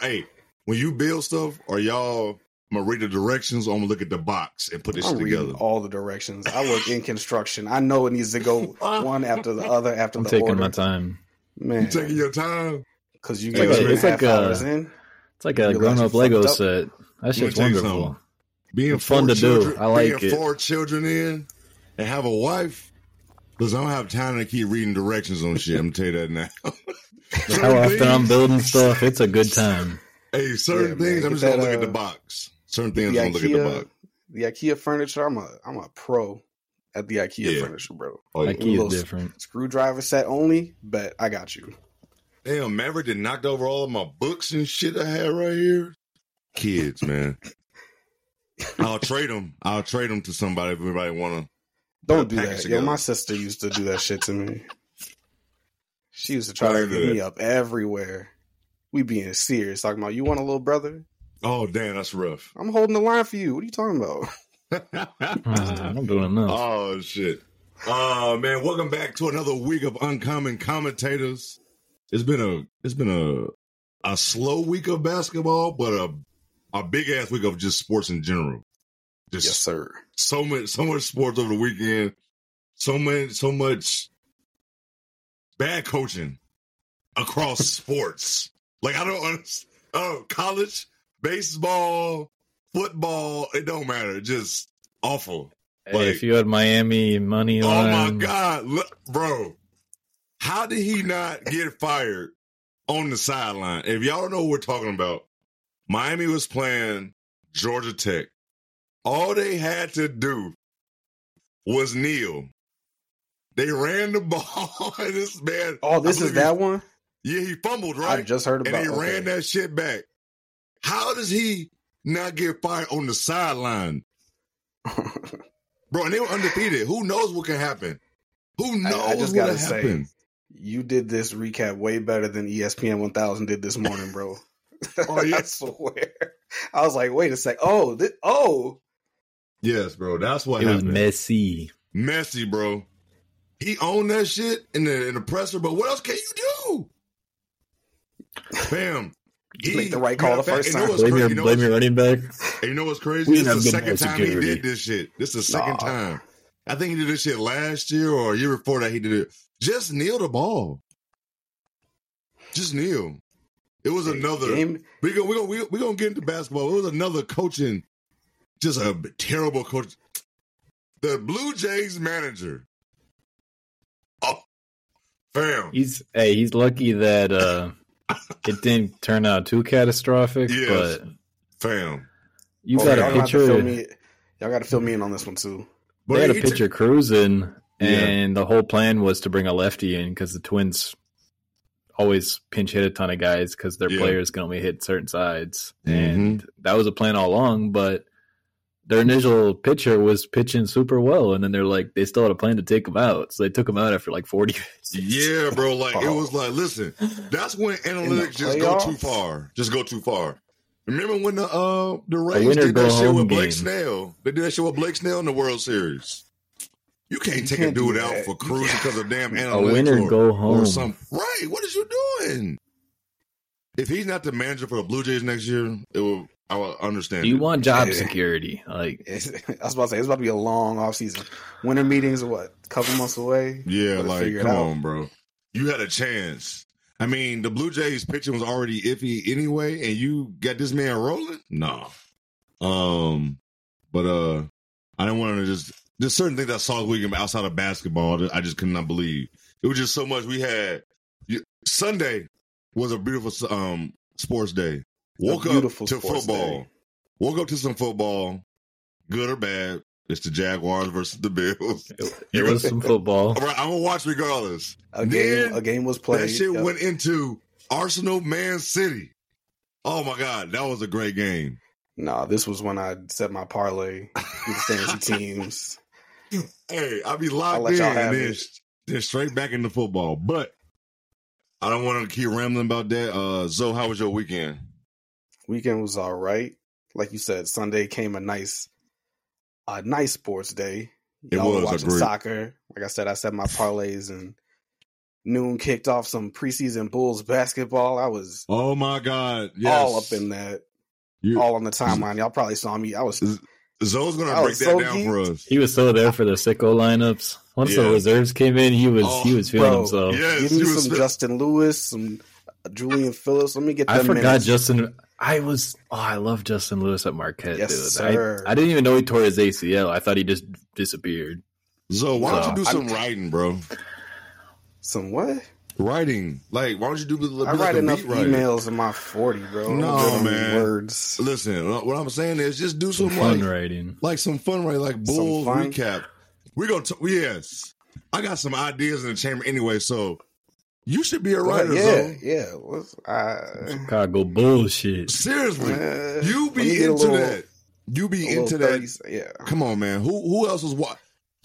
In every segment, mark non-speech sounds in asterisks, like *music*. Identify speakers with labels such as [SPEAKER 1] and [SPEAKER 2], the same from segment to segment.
[SPEAKER 1] hey, when you build stuff, are y'all? I'm gonna read the directions. Or I'm gonna look at the box and put this
[SPEAKER 2] I'm
[SPEAKER 1] shit
[SPEAKER 2] reading
[SPEAKER 1] together.
[SPEAKER 2] all the directions. I work in construction. I know it needs to go one after the other after
[SPEAKER 3] I'm
[SPEAKER 2] the
[SPEAKER 3] taking
[SPEAKER 2] order.
[SPEAKER 3] my time.
[SPEAKER 2] Man,
[SPEAKER 1] You taking your time?
[SPEAKER 2] because you
[SPEAKER 1] It's like
[SPEAKER 2] get
[SPEAKER 1] a-
[SPEAKER 2] two and a
[SPEAKER 1] it's
[SPEAKER 2] half
[SPEAKER 3] like a-
[SPEAKER 2] hours in.
[SPEAKER 3] It's like a
[SPEAKER 2] You
[SPEAKER 3] grown up
[SPEAKER 2] guys
[SPEAKER 3] Lego
[SPEAKER 2] fucked up.
[SPEAKER 3] set. That shit's
[SPEAKER 1] tell you
[SPEAKER 3] wonderful.
[SPEAKER 1] something. Being
[SPEAKER 3] It's fun
[SPEAKER 1] four
[SPEAKER 3] to do.
[SPEAKER 1] children-
[SPEAKER 3] I like
[SPEAKER 1] being
[SPEAKER 3] it.
[SPEAKER 1] Four children in and have a wife. Cause I don't have time to keep reading directions on shit. I'm gonna tell you that now. Certain
[SPEAKER 3] How often I'm
[SPEAKER 1] things-
[SPEAKER 3] building stuff, it's a good time.
[SPEAKER 1] Hey, certain
[SPEAKER 2] Yeah, man,
[SPEAKER 1] things I'm
[SPEAKER 2] get
[SPEAKER 1] just gonna
[SPEAKER 2] that,
[SPEAKER 1] look at the
[SPEAKER 2] uh,
[SPEAKER 1] box. Certain
[SPEAKER 2] The
[SPEAKER 1] things I'm gonna look at the
[SPEAKER 2] IKEA,
[SPEAKER 1] box.
[SPEAKER 2] the IKEA furniture. I'm a I'm a pro at the IKEA
[SPEAKER 1] Yeah.
[SPEAKER 2] furniture, bro.
[SPEAKER 1] Oh,
[SPEAKER 3] Like
[SPEAKER 1] yeah.
[SPEAKER 3] he's
[SPEAKER 2] Little-
[SPEAKER 3] different.
[SPEAKER 2] Screwdriver set only, but I got you.
[SPEAKER 1] Damn, Maverick did knocked over all of my books and shit I had right here. Kids, man. I'll trade them. I'll trade them to somebody if anybody wanna.
[SPEAKER 2] Don't do
[SPEAKER 1] Yeah, package
[SPEAKER 2] that. Yo,
[SPEAKER 1] together.
[SPEAKER 2] my sister used to do that shit to me. She used to try to
[SPEAKER 1] Don't do
[SPEAKER 2] hit me
[SPEAKER 1] that.
[SPEAKER 2] up everywhere. We being serious, talking about you want a little brother?
[SPEAKER 1] Oh damn, that's
[SPEAKER 2] *laughs*
[SPEAKER 1] rough.
[SPEAKER 2] I'm holding the line for you. What are you talking about?
[SPEAKER 1] Uh,
[SPEAKER 3] Ah, I'm doing enough.
[SPEAKER 1] Oh shit. Oh man, welcome back to another week of Uncommon Commentators. It's been a it's been a a slow week of basketball, but a a big ass week of just sports in general. Just
[SPEAKER 2] yes, sir.
[SPEAKER 1] so much so much sports over the weekend. So much so much bad coaching across sports. Like I don't *laughs* understand. Oh, college, baseball, football, it don't matter. Just awful.
[SPEAKER 3] Hey, if you had Miami money
[SPEAKER 1] Oh
[SPEAKER 3] line,
[SPEAKER 1] my god, look, bro! How did he not get fired on the sideline? If y'all don't know what we're talking about, Miami was playing Georgia Tech. All they had to do was kneel. They ran the *laughs* ball, and this man.
[SPEAKER 2] Oh, this
[SPEAKER 1] I
[SPEAKER 2] is
[SPEAKER 1] believe
[SPEAKER 2] that one?
[SPEAKER 1] He, yeah, he fumbled
[SPEAKER 2] I
[SPEAKER 1] right,
[SPEAKER 2] just heard
[SPEAKER 1] and
[SPEAKER 2] about
[SPEAKER 1] they ran
[SPEAKER 2] okay.
[SPEAKER 1] that shit back. How does he not get fired on the sideline? bro. And they were undefeated. Who knows what can happen? Who
[SPEAKER 2] I
[SPEAKER 1] knows
[SPEAKER 2] just
[SPEAKER 1] what
[SPEAKER 2] gotta
[SPEAKER 1] can happen?
[SPEAKER 2] *laughs* you did this recap way better than E ESPN 1000 did this morning, bro.
[SPEAKER 1] *laughs* Oh, yeah.
[SPEAKER 2] *laughs* I swear. I was like, wait a sec. Oh, this, oh.
[SPEAKER 1] Yes, bro. That's what
[SPEAKER 3] it was
[SPEAKER 1] happened.
[SPEAKER 3] messy.
[SPEAKER 1] Messi, bro. He owned that shit in the in the presser. But what else can you do?
[SPEAKER 2] *laughs*
[SPEAKER 1] Fam.
[SPEAKER 2] You
[SPEAKER 1] he-
[SPEAKER 2] make the right call
[SPEAKER 1] matter
[SPEAKER 2] the
[SPEAKER 1] of fact,
[SPEAKER 2] first
[SPEAKER 1] and you know what's
[SPEAKER 2] time.
[SPEAKER 3] Blame
[SPEAKER 1] cra-
[SPEAKER 3] your,
[SPEAKER 1] you know
[SPEAKER 3] blame your
[SPEAKER 1] what's-
[SPEAKER 3] running back.
[SPEAKER 1] and you know what's crazy?
[SPEAKER 3] We
[SPEAKER 1] This
[SPEAKER 3] didn't
[SPEAKER 1] is the
[SPEAKER 3] have good
[SPEAKER 1] second time
[SPEAKER 3] security.
[SPEAKER 1] he did this shit. This is the second
[SPEAKER 2] Nah.
[SPEAKER 1] time. I think he did this shit last year or a year before that. He did it. Just kneel the ball. Just kneel. It was another.
[SPEAKER 2] Game,
[SPEAKER 1] We go, we go, we go, we gonna get into basketball. It was another coaching, just a terrible coach. The Blue Jays manager. Oh, fam.
[SPEAKER 3] He's hey, he's lucky that uh, it didn't turn out too catastrophic.
[SPEAKER 1] Yes.
[SPEAKER 3] But
[SPEAKER 1] Fam.
[SPEAKER 3] you
[SPEAKER 2] Oh,
[SPEAKER 3] got
[SPEAKER 2] y'all
[SPEAKER 3] a
[SPEAKER 2] gonna have to fill
[SPEAKER 3] picture.
[SPEAKER 2] me- Y'all got to fill me in on this one too. *laughs*
[SPEAKER 1] But
[SPEAKER 3] They had a
[SPEAKER 1] he took-
[SPEAKER 3] picture cruising,
[SPEAKER 1] Yeah.
[SPEAKER 3] and the whole plan was to bring a lefty in because the Twins always pinch hit a ton of guys because their
[SPEAKER 1] Yeah. Mm-hmm.
[SPEAKER 3] players can only hit certain sides, and that was a plan all along. But their initial pitcher was pitching super well, and then they're like they still had a plan to take him out, so they took him out after like forty. *laughs*
[SPEAKER 1] yeah, bro. Like it
[SPEAKER 2] Oh.
[SPEAKER 1] was like, listen, that's when analytics just
[SPEAKER 2] playoffs?
[SPEAKER 1] go too far. Just go too far. Remember when the uh the Rays
[SPEAKER 3] winner
[SPEAKER 1] did that
[SPEAKER 3] go
[SPEAKER 1] shit with
[SPEAKER 3] home
[SPEAKER 1] Blake
[SPEAKER 3] game.
[SPEAKER 1] Snell? They did that shit with Blake Snell in the World Series. You can't
[SPEAKER 2] You
[SPEAKER 1] take
[SPEAKER 2] can't
[SPEAKER 1] a dude
[SPEAKER 2] do
[SPEAKER 1] out
[SPEAKER 2] that.
[SPEAKER 1] for cruising because of damn
[SPEAKER 3] a
[SPEAKER 1] analytics.
[SPEAKER 3] winner
[SPEAKER 1] or-
[SPEAKER 3] go home.
[SPEAKER 1] or something. Right? What is you doing? If he's not the manager for the Blue Jays next year, it will. I will understand.
[SPEAKER 3] Do you
[SPEAKER 1] it.
[SPEAKER 3] want job
[SPEAKER 2] Yeah.
[SPEAKER 3] security?
[SPEAKER 1] *laughs*
[SPEAKER 3] Like
[SPEAKER 2] It's, I was about to say it's about to be a long off season. Winter meetings are what a couple months away.
[SPEAKER 1] Yeah,
[SPEAKER 2] Gotta
[SPEAKER 1] like
[SPEAKER 2] figure it
[SPEAKER 1] come
[SPEAKER 2] out.
[SPEAKER 1] on, bro. You had a chance. I mean, the Blue Jays pitching was already iffy anyway, and you got this man rolling. No, um, but uh, I didn't want to just. There's certain things I saw this weekend outside of basketball. that I just could not believe it was just so much. We had you, Sunday was a beautiful um sports day. Woke up
[SPEAKER 2] beautiful
[SPEAKER 1] to
[SPEAKER 2] sports
[SPEAKER 1] football.
[SPEAKER 2] day.
[SPEAKER 1] Woke up to some football, good or bad. It's the Jaguars versus the Bills. *laughs*
[SPEAKER 3] it,
[SPEAKER 1] You
[SPEAKER 3] it was some football.
[SPEAKER 1] All right, I'm gonna watch regardless.
[SPEAKER 2] A
[SPEAKER 1] Then
[SPEAKER 2] game, a game was played.
[SPEAKER 1] that shit
[SPEAKER 2] Yep.
[SPEAKER 1] went into Arsenal Man City. Oh my god, that was a great game.
[SPEAKER 2] Nah, this was when I set my parlay with the
[SPEAKER 1] *laughs*
[SPEAKER 2] fantasy teams.
[SPEAKER 1] Hey, I'll be
[SPEAKER 2] I'll
[SPEAKER 1] locked
[SPEAKER 2] let
[SPEAKER 1] in
[SPEAKER 2] y'all
[SPEAKER 1] and
[SPEAKER 2] have
[SPEAKER 1] then,
[SPEAKER 2] it.
[SPEAKER 1] then straight back into football. But I don't want to keep rambling about that. Uh Zoe, how was your weekend?
[SPEAKER 2] Weekend was all right. Like you said, Sunday came a nice, a nice sports day.
[SPEAKER 1] It
[SPEAKER 2] Y'all were
[SPEAKER 1] was,
[SPEAKER 2] watching
[SPEAKER 1] agreed.
[SPEAKER 2] soccer. Like I said, I set my parlays and Noon kicked off some preseason Bulls basketball. I was
[SPEAKER 1] Oh my God! Yes.
[SPEAKER 2] all up in that,
[SPEAKER 1] You-
[SPEAKER 2] all on the timeline. Y'all probably saw me. I was
[SPEAKER 1] Zoe's gonna
[SPEAKER 2] I
[SPEAKER 1] break
[SPEAKER 2] was
[SPEAKER 1] that
[SPEAKER 2] so
[SPEAKER 1] down for us.
[SPEAKER 3] He was so there for the sicko lineups. Once
[SPEAKER 1] Yeah.
[SPEAKER 3] the reserves came in, he was he
[SPEAKER 1] Oh,
[SPEAKER 3] was feeling
[SPEAKER 2] bro.
[SPEAKER 3] himself.
[SPEAKER 1] Yes,
[SPEAKER 2] give
[SPEAKER 1] he
[SPEAKER 2] me
[SPEAKER 1] was
[SPEAKER 2] some
[SPEAKER 1] fit-
[SPEAKER 2] Justin Lewis, some Julian Phillips. Let me get.
[SPEAKER 3] I
[SPEAKER 2] them
[SPEAKER 3] forgot
[SPEAKER 2] minutes.
[SPEAKER 3] Justin. I was oh, I love Justin Lewis at Marquette,
[SPEAKER 2] Yes,
[SPEAKER 3] dude.
[SPEAKER 2] sir.
[SPEAKER 3] I, I didn't even know he tore his ACL. I thought he just disappeared.
[SPEAKER 1] Zoe, why don't you do
[SPEAKER 2] Wow.
[SPEAKER 1] some writing, bro?
[SPEAKER 2] some what?
[SPEAKER 1] Writing, like why don't you do? Be, be
[SPEAKER 2] I
[SPEAKER 1] like
[SPEAKER 2] write
[SPEAKER 1] a
[SPEAKER 2] enough
[SPEAKER 1] beat writer?
[SPEAKER 2] emails in my forty, bro. I'm
[SPEAKER 1] No,
[SPEAKER 2] good on
[SPEAKER 1] man.
[SPEAKER 2] Words.
[SPEAKER 1] Listen, uh, what I'm saying is just do some,
[SPEAKER 3] Some fun
[SPEAKER 1] like,
[SPEAKER 3] writing.
[SPEAKER 1] like some fun right like
[SPEAKER 2] Some
[SPEAKER 1] Bulls
[SPEAKER 2] fun.
[SPEAKER 1] recap. We're gonna t- yes. I got some ideas in the chamber anyway, so you should be a writer.
[SPEAKER 2] yeah,
[SPEAKER 1] Zoe.
[SPEAKER 2] yeah. Let's, I,
[SPEAKER 3] Chicago bullshit.
[SPEAKER 1] Seriously,
[SPEAKER 2] uh,
[SPEAKER 1] you
[SPEAKER 2] let me
[SPEAKER 1] be
[SPEAKER 2] get a
[SPEAKER 1] into
[SPEAKER 2] little-
[SPEAKER 1] that. You
[SPEAKER 2] a
[SPEAKER 1] be
[SPEAKER 2] little
[SPEAKER 1] into that.
[SPEAKER 2] 30s yeah.
[SPEAKER 1] Come on, man. Who who else was what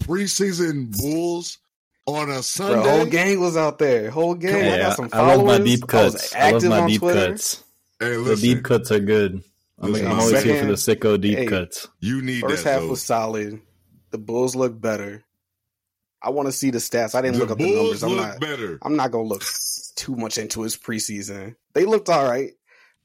[SPEAKER 1] preseason Bulls on a
[SPEAKER 2] Bro, whole
[SPEAKER 1] Sunday?
[SPEAKER 2] gang was out there. Whole gang. I
[SPEAKER 3] Yeah,
[SPEAKER 2] got some
[SPEAKER 3] I love
[SPEAKER 2] followers.
[SPEAKER 3] my deep cuts. I, love
[SPEAKER 2] active
[SPEAKER 3] my
[SPEAKER 2] on
[SPEAKER 3] deep
[SPEAKER 2] Twitter.
[SPEAKER 3] cuts.
[SPEAKER 1] hey,
[SPEAKER 3] The
[SPEAKER 1] listen,
[SPEAKER 3] deep cuts are good. I'm,
[SPEAKER 1] Listen,
[SPEAKER 3] I'm
[SPEAKER 1] my
[SPEAKER 3] always here for
[SPEAKER 2] second-
[SPEAKER 3] the sicko deep
[SPEAKER 2] Hey.
[SPEAKER 3] cuts.
[SPEAKER 1] you need
[SPEAKER 2] First
[SPEAKER 1] that.
[SPEAKER 2] half
[SPEAKER 1] though.
[SPEAKER 2] was solid. The Bulls look better. I want to see the stats. I didn't
[SPEAKER 1] the
[SPEAKER 2] look up the
[SPEAKER 1] Bulls
[SPEAKER 2] numbers. I'm
[SPEAKER 1] look
[SPEAKER 2] not.
[SPEAKER 1] better.
[SPEAKER 2] I'm not gonna look too much into his preseason. They looked all right,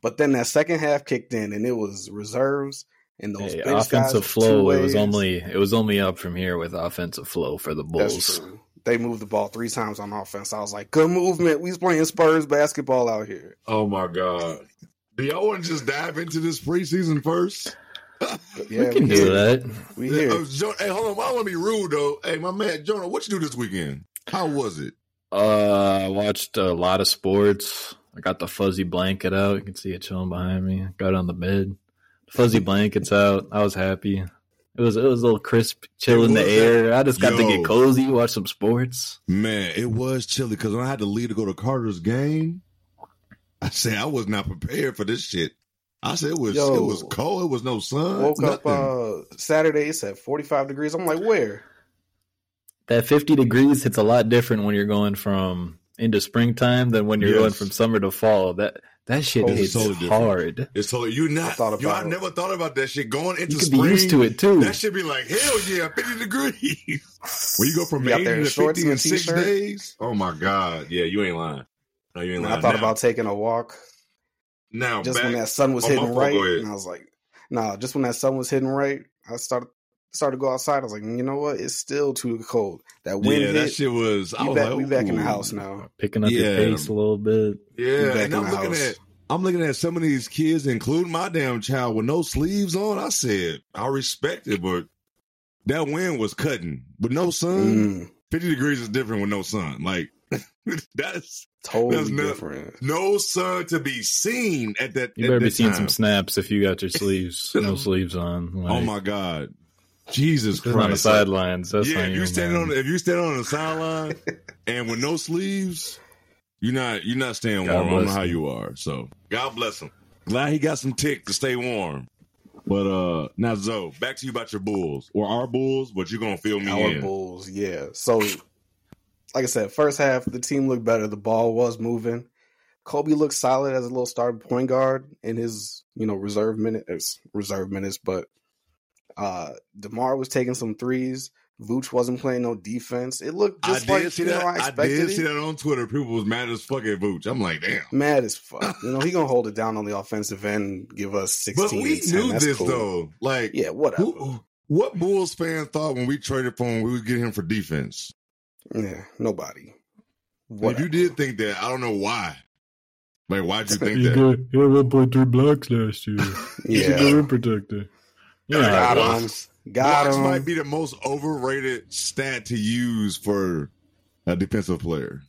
[SPEAKER 2] but then that second half kicked in, and it was reserves and those
[SPEAKER 3] Hey,
[SPEAKER 2] bench guys
[SPEAKER 3] offensive
[SPEAKER 2] with
[SPEAKER 3] flow.
[SPEAKER 2] two
[SPEAKER 3] It was
[SPEAKER 2] ways.
[SPEAKER 3] only it was only up from here with offensive flow for the
[SPEAKER 2] That's
[SPEAKER 3] Bulls.
[SPEAKER 2] true. They moved the ball three times on offense. I was like, good movement. We's playing Spurs basketball out here.
[SPEAKER 1] Oh my god. Do y'all want to just dive into this preseason first?
[SPEAKER 2] Yeah,
[SPEAKER 3] we can do
[SPEAKER 2] here.
[SPEAKER 3] that.
[SPEAKER 2] We
[SPEAKER 1] Hey,
[SPEAKER 2] here.
[SPEAKER 1] uh, Jo- hey, hold on. I don't want to be rude though. Hey, my man Jonah, what you do this weekend? How was it?
[SPEAKER 3] Uh, I watched a lot of sports. I got the fuzzy blanket out. You can see it chilling behind me. Got on the bed. Fuzzy blankets out. I was happy. It was it was a little crisp, chill
[SPEAKER 1] It
[SPEAKER 3] in the
[SPEAKER 1] was.
[SPEAKER 3] air. I just got to
[SPEAKER 1] Yo.
[SPEAKER 3] get cozy, watch some sports.
[SPEAKER 1] Man, it was chilly because when I had to leave to go to Carter's game, I said I was not prepared for this shit. I said it was
[SPEAKER 2] Yo.
[SPEAKER 1] it was cold. It was no sun.
[SPEAKER 2] Woke
[SPEAKER 1] Oh, nothing.
[SPEAKER 2] up uh, Saturday. It's at 45 degrees. I'm like, where?
[SPEAKER 3] That fifty degrees hits a lot different when you're going from into springtime than when you're
[SPEAKER 1] Yes.
[SPEAKER 3] going from summer to fall. That that shit
[SPEAKER 2] Totally,
[SPEAKER 3] hits
[SPEAKER 1] totally different.
[SPEAKER 3] hard.
[SPEAKER 1] it's totally you not.
[SPEAKER 2] I thought
[SPEAKER 1] yo,
[SPEAKER 2] about
[SPEAKER 1] I
[SPEAKER 2] it.
[SPEAKER 1] never thought about that shit going into
[SPEAKER 3] You can be
[SPEAKER 1] spring.
[SPEAKER 3] used to it too.
[SPEAKER 1] That should be like hell yeah, fifty
[SPEAKER 2] *laughs*
[SPEAKER 1] degrees. when you go from
[SPEAKER 2] You out
[SPEAKER 1] eighty
[SPEAKER 2] there in
[SPEAKER 1] to
[SPEAKER 2] shorts
[SPEAKER 1] fifty
[SPEAKER 2] and
[SPEAKER 1] in
[SPEAKER 2] a
[SPEAKER 1] six
[SPEAKER 2] t-shirt?
[SPEAKER 1] days. Oh my god, yeah, you ain't lying. No, you ain't
[SPEAKER 2] And
[SPEAKER 1] lying.
[SPEAKER 2] I thought
[SPEAKER 1] Now-
[SPEAKER 2] about taking a walk
[SPEAKER 1] now
[SPEAKER 2] just
[SPEAKER 1] back.
[SPEAKER 2] when that sun was
[SPEAKER 1] Oh, my
[SPEAKER 2] hitting
[SPEAKER 1] fault.
[SPEAKER 2] right,
[SPEAKER 1] Go ahead.
[SPEAKER 2] and I was like, "Nah." Just when that sun was hitting right, I started started to go outside. I was like, "You know what? It's still too cold." That wind
[SPEAKER 1] yeah,
[SPEAKER 2] hit.
[SPEAKER 1] that shit was. I
[SPEAKER 2] we
[SPEAKER 1] was
[SPEAKER 2] back,
[SPEAKER 1] like,
[SPEAKER 2] we back in the
[SPEAKER 1] ooh.
[SPEAKER 2] house now.
[SPEAKER 3] Picking up your
[SPEAKER 1] Yeah.
[SPEAKER 3] pace a little bit.
[SPEAKER 2] We
[SPEAKER 1] Yeah,
[SPEAKER 2] back
[SPEAKER 1] and
[SPEAKER 2] in
[SPEAKER 1] I'm
[SPEAKER 2] the
[SPEAKER 1] looking
[SPEAKER 2] house.
[SPEAKER 1] at I'm looking at some of these kids, including my damn child, with no sleeves on. I said I respect it, but that wind was cutting with no sun.
[SPEAKER 2] Mm,
[SPEAKER 1] Fifty degrees is different with no sun. Like *laughs* that's
[SPEAKER 2] totally
[SPEAKER 1] That's not-
[SPEAKER 2] different.
[SPEAKER 1] no sun to be seen at that.
[SPEAKER 3] You
[SPEAKER 1] at
[SPEAKER 3] better be
[SPEAKER 1] that
[SPEAKER 3] seeing
[SPEAKER 1] time.
[SPEAKER 3] some snaps if you got your sleeves
[SPEAKER 1] *laughs*
[SPEAKER 3] no sleeves on.
[SPEAKER 1] Oh
[SPEAKER 3] like-
[SPEAKER 1] my god, Jesus
[SPEAKER 3] This is on the
[SPEAKER 1] Christ!
[SPEAKER 3] sidelines. That's
[SPEAKER 1] yeah,
[SPEAKER 3] on
[SPEAKER 1] if
[SPEAKER 3] you,
[SPEAKER 1] you standing
[SPEAKER 3] man.
[SPEAKER 1] on the- if you standing on the
[SPEAKER 3] *laughs*
[SPEAKER 1] sideline and with no sleeves, you're not you're not staying
[SPEAKER 3] God
[SPEAKER 1] warm. I don't know
[SPEAKER 3] bless
[SPEAKER 1] how
[SPEAKER 3] him.
[SPEAKER 1] you are. So God bless him. Glad he got some tick to stay warm. But uh now Zoe, back to you about your bulls or our bulls, but you're gonna feel me
[SPEAKER 2] Our
[SPEAKER 1] in.
[SPEAKER 2] Bulls, yeah. So, like I said, first half the team looked better. The ball was moving. Kobe looked solid as a little starting point guard in his you know reserve minutes, reserve minutes. But uh Demar was taking some threes. Vooch wasn't playing no defense. It looked
[SPEAKER 1] I
[SPEAKER 2] just
[SPEAKER 1] did
[SPEAKER 2] like
[SPEAKER 1] see
[SPEAKER 2] you
[SPEAKER 1] that.
[SPEAKER 2] know I
[SPEAKER 1] I,
[SPEAKER 2] expected.
[SPEAKER 1] did
[SPEAKER 2] it.
[SPEAKER 1] see that on Twitter. People was mad as fuck at Vooch. I'm like, damn.
[SPEAKER 2] Mad as fuck. You know he gonna hold it down on the offensive end. Give us sixteen.
[SPEAKER 1] But we
[SPEAKER 2] and 10.
[SPEAKER 1] knew
[SPEAKER 2] That's
[SPEAKER 1] this
[SPEAKER 2] cool.
[SPEAKER 1] though. Like
[SPEAKER 2] Yeah, whatever.
[SPEAKER 1] who, what Bulls fan thought when we traded for him we would get him for defense?
[SPEAKER 2] Yeah, nobody.
[SPEAKER 1] If
[SPEAKER 2] Whatever.
[SPEAKER 1] you did think that, I don't know why. Like, why'd you think
[SPEAKER 3] He
[SPEAKER 1] that?
[SPEAKER 3] got, he had 1.3 blocks
[SPEAKER 1] *laughs*
[SPEAKER 3] last year. He's a
[SPEAKER 2] Yeah,
[SPEAKER 3] rim protector. Yeah,
[SPEAKER 2] got
[SPEAKER 1] Watch-
[SPEAKER 2] him. Got
[SPEAKER 1] Watch
[SPEAKER 2] him.
[SPEAKER 1] might be the most overrated stat to use for a defensive player.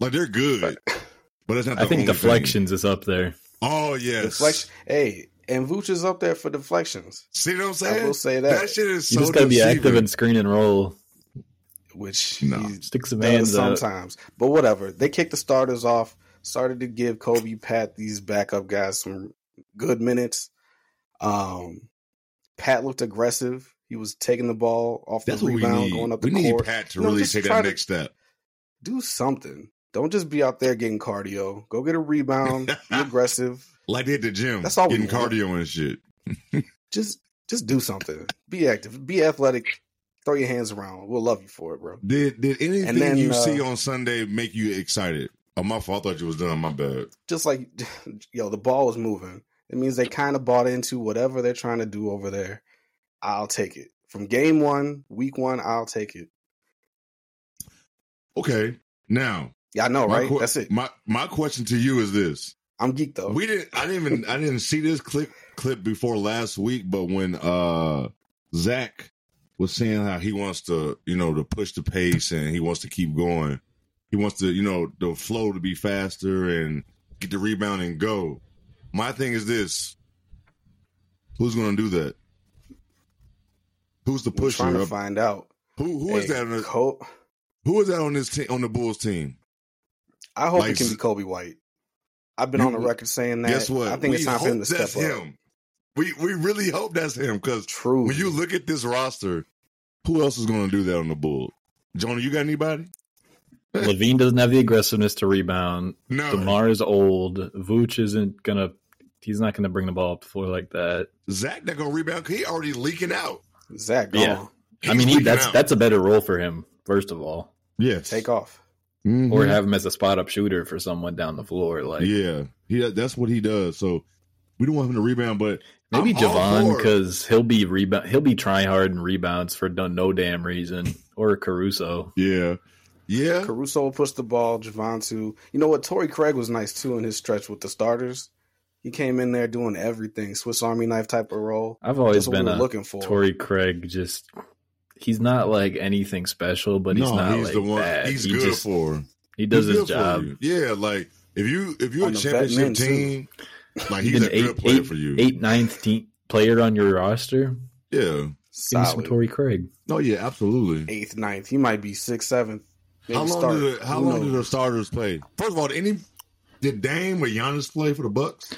[SPEAKER 1] Like they're good, but it's not. The
[SPEAKER 3] I think
[SPEAKER 1] only
[SPEAKER 3] deflections is up there.
[SPEAKER 1] Thing. Oh yes,
[SPEAKER 2] Deflection. Hey, and Vooch is up there for deflections.
[SPEAKER 1] See what I'm saying?
[SPEAKER 2] I will say
[SPEAKER 1] that,
[SPEAKER 2] that.
[SPEAKER 1] shit is
[SPEAKER 3] You
[SPEAKER 1] so.
[SPEAKER 3] just got to be active
[SPEAKER 1] deceiving.
[SPEAKER 3] and screen and roll.
[SPEAKER 2] which
[SPEAKER 1] No.
[SPEAKER 2] he
[SPEAKER 3] Stick some
[SPEAKER 2] does
[SPEAKER 3] hands up.
[SPEAKER 2] sometimes. But whatever. They kicked the starters off. Started to give Kobe Pat these backup guys some good minutes. Um, Pat looked aggressive. He was taking the ball off
[SPEAKER 1] That's
[SPEAKER 2] the
[SPEAKER 1] what we
[SPEAKER 2] rebound,
[SPEAKER 1] need.
[SPEAKER 2] going up
[SPEAKER 1] we
[SPEAKER 2] the
[SPEAKER 1] need
[SPEAKER 2] court.
[SPEAKER 1] Pat to
[SPEAKER 2] No,
[SPEAKER 1] really
[SPEAKER 2] just
[SPEAKER 1] take
[SPEAKER 2] try
[SPEAKER 1] that
[SPEAKER 2] to-
[SPEAKER 1] next step.
[SPEAKER 2] Do something. Don't just be out there getting cardio. Go get a rebound.
[SPEAKER 1] *laughs*
[SPEAKER 2] be aggressive.
[SPEAKER 1] Like they at the gym,
[SPEAKER 2] That's all we
[SPEAKER 1] getting
[SPEAKER 2] want.
[SPEAKER 1] cardio and shit.
[SPEAKER 2] Just just do something. Be active. Be athletic. Throw your hands around. We'll love you for it, bro.
[SPEAKER 1] Did did anything
[SPEAKER 2] then,
[SPEAKER 1] you
[SPEAKER 2] uh,
[SPEAKER 1] see on Sunday make you excited? Oh, my fault. I thought you was done. My bad.
[SPEAKER 2] Just like, *laughs* yo, the ball was moving. It means they kind of bought into whatever they're trying to do over there. I'll take it. From game one, week one, I'll take it.
[SPEAKER 1] Okay. Now,
[SPEAKER 2] Yeah, I know,
[SPEAKER 1] my
[SPEAKER 2] right?
[SPEAKER 1] que-
[SPEAKER 2] That's it. Oh.
[SPEAKER 1] My my question to you is this:
[SPEAKER 2] I'm geeked though.
[SPEAKER 1] We didn't. I didn't even. I didn't see this clip clip before last week. But when uh Zach was saying how he wants to, you know, to push the pace and he wants to keep going. He wants to, you know, the flow to be faster and get the rebound and go. My thing is this: Who's going to do that? Who's the
[SPEAKER 2] We're trying
[SPEAKER 1] pusher?
[SPEAKER 2] to
[SPEAKER 1] Up?
[SPEAKER 2] find out.
[SPEAKER 1] Who who is
[SPEAKER 2] Hey,
[SPEAKER 1] that? On the,
[SPEAKER 2] Col-
[SPEAKER 1] who is that on this team? On the Bulls team?
[SPEAKER 2] I hope
[SPEAKER 1] Like,
[SPEAKER 2] it can be Kobe White. I've been
[SPEAKER 1] you-
[SPEAKER 2] on the record saying that.
[SPEAKER 1] Guess what?
[SPEAKER 2] I think it's
[SPEAKER 1] We
[SPEAKER 2] time for him
[SPEAKER 1] hope
[SPEAKER 2] to step
[SPEAKER 1] that's
[SPEAKER 2] up.
[SPEAKER 1] him. We we really hope that's him because
[SPEAKER 2] True.
[SPEAKER 1] when you look at this roster, who else is going to do that on the Bulls? Jonah, you got anybody?
[SPEAKER 3] Levine doesn't have the aggressiveness to rebound.
[SPEAKER 1] No.
[SPEAKER 3] Demar is old. Vooch isn't gonna. He's not gonna bring the ball up the floor like that.
[SPEAKER 1] Zach not going to rebound 'cause he already leaking out.
[SPEAKER 2] Zach, go
[SPEAKER 3] Yeah.
[SPEAKER 2] on.
[SPEAKER 3] I mean, he,
[SPEAKER 1] leaking
[SPEAKER 3] that's
[SPEAKER 1] out.
[SPEAKER 3] that's a better role for him. First of all,
[SPEAKER 1] yes.
[SPEAKER 2] Take off.
[SPEAKER 1] Mhm.
[SPEAKER 3] or have him as a spot up shooter for someone down the floor. Like
[SPEAKER 1] yeah, he that's what he does. So we don't want him to rebound, but
[SPEAKER 3] maybe
[SPEAKER 1] I'm all
[SPEAKER 3] Javon
[SPEAKER 1] for it.
[SPEAKER 3] because he'll be rebound. He'll be trying hard and rebounds for no, no damn reason. Or Caruso.
[SPEAKER 1] yeah, yeah,
[SPEAKER 2] Caruso pushed the ball. Javon too. You know what? Torrey Craig was nice too in his stretch with the starters. He came in there doing everything, Swiss Army knife type of role.
[SPEAKER 3] I've always
[SPEAKER 2] That's what we
[SPEAKER 3] been
[SPEAKER 2] were
[SPEAKER 3] a
[SPEAKER 2] looking for.
[SPEAKER 3] Torrey Craig. Just he's not like anything special, but he's
[SPEAKER 1] No,
[SPEAKER 3] not
[SPEAKER 1] he's
[SPEAKER 3] like
[SPEAKER 1] the one.
[SPEAKER 3] bad.
[SPEAKER 1] He's
[SPEAKER 3] he
[SPEAKER 1] good
[SPEAKER 3] just
[SPEAKER 1] for.
[SPEAKER 3] he does
[SPEAKER 1] He's good
[SPEAKER 3] his
[SPEAKER 1] for
[SPEAKER 3] job.
[SPEAKER 1] you. Yeah, like if you if you're a
[SPEAKER 2] On the vet
[SPEAKER 1] championship
[SPEAKER 2] men, too.
[SPEAKER 1] team, like he's
[SPEAKER 3] Been
[SPEAKER 1] a good
[SPEAKER 3] eight-
[SPEAKER 1] player for you.
[SPEAKER 3] Eight ninth team player on your roster.
[SPEAKER 1] Yeah.
[SPEAKER 3] Give me some
[SPEAKER 2] Solid.
[SPEAKER 3] Torrey Craig.
[SPEAKER 1] Oh yeah, absolutely.
[SPEAKER 2] Eighth, ninth. He might be sixth, seventh. Maybe
[SPEAKER 1] How long
[SPEAKER 2] start.
[SPEAKER 1] do the how
[SPEAKER 2] Who
[SPEAKER 1] long do
[SPEAKER 2] knows?
[SPEAKER 1] the starters play? First of all, did any did Dame or Giannis play for the Bucks?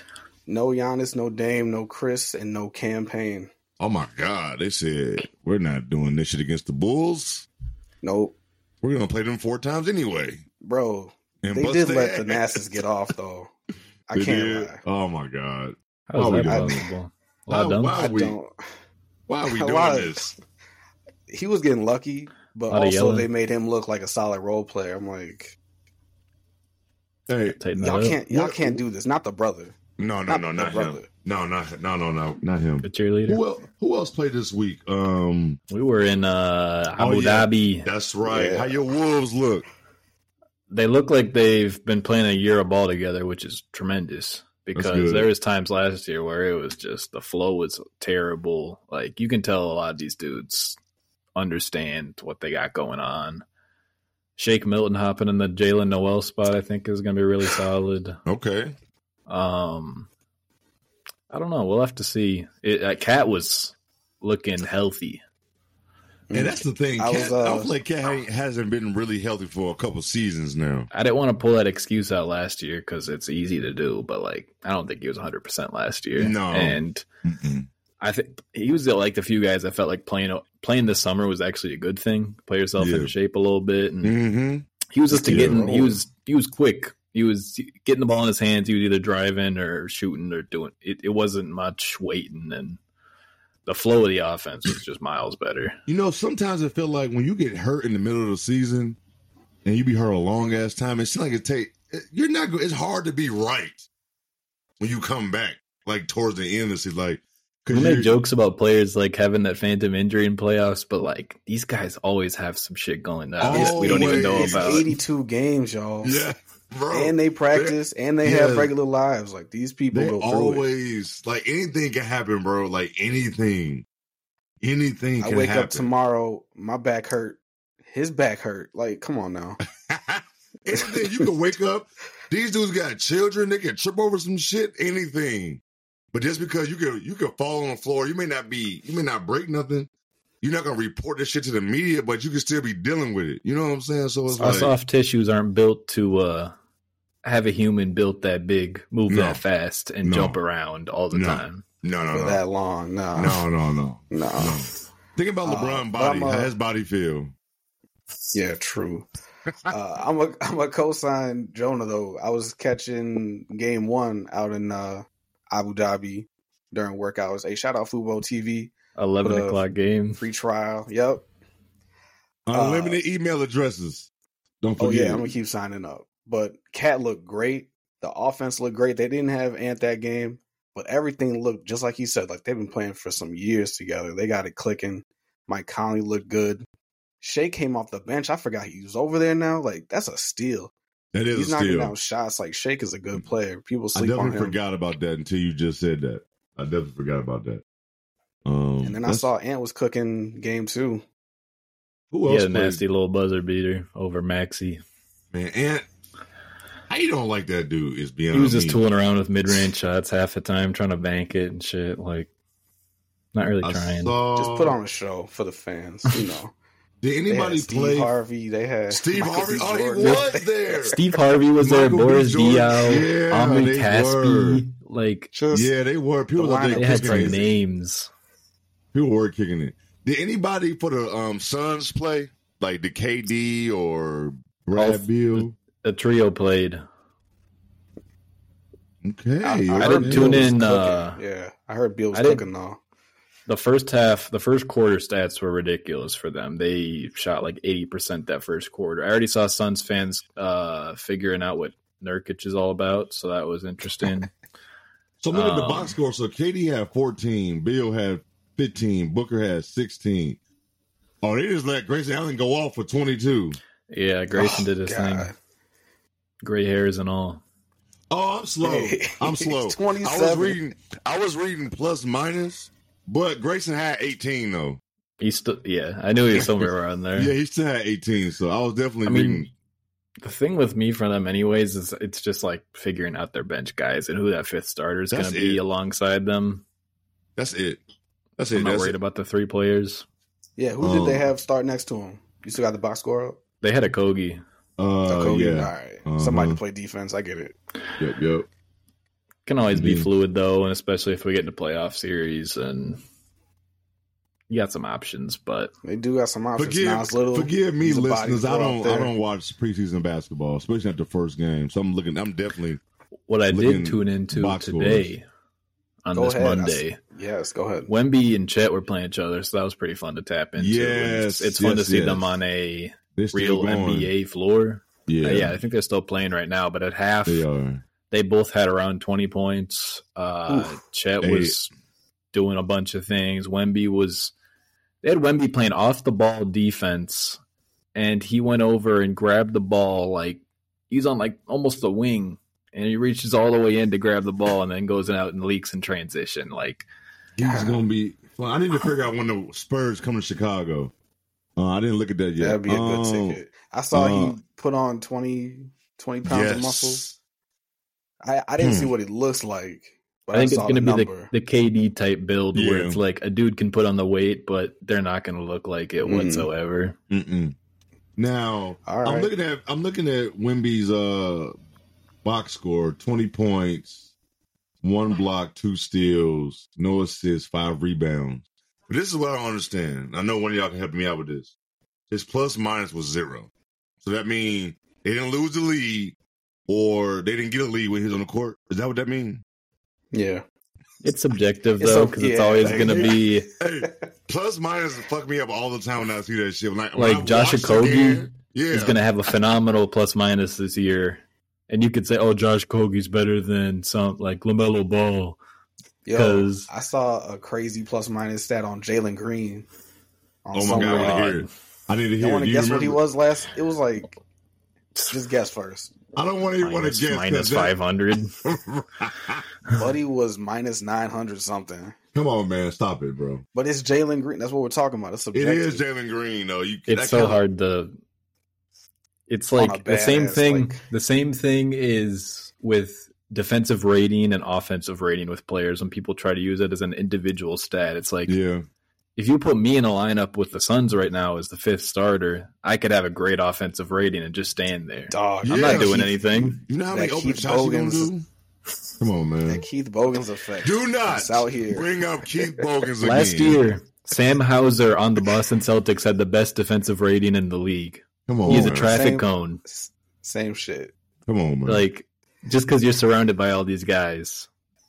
[SPEAKER 2] No Giannis, no Dame, no Chris, and no campaign.
[SPEAKER 1] Oh my God! They said we're not doing this shit against the Bulls.
[SPEAKER 2] Nope.
[SPEAKER 1] We're gonna play them four times anyway.
[SPEAKER 2] Bro,
[SPEAKER 1] And
[SPEAKER 2] they
[SPEAKER 1] bust
[SPEAKER 2] did
[SPEAKER 1] their
[SPEAKER 2] let the
[SPEAKER 1] ass.
[SPEAKER 2] Nasses get off though. I
[SPEAKER 1] They
[SPEAKER 2] can't
[SPEAKER 1] did.
[SPEAKER 2] lie.
[SPEAKER 1] Oh my God!
[SPEAKER 3] How is
[SPEAKER 1] Oh,
[SPEAKER 3] that
[SPEAKER 1] we got-
[SPEAKER 3] possible?
[SPEAKER 1] Oh,
[SPEAKER 3] Wow, dumb.
[SPEAKER 1] wow.
[SPEAKER 2] I
[SPEAKER 1] Are we-
[SPEAKER 2] don't.
[SPEAKER 1] Why
[SPEAKER 2] *laughs*
[SPEAKER 1] are we
[SPEAKER 2] A
[SPEAKER 1] doing
[SPEAKER 2] lot of-
[SPEAKER 1] this?
[SPEAKER 2] He was getting lucky, but
[SPEAKER 3] Lot of
[SPEAKER 2] also
[SPEAKER 3] yelling.
[SPEAKER 2] they made him look like a solid role player. I'm like,
[SPEAKER 1] Hey,
[SPEAKER 3] Tighten that
[SPEAKER 2] y'all
[SPEAKER 3] up.
[SPEAKER 2] can't, y'all
[SPEAKER 1] What-
[SPEAKER 2] can't do this. Not the brother.
[SPEAKER 1] no, no,
[SPEAKER 2] Not
[SPEAKER 1] no,
[SPEAKER 2] the
[SPEAKER 1] not him.
[SPEAKER 2] brother.
[SPEAKER 1] No, not no, no, no, not him.
[SPEAKER 3] The cheerleader.
[SPEAKER 1] Who else? Who else played this week? Um,
[SPEAKER 3] We were in uh,
[SPEAKER 1] Oh,
[SPEAKER 3] Abu
[SPEAKER 1] yeah.
[SPEAKER 3] Dhabi.
[SPEAKER 1] that's right.
[SPEAKER 2] Yeah.
[SPEAKER 1] How your Wolves look?
[SPEAKER 3] They look like they've been playing a year of ball together, which is tremendous. Because
[SPEAKER 1] good.
[SPEAKER 3] there was times last year where it was just the flow was terrible. Like you can tell a lot of these dudes understand what they got going on. Shake Milton hopping in the Jalen Noel spot, I think, is going to be really solid.
[SPEAKER 1] Okay,
[SPEAKER 3] Um, I don't know. We'll have to see. It, uh, Cat was looking healthy.
[SPEAKER 1] and that's the thing.
[SPEAKER 2] Mm. I
[SPEAKER 1] Cat, I,
[SPEAKER 2] was, uh,
[SPEAKER 1] feel like Cat hasn't been really healthy for a couple seasons now.
[SPEAKER 3] I didn't want to pull that excuse out last year because it's easy to do, but like I don't think he was 100 percent last year.
[SPEAKER 1] No.
[SPEAKER 3] and
[SPEAKER 1] Mm-mm.
[SPEAKER 3] I think he was like the few guys I felt like playing playing this summer was actually a good thing. Play yourself
[SPEAKER 1] Yeah.
[SPEAKER 3] in shape a little bit, and
[SPEAKER 1] Mm-hmm. Oh.
[SPEAKER 3] he was just
[SPEAKER 1] Yeah.
[SPEAKER 3] getting he was he was quick. He was getting the ball in his hands. He was either driving or shooting or doing it. It wasn't much waiting, and the flow of the offense was just miles better.
[SPEAKER 1] You know, sometimes it feel like when you get hurt in the middle of the season and you be hurt a long ass time, it seems like it take you're not go- it's hard to be right when you come back, like towards the end of the season. Like
[SPEAKER 3] We
[SPEAKER 1] you're-
[SPEAKER 3] make jokes about players like having that phantom injury in playoffs, but like these guys always have some shit going on that we don't even know
[SPEAKER 1] Always.
[SPEAKER 2] It's
[SPEAKER 3] about.
[SPEAKER 2] 82 games, y'all.
[SPEAKER 1] *laughs* Yeah, bro.
[SPEAKER 2] And they practice, and they have
[SPEAKER 1] yeah.
[SPEAKER 2] regular lives. Like these people
[SPEAKER 1] they
[SPEAKER 2] go through it.
[SPEAKER 1] always like anything can happen, bro. Like anything. Anything
[SPEAKER 2] I
[SPEAKER 1] can
[SPEAKER 2] wake
[SPEAKER 1] happen.
[SPEAKER 2] up tomorrow, my back hurt. His back hurt. Like, come
[SPEAKER 1] *laughs*
[SPEAKER 2] on now.
[SPEAKER 1] anything you can wake up. These dudes got children. They can trip over some shit. Anything. But just because you can you can fall on the floor, you may not be you may not break nothing. You're not gonna report this shit to the media, but you can still be dealing with it. You know what I'm saying? So it's
[SPEAKER 3] Our
[SPEAKER 1] like
[SPEAKER 3] soft tissues aren't built to uh, have a human built that big, move
[SPEAKER 1] No.
[SPEAKER 3] that fast, and
[SPEAKER 1] No.
[SPEAKER 3] jump around all the
[SPEAKER 1] No.
[SPEAKER 3] time.
[SPEAKER 1] no, no,
[SPEAKER 2] for
[SPEAKER 1] no,
[SPEAKER 2] that long. Nah.
[SPEAKER 1] no, no, no,
[SPEAKER 2] *laughs* Nah.
[SPEAKER 1] no. Think about
[SPEAKER 2] Uh,
[SPEAKER 1] LeBron
[SPEAKER 2] but
[SPEAKER 1] body.
[SPEAKER 2] I'm, uh,
[SPEAKER 1] how his body feel?
[SPEAKER 2] Yeah, true. uh, I'm a I'm a co-sign Jonah though. I was catching game one out in uh, Abu Dhabi during work hours. Hey, shout out Fubo TV
[SPEAKER 3] 11
[SPEAKER 2] But, uh,
[SPEAKER 3] o'clock game.
[SPEAKER 2] free trial. Yep,
[SPEAKER 1] Unlimited email addresses. Don't
[SPEAKER 2] uh, Oh
[SPEAKER 1] forget.
[SPEAKER 2] yeah, I'm gonna keep signing up. But Cat looked great. The offense looked great. They didn't have Ant that game, but everything looked just like he said. Like they've been playing for some years together. They got it clicking. Mike Conley looked good. Shea came off the bench. I forgot he was over there now. Like that's a steal.
[SPEAKER 1] that is
[SPEAKER 2] He's
[SPEAKER 1] a
[SPEAKER 2] knocking
[SPEAKER 1] steal. Mm.
[SPEAKER 2] down shots. Like Shake is a good player. People
[SPEAKER 1] I
[SPEAKER 2] sleep on
[SPEAKER 1] definitely
[SPEAKER 2] him.
[SPEAKER 1] forgot about that until you just said that. I definitely forgot about that. Um,
[SPEAKER 2] and then I
[SPEAKER 1] that's-
[SPEAKER 2] saw Ant was cooking game two.
[SPEAKER 1] who
[SPEAKER 3] He
[SPEAKER 1] else
[SPEAKER 3] had a
[SPEAKER 1] played?
[SPEAKER 3] nasty little buzzer beater over Maxi.
[SPEAKER 1] man. Ant, I don't like that dude. Is beyond
[SPEAKER 3] He was just
[SPEAKER 1] me.
[SPEAKER 3] tooling around with mid range shots half the time, trying to bank it and shit. Like, not really
[SPEAKER 1] I
[SPEAKER 3] trying.
[SPEAKER 1] saw-
[SPEAKER 2] Just put on a show for the fans. You
[SPEAKER 1] *laughs*
[SPEAKER 2] know,
[SPEAKER 1] Did
[SPEAKER 2] They had
[SPEAKER 1] Uh, anybody
[SPEAKER 2] Steve
[SPEAKER 1] play?
[SPEAKER 2] Harvey? They had
[SPEAKER 1] Steve
[SPEAKER 2] Michael
[SPEAKER 1] Harvey.
[SPEAKER 2] B.
[SPEAKER 1] Oh, he
[SPEAKER 2] Jordan.
[SPEAKER 1] was there.
[SPEAKER 3] Steve Harvey was there,
[SPEAKER 1] Michael B.
[SPEAKER 3] Boris
[SPEAKER 1] Jordan.
[SPEAKER 3] Diaw,
[SPEAKER 1] Yeah,
[SPEAKER 3] Omri
[SPEAKER 1] they were.
[SPEAKER 3] Caspi. Like,
[SPEAKER 2] *laughs* Just
[SPEAKER 1] Yeah, they were. People
[SPEAKER 2] The
[SPEAKER 1] out there
[SPEAKER 3] they
[SPEAKER 2] lineup
[SPEAKER 1] kicking
[SPEAKER 3] had
[SPEAKER 2] was
[SPEAKER 1] it.
[SPEAKER 3] some names.
[SPEAKER 1] People were kicking it. Did anybody for the um, Suns play? Like the KD or Brad
[SPEAKER 3] All-
[SPEAKER 1] Beal?
[SPEAKER 3] The trio played.
[SPEAKER 1] Okay.
[SPEAKER 2] heard
[SPEAKER 3] I didn't
[SPEAKER 1] okay.
[SPEAKER 2] Beal
[SPEAKER 3] tune
[SPEAKER 2] was
[SPEAKER 3] in,
[SPEAKER 2] cooking.
[SPEAKER 3] uh,
[SPEAKER 2] yeah, I heard Bill was
[SPEAKER 3] I didn't-
[SPEAKER 2] cooking though.
[SPEAKER 3] The first half, the first quarter stats were ridiculous for them. They shot like 80% that first quarter. I already saw Suns fans uh, figuring out what Nurkic is all about, so that was
[SPEAKER 1] *laughs*
[SPEAKER 3] interesting.
[SPEAKER 1] So look at the
[SPEAKER 3] Um,
[SPEAKER 1] box score. So KD had 14, Bill had 15, Booker had 16. Oh, they just let Grayson Allen go off for 22.
[SPEAKER 3] yeah, Grayson
[SPEAKER 2] Oh,
[SPEAKER 3] did his
[SPEAKER 2] God.
[SPEAKER 3] thing. Gray hairs and all.
[SPEAKER 1] Oh, I'm slow. I'm slow.
[SPEAKER 2] *laughs*
[SPEAKER 1] I
[SPEAKER 2] He's
[SPEAKER 1] was
[SPEAKER 2] 27.
[SPEAKER 1] reading. I was reading plus minus, but Grayson had 18 though.
[SPEAKER 3] He still, yeah, I knew he
[SPEAKER 1] *laughs*
[SPEAKER 3] was somewhere around there.
[SPEAKER 1] Yeah, he still had 18. So I was definitely
[SPEAKER 3] I mean,
[SPEAKER 1] reading.
[SPEAKER 3] The thing with me for them, anyways, is it's just like figuring out their bench guys and who that fifth starter is going
[SPEAKER 1] That's
[SPEAKER 3] to be
[SPEAKER 1] it.
[SPEAKER 3] alongside them.
[SPEAKER 1] That's it. That's it.
[SPEAKER 3] I'm not
[SPEAKER 1] That's
[SPEAKER 3] worried
[SPEAKER 1] it.
[SPEAKER 3] about the three players.
[SPEAKER 2] Yeah, who
[SPEAKER 1] Um,
[SPEAKER 2] did
[SPEAKER 3] Oh.
[SPEAKER 2] they have start next to him? You still got the box score up?
[SPEAKER 3] They had a Kogi. Oh,
[SPEAKER 1] Uh,
[SPEAKER 2] Kobe? All
[SPEAKER 1] yeah.
[SPEAKER 2] right.
[SPEAKER 1] Uh-huh.
[SPEAKER 2] Somebody to play defense. I get it.
[SPEAKER 1] Yep. Yep.
[SPEAKER 3] Can always be
[SPEAKER 1] Mhm.
[SPEAKER 3] fluid though, and especially if we get into playoff series and you got some options. But
[SPEAKER 2] They do got some options.
[SPEAKER 1] Forgive,
[SPEAKER 2] Nas Little.
[SPEAKER 1] forgive me,
[SPEAKER 2] He's a body
[SPEAKER 1] listeners. I
[SPEAKER 2] throw up
[SPEAKER 1] don't. I
[SPEAKER 2] there.
[SPEAKER 1] don't watch preseason basketball, especially at the first game. So I'm looking. I'm definitely.
[SPEAKER 3] what I
[SPEAKER 1] Looking
[SPEAKER 3] did tune into
[SPEAKER 1] box
[SPEAKER 3] today on
[SPEAKER 2] Go
[SPEAKER 3] this
[SPEAKER 2] ahead. I s-
[SPEAKER 3] Monday,
[SPEAKER 2] Yes, go ahead.
[SPEAKER 3] Wemby and Chet were playing each other, so that was pretty fun to tap into.
[SPEAKER 1] Yes,
[SPEAKER 3] it's, it's fun to
[SPEAKER 1] yes,
[SPEAKER 3] see
[SPEAKER 1] yes.
[SPEAKER 3] them on a
[SPEAKER 1] They're still
[SPEAKER 3] real
[SPEAKER 1] going.
[SPEAKER 3] NBA floor.
[SPEAKER 1] Yeah.
[SPEAKER 3] Uh, yeah, I think they're still playing right now, but at half
[SPEAKER 1] They are.
[SPEAKER 3] they both had around 20 points. Uh,
[SPEAKER 2] Oof.
[SPEAKER 3] Chet
[SPEAKER 1] They-
[SPEAKER 3] was doing a bunch of things. Wemby was, they had Wemby playing off the ball defense, and he went over and grabbed the ball like he's on like almost the wing, and he reaches all the way in to grab the ball and then goes out and leaks in transition. Like,
[SPEAKER 1] He's
[SPEAKER 2] *laughs*
[SPEAKER 1] gonna be. Well, I need to figure out when the Spurs come to Chicago. Uh, I didn't look at that yet.
[SPEAKER 2] That'd be a good
[SPEAKER 3] Oh.
[SPEAKER 1] Um,
[SPEAKER 2] ticket. I saw
[SPEAKER 1] uh,
[SPEAKER 3] Uh-huh.
[SPEAKER 2] he put on 20, 20 pounds of muscle. I, I didn't
[SPEAKER 1] Hmm.
[SPEAKER 2] see what it looks like, but
[SPEAKER 3] I think it's
[SPEAKER 2] saw
[SPEAKER 3] going to
[SPEAKER 2] the
[SPEAKER 3] be the,
[SPEAKER 2] number.
[SPEAKER 3] the KD type build where
[SPEAKER 1] Yeah.
[SPEAKER 3] it's like a dude can put on the weight, but they're not going to look like it
[SPEAKER 2] Mm.
[SPEAKER 3] whatsoever.
[SPEAKER 1] Mm-mm. Now
[SPEAKER 2] All
[SPEAKER 1] I'm
[SPEAKER 2] right.
[SPEAKER 1] looking at I'm looking at Wimby's uh, box score: twenty points, one
[SPEAKER 2] Hmm.
[SPEAKER 1] block, two steals, no assists, five rebounds. But this is what I don't understand. I know one of y'all can help me out with this. His plus minus was zero, so that means they didn't lose the lead, or they didn't get a lead when he was on the court. Is that what that means?
[SPEAKER 2] Yeah.
[SPEAKER 3] It's subjective
[SPEAKER 2] It's
[SPEAKER 3] though,
[SPEAKER 2] so-
[SPEAKER 3] because it's
[SPEAKER 2] yeah,
[SPEAKER 3] always
[SPEAKER 2] like-
[SPEAKER 3] going to be.
[SPEAKER 2] *laughs*
[SPEAKER 1] Hey, plus minus fuck me up all the time when I see that shit. When I, when
[SPEAKER 3] Like
[SPEAKER 1] I
[SPEAKER 3] Josh
[SPEAKER 1] watch the
[SPEAKER 3] Okogie
[SPEAKER 1] game, yeah,
[SPEAKER 3] He's going to have a phenomenal plus minus this year. And you could say, oh, Josh Kogie's better than some like LaMelo Ball.
[SPEAKER 2] Yo,
[SPEAKER 3] 'Cause-
[SPEAKER 2] I saw a crazy plus minus stat on Jalen Green. On
[SPEAKER 1] Oh my
[SPEAKER 2] some
[SPEAKER 1] god, I want
[SPEAKER 2] random-
[SPEAKER 1] to hear it. I need to
[SPEAKER 2] Y'all
[SPEAKER 1] hear
[SPEAKER 2] want
[SPEAKER 1] it. Do
[SPEAKER 2] to
[SPEAKER 1] you
[SPEAKER 2] guess what he
[SPEAKER 1] remember?
[SPEAKER 2] was last? It was like, just guess first.
[SPEAKER 1] I don't want to want to
[SPEAKER 3] minus-
[SPEAKER 1] guess. 'cause
[SPEAKER 3] minus
[SPEAKER 1] *laughs* that-
[SPEAKER 3] 500.
[SPEAKER 2] Buddy was minus 900 something.
[SPEAKER 1] *laughs* Come on, man, stop it, bro.
[SPEAKER 2] But it's Jalen Green. That's what we're talking about. It's
[SPEAKER 1] It
[SPEAKER 2] subjective.
[SPEAKER 1] is Jalen Green, though. You,
[SPEAKER 3] It's
[SPEAKER 1] that
[SPEAKER 3] so
[SPEAKER 1] kinda-
[SPEAKER 3] hard to. It's
[SPEAKER 2] On a
[SPEAKER 3] like the same
[SPEAKER 2] badass,
[SPEAKER 3] thing.
[SPEAKER 2] like-
[SPEAKER 3] The same thing is with defensive rating and offensive rating with players. When people try to use it as an individual stat, it's like
[SPEAKER 1] Yeah,
[SPEAKER 3] if you put me in a lineup with the Suns right now as the fifth starter, I could have a great offensive rating and just stand there.
[SPEAKER 2] Dog.
[SPEAKER 3] I'm
[SPEAKER 1] Yeah.
[SPEAKER 3] not doing anything.
[SPEAKER 1] you know how many
[SPEAKER 2] That
[SPEAKER 1] open
[SPEAKER 2] Keith
[SPEAKER 1] shots you gonna do?
[SPEAKER 2] Bogans-
[SPEAKER 1] Come on, man.
[SPEAKER 2] That Keith Bogans effect.
[SPEAKER 1] Do not
[SPEAKER 2] It's out here.
[SPEAKER 1] bring up Keith Bogans again.
[SPEAKER 3] Last year, Sam Hauser on the Boston Celtics had the best defensive rating in the league.
[SPEAKER 1] come on,
[SPEAKER 3] He's a
[SPEAKER 1] man.
[SPEAKER 3] traffic
[SPEAKER 2] Same.
[SPEAKER 3] cone.
[SPEAKER 2] S- Same shit.
[SPEAKER 1] Come on, man.
[SPEAKER 3] Like, just because you're surrounded by all these guys,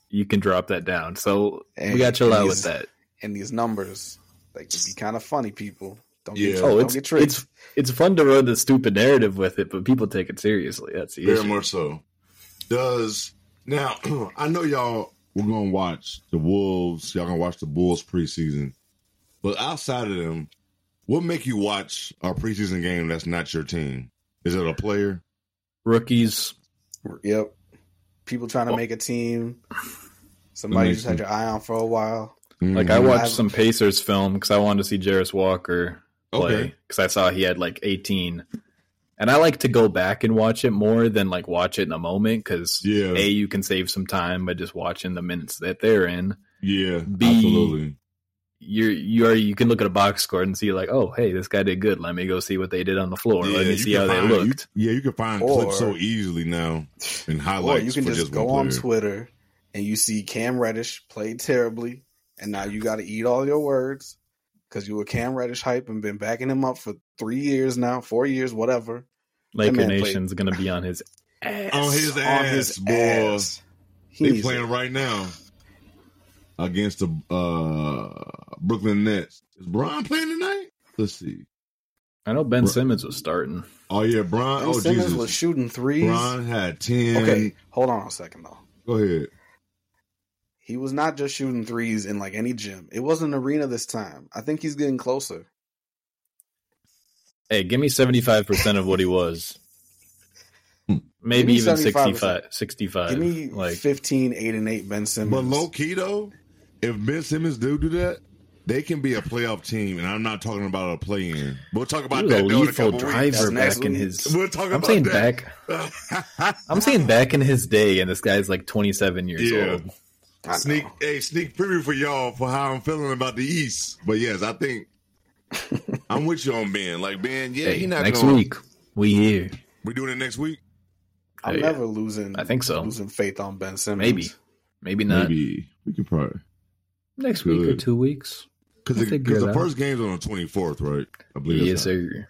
[SPEAKER 3] you can drop that down. So we
[SPEAKER 2] And
[SPEAKER 3] got to chill out with
[SPEAKER 2] these-
[SPEAKER 3] that.
[SPEAKER 2] And these numbers, they can be kind of funny, people. Don't
[SPEAKER 1] Yeah.
[SPEAKER 2] get,
[SPEAKER 3] Oh,
[SPEAKER 2] don't
[SPEAKER 3] it's
[SPEAKER 2] get tricked.
[SPEAKER 3] it's it's fun to run the stupid narrative with it, but people take it seriously. That's the
[SPEAKER 1] Very
[SPEAKER 3] issue.
[SPEAKER 1] much so. Does now *clears throat* I know y'all we're gonna watch the Wolves, y'all gonna watch the Bulls preseason. But outside of them, what make you watch a preseason game that's not your team? Is it a player?
[SPEAKER 3] Rookies,
[SPEAKER 2] Yep. People trying to
[SPEAKER 1] Oh.
[SPEAKER 2] make a team. Somebody you just had your eye on for a while.
[SPEAKER 3] like I
[SPEAKER 1] Mhm.
[SPEAKER 3] watched
[SPEAKER 2] I've-
[SPEAKER 3] some Pacers film because I wanted to see Jarris Walker play
[SPEAKER 1] Okay.
[SPEAKER 3] because I saw he had like 18, and I like to go back and watch it more than like watch it in a moment because
[SPEAKER 1] Yeah.
[SPEAKER 3] a you can save some time by just watching the minutes that they're in.
[SPEAKER 1] yeah.
[SPEAKER 3] B.
[SPEAKER 1] Absolutely.
[SPEAKER 3] you're you are you can look at a box score and see like oh hey this guy did good let me go see what they did on the floor
[SPEAKER 1] yeah,
[SPEAKER 3] let me
[SPEAKER 1] you
[SPEAKER 3] see
[SPEAKER 1] can
[SPEAKER 3] how they
[SPEAKER 1] find-
[SPEAKER 3] looked
[SPEAKER 1] You, yeah, you can find
[SPEAKER 2] Or-
[SPEAKER 1] clips so easily now and
[SPEAKER 2] Or
[SPEAKER 1] highlights
[SPEAKER 2] you can
[SPEAKER 1] for
[SPEAKER 2] just,
[SPEAKER 1] just
[SPEAKER 2] go
[SPEAKER 1] one
[SPEAKER 2] on
[SPEAKER 1] player.
[SPEAKER 2] Twitter and you see Cam Reddish played terribly, and now you got to eat all your words because you were Cam Reddish hype and been backing him up for three years now, four years, whatever.
[SPEAKER 3] Laker
[SPEAKER 2] man played-
[SPEAKER 3] Nation's gonna be on his ass
[SPEAKER 1] On his
[SPEAKER 2] on
[SPEAKER 1] ass,
[SPEAKER 2] his
[SPEAKER 1] boy.
[SPEAKER 2] ass. He
[SPEAKER 1] They
[SPEAKER 2] needs
[SPEAKER 1] playing
[SPEAKER 2] it.
[SPEAKER 1] right now against the uh, Brooklyn Nets. Is Bron playing tonight? Let's see.
[SPEAKER 3] I know Ben
[SPEAKER 1] Bro-
[SPEAKER 3] Simmons was starting
[SPEAKER 1] Oh yeah, Bron.
[SPEAKER 2] Ben
[SPEAKER 1] Oh
[SPEAKER 2] Simmons
[SPEAKER 1] Jesus,
[SPEAKER 2] was shooting threes.
[SPEAKER 1] Bron had ten.
[SPEAKER 2] Okay, hold on a second though.
[SPEAKER 1] Go ahead.
[SPEAKER 2] He was not just shooting threes in like any gym. It was an arena this time. I think he's getting closer.
[SPEAKER 3] hey give me 75% of what he was
[SPEAKER 1] Hmm.
[SPEAKER 3] maybe
[SPEAKER 2] me
[SPEAKER 3] even 65
[SPEAKER 2] 75%.
[SPEAKER 3] 65
[SPEAKER 2] Give me
[SPEAKER 3] like
[SPEAKER 2] 15, 8, and 8 Ben Simmons.
[SPEAKER 1] Uh, But low key though, if Ben Simmons do do that, they can be a playoff team, and I'm not talking about a play in. We'll talk
[SPEAKER 3] he
[SPEAKER 1] about
[SPEAKER 3] was a
[SPEAKER 1] that though, in a
[SPEAKER 3] lethal
[SPEAKER 1] couple weeks.
[SPEAKER 3] driver
[SPEAKER 2] That's next
[SPEAKER 3] back in
[SPEAKER 2] week.
[SPEAKER 3] his
[SPEAKER 1] We'll talk
[SPEAKER 3] I'm
[SPEAKER 1] about
[SPEAKER 3] saying
[SPEAKER 1] that.
[SPEAKER 3] back
[SPEAKER 1] *laughs*
[SPEAKER 3] I'm saying back in his day and this guy's like 27 years
[SPEAKER 1] Yeah.
[SPEAKER 3] old
[SPEAKER 2] I know.
[SPEAKER 1] sneak a sneak preview for y'all for how I'm feeling about the East. But yes, I
[SPEAKER 2] *laughs*
[SPEAKER 1] think I'm with you on Ben. Like Ben, yeah,
[SPEAKER 3] hey,
[SPEAKER 1] he not
[SPEAKER 3] next
[SPEAKER 1] gonna,
[SPEAKER 3] week we here
[SPEAKER 1] We doing it next week.
[SPEAKER 2] I'm
[SPEAKER 3] Yeah.
[SPEAKER 2] never losing.
[SPEAKER 3] I think so.
[SPEAKER 2] Losing faith on Ben Simmons.
[SPEAKER 3] Um, Maybe. maybe not
[SPEAKER 1] Maybe we can probably
[SPEAKER 3] next week or
[SPEAKER 1] Good.
[SPEAKER 3] two weeks We'll
[SPEAKER 1] because
[SPEAKER 3] figure
[SPEAKER 1] because
[SPEAKER 3] it
[SPEAKER 1] the
[SPEAKER 3] out.
[SPEAKER 1] first game's on the 24th, right? I believe.
[SPEAKER 3] Yes,
[SPEAKER 1] that's right.
[SPEAKER 3] sir.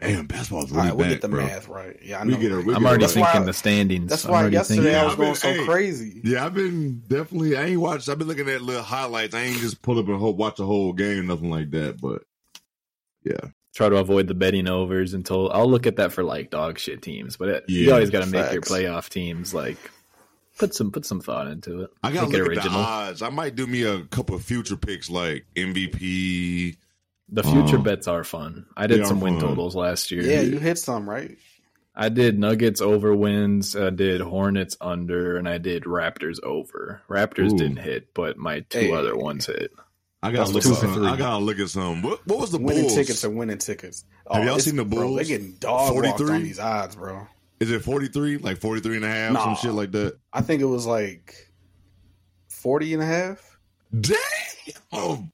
[SPEAKER 1] Damn, basketball's
[SPEAKER 2] All
[SPEAKER 1] really
[SPEAKER 2] right,
[SPEAKER 1] back,
[SPEAKER 2] we'll get the
[SPEAKER 1] bro.
[SPEAKER 2] math right. Yeah, I
[SPEAKER 1] We
[SPEAKER 2] know.
[SPEAKER 1] get a- we
[SPEAKER 2] right?
[SPEAKER 3] I'm already
[SPEAKER 1] That's
[SPEAKER 3] thinking
[SPEAKER 2] why-
[SPEAKER 3] the standings.
[SPEAKER 2] That's
[SPEAKER 3] I'm
[SPEAKER 2] why
[SPEAKER 3] already
[SPEAKER 2] yesterday
[SPEAKER 3] thinking-
[SPEAKER 2] I was
[SPEAKER 1] I've
[SPEAKER 2] going
[SPEAKER 1] been-
[SPEAKER 2] so
[SPEAKER 1] hey.
[SPEAKER 2] crazy.
[SPEAKER 1] Yeah, I've been definitely. I ain't watched. I've been looking at little highlights. I ain't just pull up and whole, watch the whole game, nothing like that. But yeah,
[SPEAKER 3] try to avoid the betting overs until I'll look at that for like dog shit teams. But it, you
[SPEAKER 1] Yeah,
[SPEAKER 3] always got to make your
[SPEAKER 2] facts.
[SPEAKER 3] playoff teams like put some put some thought into it.
[SPEAKER 1] I gotta
[SPEAKER 3] Make it
[SPEAKER 1] look at the
[SPEAKER 3] original.
[SPEAKER 1] odds. I might do me a couple of future picks like MVP.
[SPEAKER 3] The future
[SPEAKER 1] Oh.
[SPEAKER 3] bets are fun. I
[SPEAKER 1] They
[SPEAKER 3] did
[SPEAKER 1] are
[SPEAKER 3] some win
[SPEAKER 1] fun.
[SPEAKER 3] totals last year.
[SPEAKER 2] Yeah, you hit some right.
[SPEAKER 3] I did Nuggets over wins. I did Hornets under, and I did Raptors over. Raptors
[SPEAKER 1] Ooh.
[SPEAKER 3] didn't hit, but my two
[SPEAKER 2] Hey.
[SPEAKER 3] other ones hit.
[SPEAKER 1] I gotta
[SPEAKER 3] That's
[SPEAKER 1] look
[SPEAKER 3] two
[SPEAKER 1] at
[SPEAKER 3] for
[SPEAKER 1] some.
[SPEAKER 3] three.
[SPEAKER 1] I gotta look at some. What, what was the
[SPEAKER 2] winning
[SPEAKER 1] Bulls?
[SPEAKER 2] tickets are winning tickets. Oh,
[SPEAKER 1] Have y'all
[SPEAKER 2] it's-
[SPEAKER 1] seen the
[SPEAKER 2] Bro, they're
[SPEAKER 1] Bulls?
[SPEAKER 2] getting dog walked
[SPEAKER 1] 43?
[SPEAKER 2] on these odds, bro.
[SPEAKER 1] Is it 43? Like 43 and a half?
[SPEAKER 2] Nah.
[SPEAKER 1] Some shit like that?
[SPEAKER 2] I think it was like 40 and a half,
[SPEAKER 1] Damn! Oh.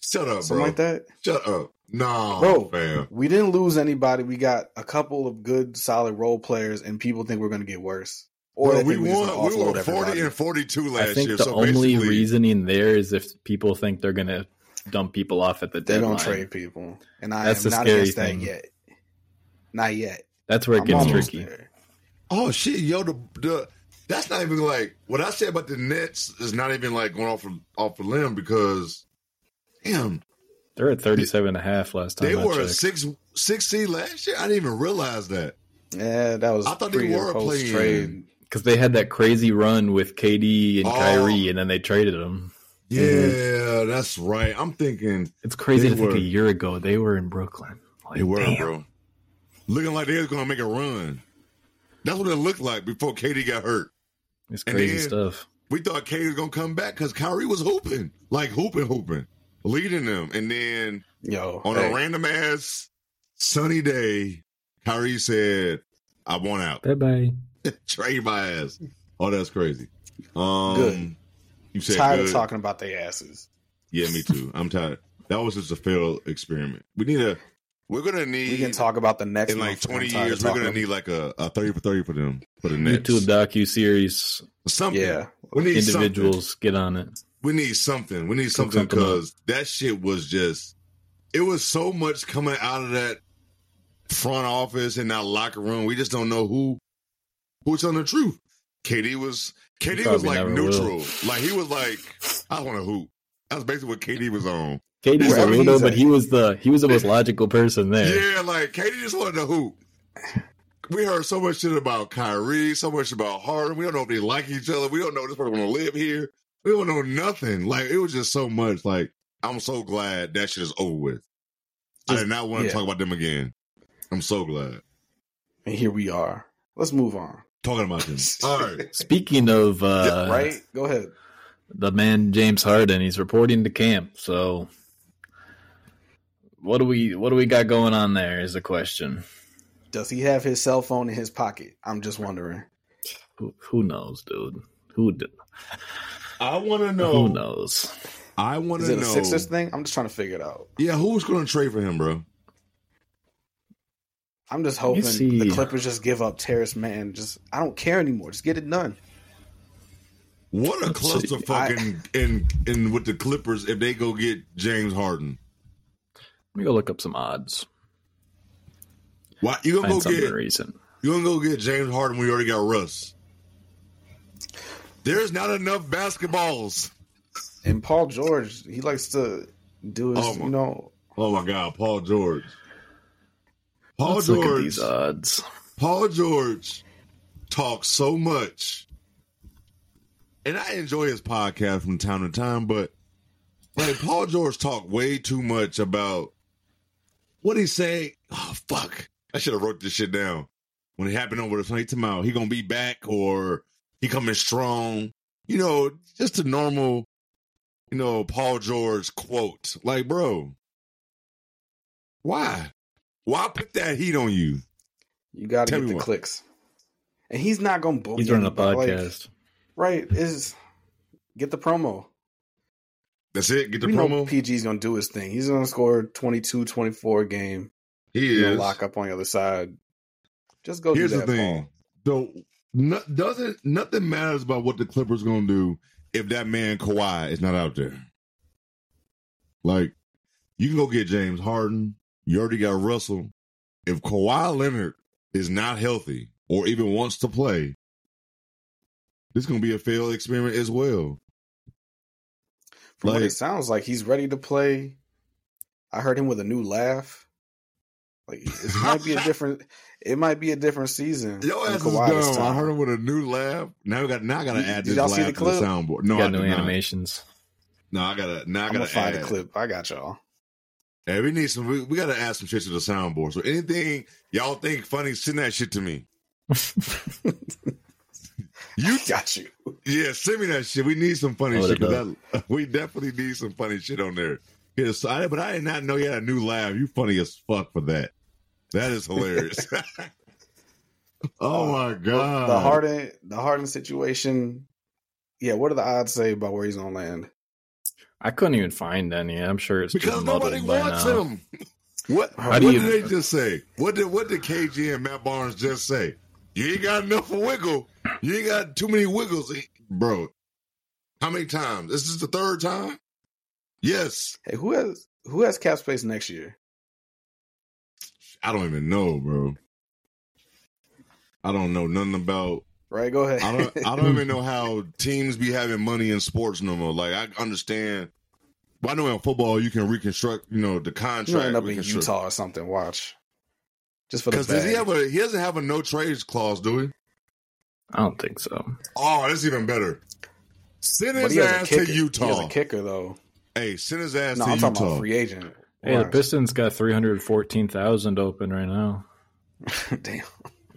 [SPEAKER 1] Shut up,
[SPEAKER 2] something
[SPEAKER 1] Uh, bro.
[SPEAKER 2] like that.
[SPEAKER 1] Shut up. Nah,
[SPEAKER 2] Bro.
[SPEAKER 1] fam.
[SPEAKER 2] We didn't lose anybody. We got a couple of good, solid role players, and people think we're going to get worse. Or
[SPEAKER 1] Bro,
[SPEAKER 2] they
[SPEAKER 1] we
[SPEAKER 2] think we're
[SPEAKER 1] won.
[SPEAKER 2] just
[SPEAKER 1] We
[SPEAKER 2] going to
[SPEAKER 1] won
[SPEAKER 2] offload
[SPEAKER 1] 40
[SPEAKER 2] everybody.
[SPEAKER 1] and 42 last
[SPEAKER 3] I think
[SPEAKER 1] year.
[SPEAKER 3] the
[SPEAKER 1] so
[SPEAKER 3] only
[SPEAKER 1] basically,
[SPEAKER 3] reasoning there is if people think they're gonna dump people off at the
[SPEAKER 2] They
[SPEAKER 3] deadline.
[SPEAKER 2] don't trade people, and I
[SPEAKER 3] That's
[SPEAKER 2] am
[SPEAKER 3] the
[SPEAKER 2] not
[SPEAKER 3] scary
[SPEAKER 2] against
[SPEAKER 3] thing.
[SPEAKER 2] that yet. Not yet.
[SPEAKER 3] That's where it
[SPEAKER 2] I'm
[SPEAKER 3] gets
[SPEAKER 2] almost
[SPEAKER 3] tricky.
[SPEAKER 2] there.
[SPEAKER 1] Oh shit, yo, the the that's not even like what I said about the Nets is not even like going off of, off the limb because damn,
[SPEAKER 3] They're at 37 and a half last time.
[SPEAKER 1] they
[SPEAKER 3] I
[SPEAKER 1] were a
[SPEAKER 3] checked.
[SPEAKER 1] six six seed last year. I didn't even realize that.
[SPEAKER 2] Yeah, that was.
[SPEAKER 1] I thought they
[SPEAKER 2] pre and
[SPEAKER 1] were a
[SPEAKER 2] post
[SPEAKER 1] play-in.
[SPEAKER 2] trade.
[SPEAKER 3] because they had that crazy run with KD and
[SPEAKER 1] Oh.
[SPEAKER 3] Kyrie, and then they traded them.
[SPEAKER 1] Yeah, that's right. I'm thinking
[SPEAKER 3] It's crazy
[SPEAKER 1] They
[SPEAKER 3] to think
[SPEAKER 1] were.
[SPEAKER 3] a year ago they were in Brooklyn. Like,
[SPEAKER 1] They were,
[SPEAKER 3] damn.
[SPEAKER 1] bro. Looking like they was gonna make a run. That's what it looked like before Katie got hurt.
[SPEAKER 3] It's
[SPEAKER 1] And
[SPEAKER 3] crazy
[SPEAKER 1] then-
[SPEAKER 3] stuff.
[SPEAKER 1] We thought Katie was gonna come back because Kyrie was hooping, like hooping, hooping, leading them. And then
[SPEAKER 2] Yo,
[SPEAKER 1] on
[SPEAKER 2] hey,
[SPEAKER 1] a random ass sunny day, Kyrie said, "I want out.
[SPEAKER 3] Bye bye.
[SPEAKER 1] *laughs* Trade my ass." Oh, that's crazy. Um,
[SPEAKER 2] Good.
[SPEAKER 1] You said
[SPEAKER 2] tired
[SPEAKER 1] good.
[SPEAKER 2] of talking about their asses.
[SPEAKER 1] Yeah, me too. I'm tired. That was just a failed experiment. We need a. We're gonna need.
[SPEAKER 2] We can talk about the next
[SPEAKER 1] in like
[SPEAKER 2] month, but I'm
[SPEAKER 1] 20
[SPEAKER 2] tired of
[SPEAKER 1] years, we're gonna
[SPEAKER 2] talking-
[SPEAKER 1] need like a, a 30 for 30 for them for the next
[SPEAKER 3] YouTube docu series.
[SPEAKER 1] something.
[SPEAKER 2] Yeah,
[SPEAKER 1] we need individuals.
[SPEAKER 3] Individuals get on it.
[SPEAKER 1] We need something. We need something
[SPEAKER 3] something up.
[SPEAKER 1] because that shit was just. It was so much coming out of that front office and that locker room. We just don't know who who's telling the truth. KD was KD was
[SPEAKER 3] probably
[SPEAKER 1] like
[SPEAKER 3] never
[SPEAKER 1] neutral.
[SPEAKER 3] will.
[SPEAKER 1] Like he was like, I want to hoop. That was basically what KD was on.
[SPEAKER 3] Katie's
[SPEAKER 2] Wherever
[SPEAKER 3] a weirdo,
[SPEAKER 2] he's
[SPEAKER 3] but
[SPEAKER 2] at.
[SPEAKER 3] he was the he was the most logical person there.
[SPEAKER 1] Yeah, like KD just wanted to hoop. We heard so much shit about Kyrie, so much about Harden. We don't know if they like each other. We don't know if this person want to live here. We don't know nothing. Like it was just so much. Like I'm so glad that shit is over with. I
[SPEAKER 2] Just-
[SPEAKER 1] did not want to
[SPEAKER 2] yeah.
[SPEAKER 1] talk about them again. I'm so glad
[SPEAKER 2] And here we are. Let's move on.
[SPEAKER 1] talking about
[SPEAKER 2] *laughs*
[SPEAKER 1] them. All right,
[SPEAKER 3] Speaking of uh,
[SPEAKER 2] right? Go ahead.
[SPEAKER 3] the man James Harden, he's reporting to camp. So, what do we what do we got going on there? Is the question.
[SPEAKER 2] Does he have his cell phone in his pocket? I'm just wondering.
[SPEAKER 3] Who, who knows, dude? Who d-
[SPEAKER 1] I want to
[SPEAKER 3] who
[SPEAKER 1] know.
[SPEAKER 3] knows?
[SPEAKER 1] I want
[SPEAKER 2] Is
[SPEAKER 1] to
[SPEAKER 2] it a
[SPEAKER 1] know.
[SPEAKER 2] Sixers thing? I'm just trying to figure it out.
[SPEAKER 1] Yeah, who's going to trade for him, bro?
[SPEAKER 2] I'm just
[SPEAKER 3] me
[SPEAKER 2] hoping
[SPEAKER 3] see.
[SPEAKER 2] the Clippers just give up Terrace Man. Just I don't care anymore. Just get it done. *laughs*
[SPEAKER 1] What a
[SPEAKER 3] Let's see.
[SPEAKER 1] clusterfuck in, in in with the Clippers if they go get James Harden.
[SPEAKER 3] Let me go look up some odds.
[SPEAKER 1] Why you gonna
[SPEAKER 3] Find
[SPEAKER 1] go
[SPEAKER 3] something
[SPEAKER 1] get
[SPEAKER 3] recent.
[SPEAKER 1] You gonna go get James Harden when you already got Russ? There's not enough basketballs.
[SPEAKER 2] And Paul George, he likes to do his,
[SPEAKER 1] Oh my-
[SPEAKER 2] you know,
[SPEAKER 1] Oh my God, Paul George. Paul
[SPEAKER 3] Let's look at
[SPEAKER 1] George.
[SPEAKER 3] these odds.
[SPEAKER 1] Paul George talks so much, and I enjoy his podcast from time to time. But like Paul George talked way too much about what he say. Oh fuck! I should have wrote this shit down when it happened over the twenty tomorrow. He gonna be back or he coming strong. You know, just a normal, you know, Paul George quote. Like, bro, why? Why put that heat on you?
[SPEAKER 2] you got to
[SPEAKER 1] Tell
[SPEAKER 2] get
[SPEAKER 1] me
[SPEAKER 2] the
[SPEAKER 1] why.
[SPEAKER 2] clicks. And he's not going to book.
[SPEAKER 3] He's running a
[SPEAKER 2] anybody. Like,
[SPEAKER 3] podcast.
[SPEAKER 2] right? Is get the promo.
[SPEAKER 1] That's it. Get the
[SPEAKER 2] we know
[SPEAKER 1] promo.
[SPEAKER 2] PG's going to do his thing. He's going to score 22, 24 a game.
[SPEAKER 1] he
[SPEAKER 2] He's
[SPEAKER 1] is.
[SPEAKER 2] going to lock up on the other side. Just go
[SPEAKER 1] Here's
[SPEAKER 2] do
[SPEAKER 1] the
[SPEAKER 2] that,
[SPEAKER 1] thing. Though no, doesn't nothing matters about what the Clippers gonna do if that man Kawhi is not out there. Like you can go get James Harden. You already got Russell. If Kawhi Leonard is not healthy or even wants to play, this is gonna be a failed experiment as well.
[SPEAKER 2] Paul. From what
[SPEAKER 1] like-
[SPEAKER 2] it sounds like, he's ready to play. I heard him with a new laugh. Like it might
[SPEAKER 1] *laughs*
[SPEAKER 2] be a different. It might be a different season.
[SPEAKER 1] Yo
[SPEAKER 2] from
[SPEAKER 1] ass
[SPEAKER 2] Kawhi this
[SPEAKER 1] is dumb. I
[SPEAKER 2] time.
[SPEAKER 1] heard him with a new laugh. Now we got now I gotta
[SPEAKER 2] Did-
[SPEAKER 1] add
[SPEAKER 2] did
[SPEAKER 1] this
[SPEAKER 2] y'all
[SPEAKER 1] laugh
[SPEAKER 2] see
[SPEAKER 1] to
[SPEAKER 2] the
[SPEAKER 1] the
[SPEAKER 2] clip?
[SPEAKER 1] soundboard. No,
[SPEAKER 3] got
[SPEAKER 1] I
[SPEAKER 3] new
[SPEAKER 1] did not.
[SPEAKER 3] animations.
[SPEAKER 1] No, I gotta now I
[SPEAKER 2] I'm gonna
[SPEAKER 1] gotta
[SPEAKER 2] find
[SPEAKER 1] add.
[SPEAKER 2] a clip. I got y'all.
[SPEAKER 1] Hey, we need some. We, we got to add some shit to the soundboard. So anything y'all think funny, send that shit to
[SPEAKER 3] *laughs*
[SPEAKER 1] me.
[SPEAKER 2] You *laughs* got you.
[SPEAKER 1] Yeah, send me that shit. We need some funny
[SPEAKER 3] Oh,
[SPEAKER 1] shit.
[SPEAKER 3] that
[SPEAKER 1] 'cause that- *laughs* we definitely need some funny shit on there. Yeah, so I, but I did not know you had a new laugh. You funny as fuck for that. That is
[SPEAKER 3] *laughs*
[SPEAKER 1] hilarious. *laughs* oh my god,
[SPEAKER 2] the Harden, the Harden situation. Yeah, what do the odds say about where he's gonna land?
[SPEAKER 3] I couldn't even find any. I'm sure it's
[SPEAKER 1] because
[SPEAKER 3] been
[SPEAKER 1] nobody
[SPEAKER 3] muddled by
[SPEAKER 1] wants
[SPEAKER 3] now.
[SPEAKER 1] him. What?
[SPEAKER 2] How
[SPEAKER 1] what
[SPEAKER 3] do
[SPEAKER 1] did
[SPEAKER 3] you-
[SPEAKER 1] they just say? What did What did KG and Matt Barnes just say? You ain't got enough wiggle. You ain't got too many wiggles, bro. How many times? This is the third time. Yes,
[SPEAKER 2] Hey, who has who has cap space next year?
[SPEAKER 1] I don't even know, bro. I don't know nothing about.
[SPEAKER 2] Right, go ahead.
[SPEAKER 1] I
[SPEAKER 2] *laughs*
[SPEAKER 1] don't. I don't even know how teams be having money in sports no more. Like I understand. But I know in football you can reconstruct. You know the
[SPEAKER 2] you
[SPEAKER 1] contract.
[SPEAKER 2] end up in
[SPEAKER 1] reconstruct.
[SPEAKER 2] Utah or something. Watch, just for the
[SPEAKER 1] Because does he
[SPEAKER 2] bag.
[SPEAKER 1] have a? He doesn't have a no trades clause, do he?
[SPEAKER 3] I don't think so.
[SPEAKER 1] Oh, that's even better. Send
[SPEAKER 2] But
[SPEAKER 1] his
[SPEAKER 2] he has a
[SPEAKER 1] ass
[SPEAKER 2] kicker.
[SPEAKER 1] to
[SPEAKER 2] He has a
[SPEAKER 1] Utah.
[SPEAKER 2] kicker though.
[SPEAKER 1] Hey, send his ass
[SPEAKER 2] No,
[SPEAKER 1] to
[SPEAKER 2] I'm talking about
[SPEAKER 1] Utah.
[SPEAKER 2] a free agent.
[SPEAKER 3] Hey, the
[SPEAKER 2] Wow.
[SPEAKER 3] Pistons got three hundred fourteen thousand open right now.
[SPEAKER 2] *laughs* Damn.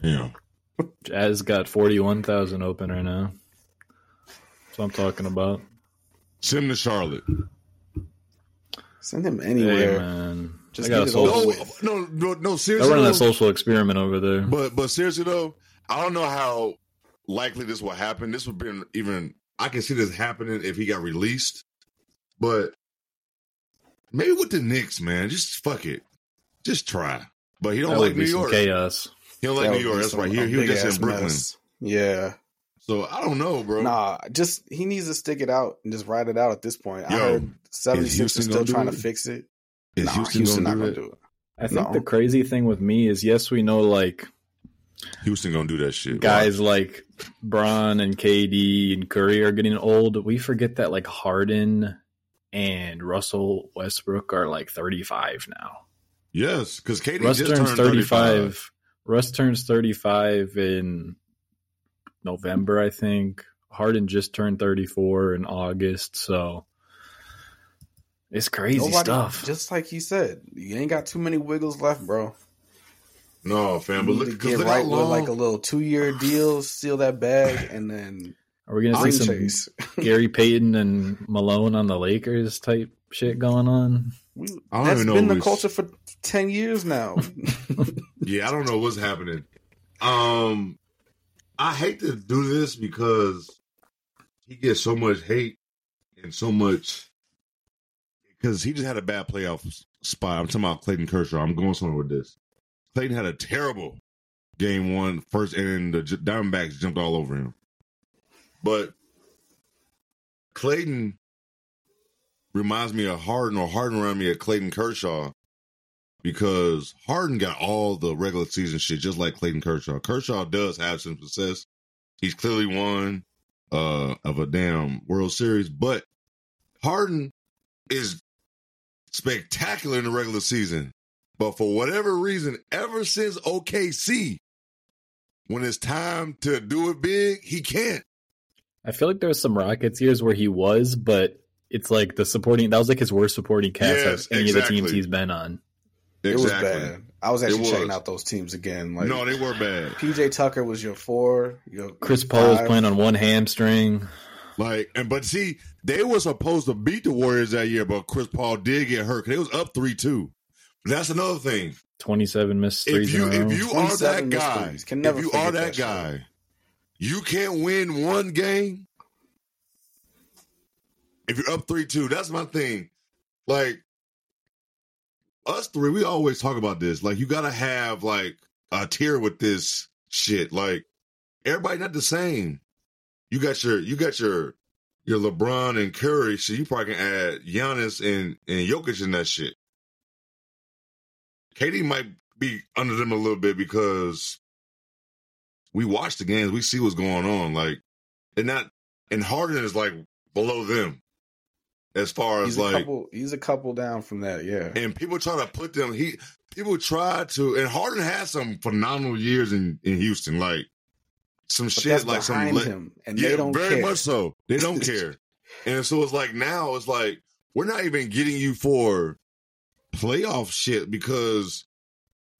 [SPEAKER 1] Yeah.
[SPEAKER 3] Jazz got forty one thousand open right now. That's what I'm talking about.
[SPEAKER 1] Send him to Charlotte.
[SPEAKER 2] Send him
[SPEAKER 3] Hey,
[SPEAKER 2] anywhere.
[SPEAKER 3] man.
[SPEAKER 2] Just
[SPEAKER 3] they got
[SPEAKER 2] get
[SPEAKER 3] a
[SPEAKER 2] it
[SPEAKER 3] social,
[SPEAKER 1] No,
[SPEAKER 2] over with.
[SPEAKER 1] no, no, no.
[SPEAKER 3] they're
[SPEAKER 1] Seriously,
[SPEAKER 3] running a
[SPEAKER 1] though,
[SPEAKER 3] social experiment over there.
[SPEAKER 1] but but seriously though, I don't know how likely this will happen. This would been even. I can see this happening if he got released, but maybe with the Knicks, man, just fuck it, just try. But he don't
[SPEAKER 3] That
[SPEAKER 1] like
[SPEAKER 3] would
[SPEAKER 1] New
[SPEAKER 3] be some
[SPEAKER 1] York. He
[SPEAKER 3] chaos.
[SPEAKER 1] don't
[SPEAKER 2] That
[SPEAKER 1] like
[SPEAKER 2] would
[SPEAKER 1] New
[SPEAKER 2] be
[SPEAKER 1] York. That's
[SPEAKER 2] some-
[SPEAKER 1] right.
[SPEAKER 2] a
[SPEAKER 1] He, he was just
[SPEAKER 2] big-ass
[SPEAKER 1] in Brooklyn.
[SPEAKER 2] mess. Yeah.
[SPEAKER 1] So I don't know, bro.
[SPEAKER 2] Nah, just he needs to stick it out and just ride it out at this point. I
[SPEAKER 1] Yo,
[SPEAKER 2] heard 76
[SPEAKER 1] Houston
[SPEAKER 2] is
[SPEAKER 1] gonna
[SPEAKER 2] still
[SPEAKER 1] do
[SPEAKER 2] trying
[SPEAKER 1] it?
[SPEAKER 2] to fix it.
[SPEAKER 1] Is
[SPEAKER 2] nah,
[SPEAKER 1] Houston,
[SPEAKER 2] not
[SPEAKER 1] gonna do
[SPEAKER 2] gonna
[SPEAKER 1] that?
[SPEAKER 2] do it.
[SPEAKER 3] I think
[SPEAKER 2] No.
[SPEAKER 3] the crazy thing with me is, yes, we know like
[SPEAKER 1] Houston gonna do that shit, Why?
[SPEAKER 3] guys like Braun and KD and Curry are getting old. We forget that like Harden and Russell Westbrook are like 35 now.
[SPEAKER 1] Yes, because KD
[SPEAKER 3] Russ
[SPEAKER 1] just
[SPEAKER 3] turns
[SPEAKER 1] turned
[SPEAKER 3] 35.
[SPEAKER 1] 35.
[SPEAKER 3] Russ turns 35 in November, I think. Harden just turned 34 in August, so it's crazy
[SPEAKER 2] Nobody-
[SPEAKER 3] stuff.
[SPEAKER 2] Just like he said, you ain't got too many wiggles left, bro.
[SPEAKER 1] No, fam, but
[SPEAKER 2] You need
[SPEAKER 1] look,
[SPEAKER 2] to
[SPEAKER 1] 'cause
[SPEAKER 2] get
[SPEAKER 1] look
[SPEAKER 2] right
[SPEAKER 1] how
[SPEAKER 2] with
[SPEAKER 1] long.
[SPEAKER 2] like a little two year deal, seal that bag, and
[SPEAKER 3] *sighs*
[SPEAKER 2] then
[SPEAKER 3] Are we gonna see
[SPEAKER 2] ring
[SPEAKER 3] some
[SPEAKER 2] chase. *laughs*
[SPEAKER 3] Gary Payton and Malone on the Lakers type shit going on?
[SPEAKER 2] We,
[SPEAKER 1] I don't
[SPEAKER 2] that's
[SPEAKER 1] even know
[SPEAKER 2] been
[SPEAKER 1] what
[SPEAKER 2] the
[SPEAKER 1] we-
[SPEAKER 2] culture for ten years
[SPEAKER 1] *laughs*
[SPEAKER 2] now.
[SPEAKER 1] yeah, I don't know what's happening. Um, I hate to do this because he gets so much hate and so much because he just had a bad playoff s- spot. I'm talking about Clayton Kershaw. I'm going somewhere with this. Clayton had a terrible game one first, and the J- Diamondbacks jumped all over him. But Clayton reminds me of Harden, or Harden reminds me of Clayton Kershaw because Harden got all the regular season shit, just like Clayton Kershaw. Kershaw does have some success. He's clearly won uh, of a damn World Series, but Harden is spectacular in the regular season. But for whatever reason, ever since OKC, when it's time to do it big, he can't.
[SPEAKER 3] I feel like there was some Rockets years where he was, but it's like the supporting that was like his worst supporting cast
[SPEAKER 1] Yes,
[SPEAKER 3] of any of the teams
[SPEAKER 1] exactly.
[SPEAKER 3] he's been on.
[SPEAKER 2] It was bad. I was actually
[SPEAKER 1] It was.
[SPEAKER 2] checking out those teams again. Like
[SPEAKER 1] no, they were bad.
[SPEAKER 2] PJ Tucker was your four. Your
[SPEAKER 3] Chris Paul was
[SPEAKER 2] five.
[SPEAKER 3] playing on one hamstring.
[SPEAKER 1] Like, and but see, they were supposed to beat the Warriors that year, but Chris Paul did get hurt because they was up three two. That's another thing.
[SPEAKER 3] 27 missed threes
[SPEAKER 1] If you
[SPEAKER 3] in a row.
[SPEAKER 1] if you are
[SPEAKER 2] 27
[SPEAKER 1] that
[SPEAKER 2] missed
[SPEAKER 1] guy,
[SPEAKER 2] threes. Can never
[SPEAKER 1] if you
[SPEAKER 2] forget
[SPEAKER 1] are
[SPEAKER 2] that
[SPEAKER 1] that
[SPEAKER 2] shit.
[SPEAKER 1] guy, you can't win one game if you're up three two. That's my thing. Like us three, we always talk about this. Like you gotta have like a tier with this shit. Like everybody not the same. You got your you got your your LeBron and Curry shit. You probably can add Giannis and and Jokic in that shit. KD might be under them a little bit because we watch the games, we see what's going on. Like and not and Harden is like below them as far as
[SPEAKER 2] he's
[SPEAKER 1] like
[SPEAKER 2] a couple. He's a couple down from that. Yeah,
[SPEAKER 1] and people try to put them. He people try to, and Harden had some phenomenal years in in Houston, like some
[SPEAKER 2] but
[SPEAKER 1] shit,
[SPEAKER 2] that's
[SPEAKER 1] like some.
[SPEAKER 2] behind
[SPEAKER 1] le-
[SPEAKER 2] him, and
[SPEAKER 1] yeah,
[SPEAKER 2] they don't
[SPEAKER 1] very
[SPEAKER 2] care.
[SPEAKER 1] much so. They
[SPEAKER 2] *laughs*
[SPEAKER 1] don't care, and so it's like now it's like we're not even getting you for playoff shit because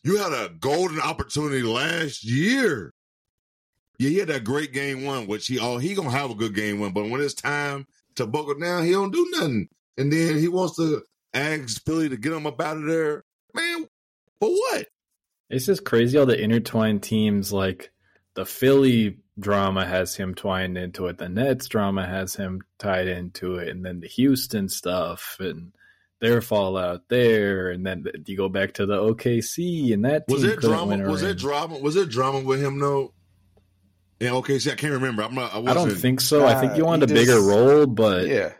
[SPEAKER 1] you had a golden opportunity last year. Yeah, he had that great game one, which he all he gonna have a good game one, but when it's time to buckle down, he don't do nothing. And then he wants to ask Philly to get him up out of there. Man, for what?
[SPEAKER 3] It's just crazy all the intertwined teams. Like the Philly drama has him twined into it. The Nets drama has him tied into it, and then the Houston stuff and their fallout there, and then th- you go back to the OKC and that team
[SPEAKER 1] Was it
[SPEAKER 3] couldn't win
[SPEAKER 1] drama?
[SPEAKER 3] a
[SPEAKER 1] Was
[SPEAKER 3] ring.
[SPEAKER 1] it drama? Was it drama with him though? Yeah, okay, see, I can't remember. I'm not. I, wasn't,
[SPEAKER 3] I don't think so. I think
[SPEAKER 2] Nah,
[SPEAKER 3] you wanted
[SPEAKER 2] Uh, he
[SPEAKER 3] a bigger
[SPEAKER 2] just-
[SPEAKER 3] role, but
[SPEAKER 2] yeah,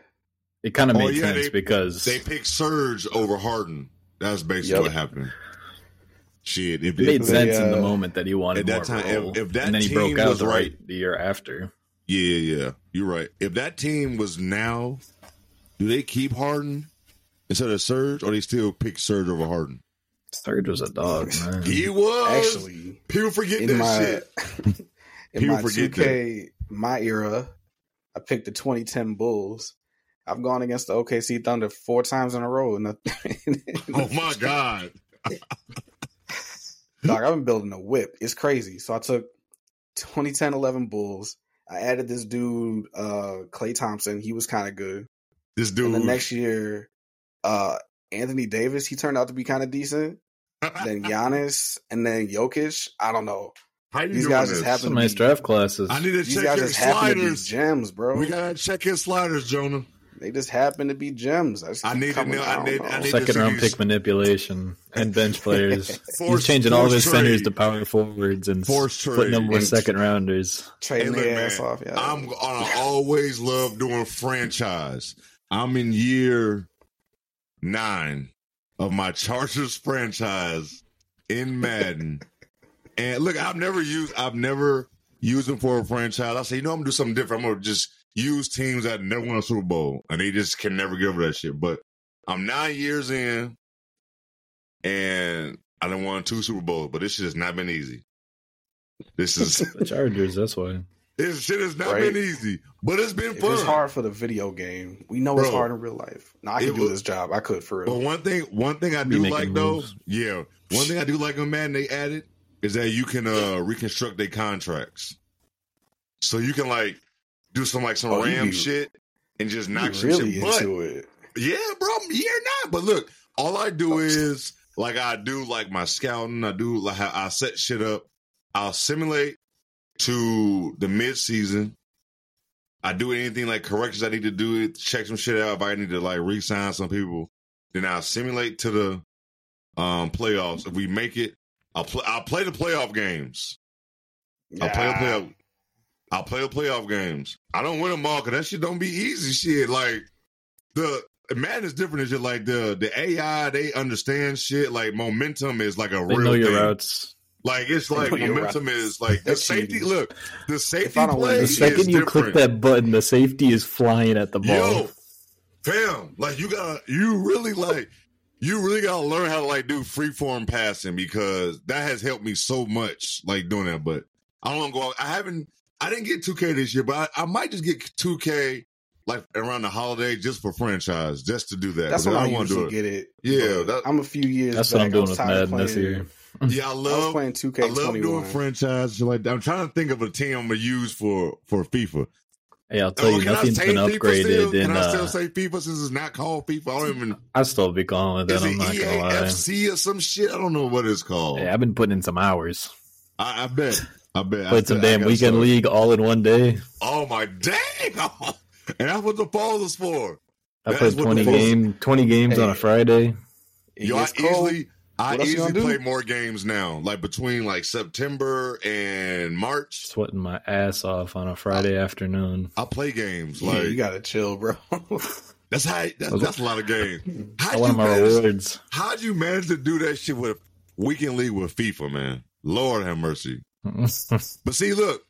[SPEAKER 3] it kind of
[SPEAKER 1] Oh,
[SPEAKER 3] made
[SPEAKER 1] yeah,
[SPEAKER 3] sense
[SPEAKER 1] they-
[SPEAKER 3] because
[SPEAKER 1] they picked Surge over Harden. That's basically
[SPEAKER 2] Yep.
[SPEAKER 1] what happened. Shit, if,
[SPEAKER 3] it made
[SPEAKER 1] if-
[SPEAKER 2] they,
[SPEAKER 3] sense in the
[SPEAKER 2] uh,
[SPEAKER 3] moment that he wanted
[SPEAKER 1] at that
[SPEAKER 3] more
[SPEAKER 1] time, if-
[SPEAKER 3] role.
[SPEAKER 1] if that
[SPEAKER 3] and then he
[SPEAKER 1] team
[SPEAKER 3] broke out
[SPEAKER 1] was
[SPEAKER 3] the
[SPEAKER 1] right-
[SPEAKER 3] the year after.
[SPEAKER 1] Yeah, yeah, yeah. You're right. If that team was now, do they keep Harden instead of Surge, or they still pick Surge over Harden?
[SPEAKER 3] Surge was a dog, man.
[SPEAKER 1] *laughs* He was
[SPEAKER 2] actually,
[SPEAKER 1] People forget
[SPEAKER 2] *laughs* in
[SPEAKER 1] that
[SPEAKER 2] my
[SPEAKER 1] shit.
[SPEAKER 2] *laughs* in
[SPEAKER 1] People
[SPEAKER 2] my two
[SPEAKER 1] forget
[SPEAKER 2] K my era, I picked the 2010 Bulls. I've gone against the OKC Thunder four times in a row, *laughs* and *laughs*
[SPEAKER 1] Oh my god.
[SPEAKER 2] Dog, I've been building a whip. It's crazy. So I took 2010 11 Bulls. I added this dude, uh, Clay Thompson. He was kind of good.
[SPEAKER 1] This
[SPEAKER 2] And
[SPEAKER 1] dude.
[SPEAKER 2] the
[SPEAKER 1] *laughs*
[SPEAKER 2] next year, uh, Anthony Davis, he turned out to be kind of decent.
[SPEAKER 1] *laughs*
[SPEAKER 2] Then Giannis and then Jokic. I don't know.
[SPEAKER 1] How you
[SPEAKER 2] these
[SPEAKER 1] doing
[SPEAKER 2] guys just
[SPEAKER 1] this?
[SPEAKER 2] happen-
[SPEAKER 3] Some nice draft classes.
[SPEAKER 1] I need to
[SPEAKER 2] These
[SPEAKER 1] check
[SPEAKER 2] guys
[SPEAKER 1] his
[SPEAKER 2] just happen to be
[SPEAKER 1] sliders.
[SPEAKER 2] gems, bro.
[SPEAKER 1] We gotta check his sliders, Jonah.
[SPEAKER 2] they just happen to be gems. I, just
[SPEAKER 1] I
[SPEAKER 2] keep
[SPEAKER 1] need to
[SPEAKER 2] coming-
[SPEAKER 1] know- I
[SPEAKER 2] don't
[SPEAKER 1] need- I
[SPEAKER 2] know.
[SPEAKER 1] need-
[SPEAKER 3] Second
[SPEAKER 1] to
[SPEAKER 3] round
[SPEAKER 1] see
[SPEAKER 3] pick
[SPEAKER 1] these-
[SPEAKER 3] manipulation
[SPEAKER 1] *laughs*
[SPEAKER 3] and bench
[SPEAKER 2] *laughs*
[SPEAKER 3] players. He's
[SPEAKER 1] Force-
[SPEAKER 3] changing all of
[SPEAKER 1] force
[SPEAKER 3] his centers
[SPEAKER 1] trade.
[SPEAKER 3] to power forwards and
[SPEAKER 1] Force
[SPEAKER 3] putting them
[SPEAKER 1] trade.
[SPEAKER 3] with
[SPEAKER 2] And-
[SPEAKER 3] second rounders.
[SPEAKER 1] Hey,
[SPEAKER 2] Trading
[SPEAKER 1] look,
[SPEAKER 2] their
[SPEAKER 1] man,
[SPEAKER 2] ass off. Yeah.
[SPEAKER 1] I'm gonna always love doing franchise. I'm in year nine of my Chargers franchise in Madden. and look, I've never used I've never used them for a franchise. I say, you know, I'm gonna do something different. I'm gonna just use teams that never won a Super Bowl, and they just can never get over that shit. But I'm nine years in, and I done won two Super Bowls, but this shit has not been easy. This is
[SPEAKER 3] The Chargers, that's why.
[SPEAKER 1] this shit has not
[SPEAKER 2] Right.
[SPEAKER 1] been easy, but it's been
[SPEAKER 2] If
[SPEAKER 1] fun.
[SPEAKER 2] it's hard for the video game, we know it's
[SPEAKER 1] Bro.
[SPEAKER 2] hard in real life. Now I
[SPEAKER 1] It
[SPEAKER 2] could do
[SPEAKER 1] was-
[SPEAKER 2] this job. I could for
[SPEAKER 1] But
[SPEAKER 2] real.
[SPEAKER 1] one thing, one thing I
[SPEAKER 3] Be
[SPEAKER 1] do
[SPEAKER 3] making
[SPEAKER 1] like though,
[SPEAKER 3] moves.
[SPEAKER 1] yeah, one thing I do like on Madden they added is that you can uh reconstruct their contracts, so you can like do some like some
[SPEAKER 2] Oh, you
[SPEAKER 1] Ram
[SPEAKER 2] be-
[SPEAKER 1] shit and just knock
[SPEAKER 2] You
[SPEAKER 1] some
[SPEAKER 2] really
[SPEAKER 1] shit. But
[SPEAKER 2] into it.
[SPEAKER 1] yeah, bro, I'm- yeah, not. But look, all I do is like I do like my scouting. I do like how I set shit up. I'll simulate to the mid season. I do anything like corrections I need to do, check some shit out. If I need to like re-sign some people, then I'll simulate to the um playoffs. If we make it, I'll play. I'll play the playoff games. I'll play the
[SPEAKER 2] Yeah.
[SPEAKER 1] playoff. I'll play the playoff games. I don't win them all because that shit don't be easy. Shit, like the Madden is different. It's just like the the AI. They understand shit. Like momentum is like a
[SPEAKER 3] They
[SPEAKER 1] real
[SPEAKER 3] know your
[SPEAKER 1] thing.
[SPEAKER 3] routes.
[SPEAKER 1] Like it's like
[SPEAKER 2] know your
[SPEAKER 1] momentum
[SPEAKER 2] routes.
[SPEAKER 1] is like the
[SPEAKER 2] That's
[SPEAKER 1] safety.
[SPEAKER 2] cheating.
[SPEAKER 1] Look, the safety
[SPEAKER 2] I don't win
[SPEAKER 1] play.
[SPEAKER 2] the
[SPEAKER 3] The
[SPEAKER 1] is
[SPEAKER 3] second you click
[SPEAKER 1] different.
[SPEAKER 3] that button, the safety is flying at the
[SPEAKER 1] Yo,
[SPEAKER 3] ball.
[SPEAKER 1] fam, like you gotta, you really like, you really gotta learn how to like do free form passing because that has helped me so much, like doing that. But I don't go, I haven't, I didn't get 2K this year, but I, I might just get 2K like around the holiday just for franchise, just to do that.
[SPEAKER 2] That's
[SPEAKER 1] because
[SPEAKER 2] what I,
[SPEAKER 1] don't wanna
[SPEAKER 2] usually
[SPEAKER 1] it.
[SPEAKER 2] get it.
[SPEAKER 1] Yeah,
[SPEAKER 2] But
[SPEAKER 1] that-
[SPEAKER 2] I'm a few years.
[SPEAKER 3] That's
[SPEAKER 2] back.
[SPEAKER 3] what I'm doing
[SPEAKER 2] I was
[SPEAKER 3] with
[SPEAKER 2] tired of
[SPEAKER 3] Madden this
[SPEAKER 2] playing-
[SPEAKER 3] year.
[SPEAKER 1] Yeah, I
[SPEAKER 2] I was
[SPEAKER 1] love,
[SPEAKER 2] playing
[SPEAKER 1] I love doing
[SPEAKER 2] 2K21.
[SPEAKER 1] franchise. Like that. I'm trying to think of a team I'm gonna use for for FIFA.
[SPEAKER 3] Hey, I'll tell
[SPEAKER 1] Oh,
[SPEAKER 3] you,
[SPEAKER 1] can I
[SPEAKER 3] nothing's
[SPEAKER 1] say
[SPEAKER 3] been
[SPEAKER 1] FIFA still?
[SPEAKER 3] upgraded.
[SPEAKER 1] Can
[SPEAKER 3] And
[SPEAKER 1] I still
[SPEAKER 3] uh,
[SPEAKER 1] say FIFA since it's not called FIFA? I don't even.
[SPEAKER 3] I still be calling it
[SPEAKER 1] Is
[SPEAKER 3] that. I'm
[SPEAKER 1] it E
[SPEAKER 3] not gonna lie.
[SPEAKER 1] EAFC or some shit? I don't know what it's called.
[SPEAKER 3] Hey, I've been putting in some hours.
[SPEAKER 1] I, I bet. I bet. I
[SPEAKER 3] Played some
[SPEAKER 1] bet I
[SPEAKER 3] damn
[SPEAKER 1] got
[SPEAKER 3] weekend
[SPEAKER 1] some.
[SPEAKER 3] league all in one day.
[SPEAKER 1] Oh my dang! *laughs* and that's what the pause is for.
[SPEAKER 3] I
[SPEAKER 1] That is
[SPEAKER 3] played
[SPEAKER 1] what
[SPEAKER 3] 20
[SPEAKER 1] the fuck-
[SPEAKER 3] game, 20 games on a
[SPEAKER 2] Hey.
[SPEAKER 3] Friday.
[SPEAKER 2] It
[SPEAKER 1] Yo, I
[SPEAKER 2] gets cold. *laughs*
[SPEAKER 1] easily, I
[SPEAKER 2] What else you
[SPEAKER 1] easily
[SPEAKER 2] gonna do?
[SPEAKER 1] play more games now. Like between like September and March,
[SPEAKER 3] Sweating my ass off on a Friday afternoon.
[SPEAKER 1] I play games.
[SPEAKER 2] Yeah,
[SPEAKER 1] Like
[SPEAKER 2] you gotta chill, bro. *laughs*
[SPEAKER 1] that's how. That's, that's a lot of games.
[SPEAKER 3] I *laughs*
[SPEAKER 1] How'd you
[SPEAKER 3] want my
[SPEAKER 1] manage?
[SPEAKER 3] rewards.
[SPEAKER 1] How'd you manage to do that shit with weekend league with FIFA, man? Lord have mercy. But see, look,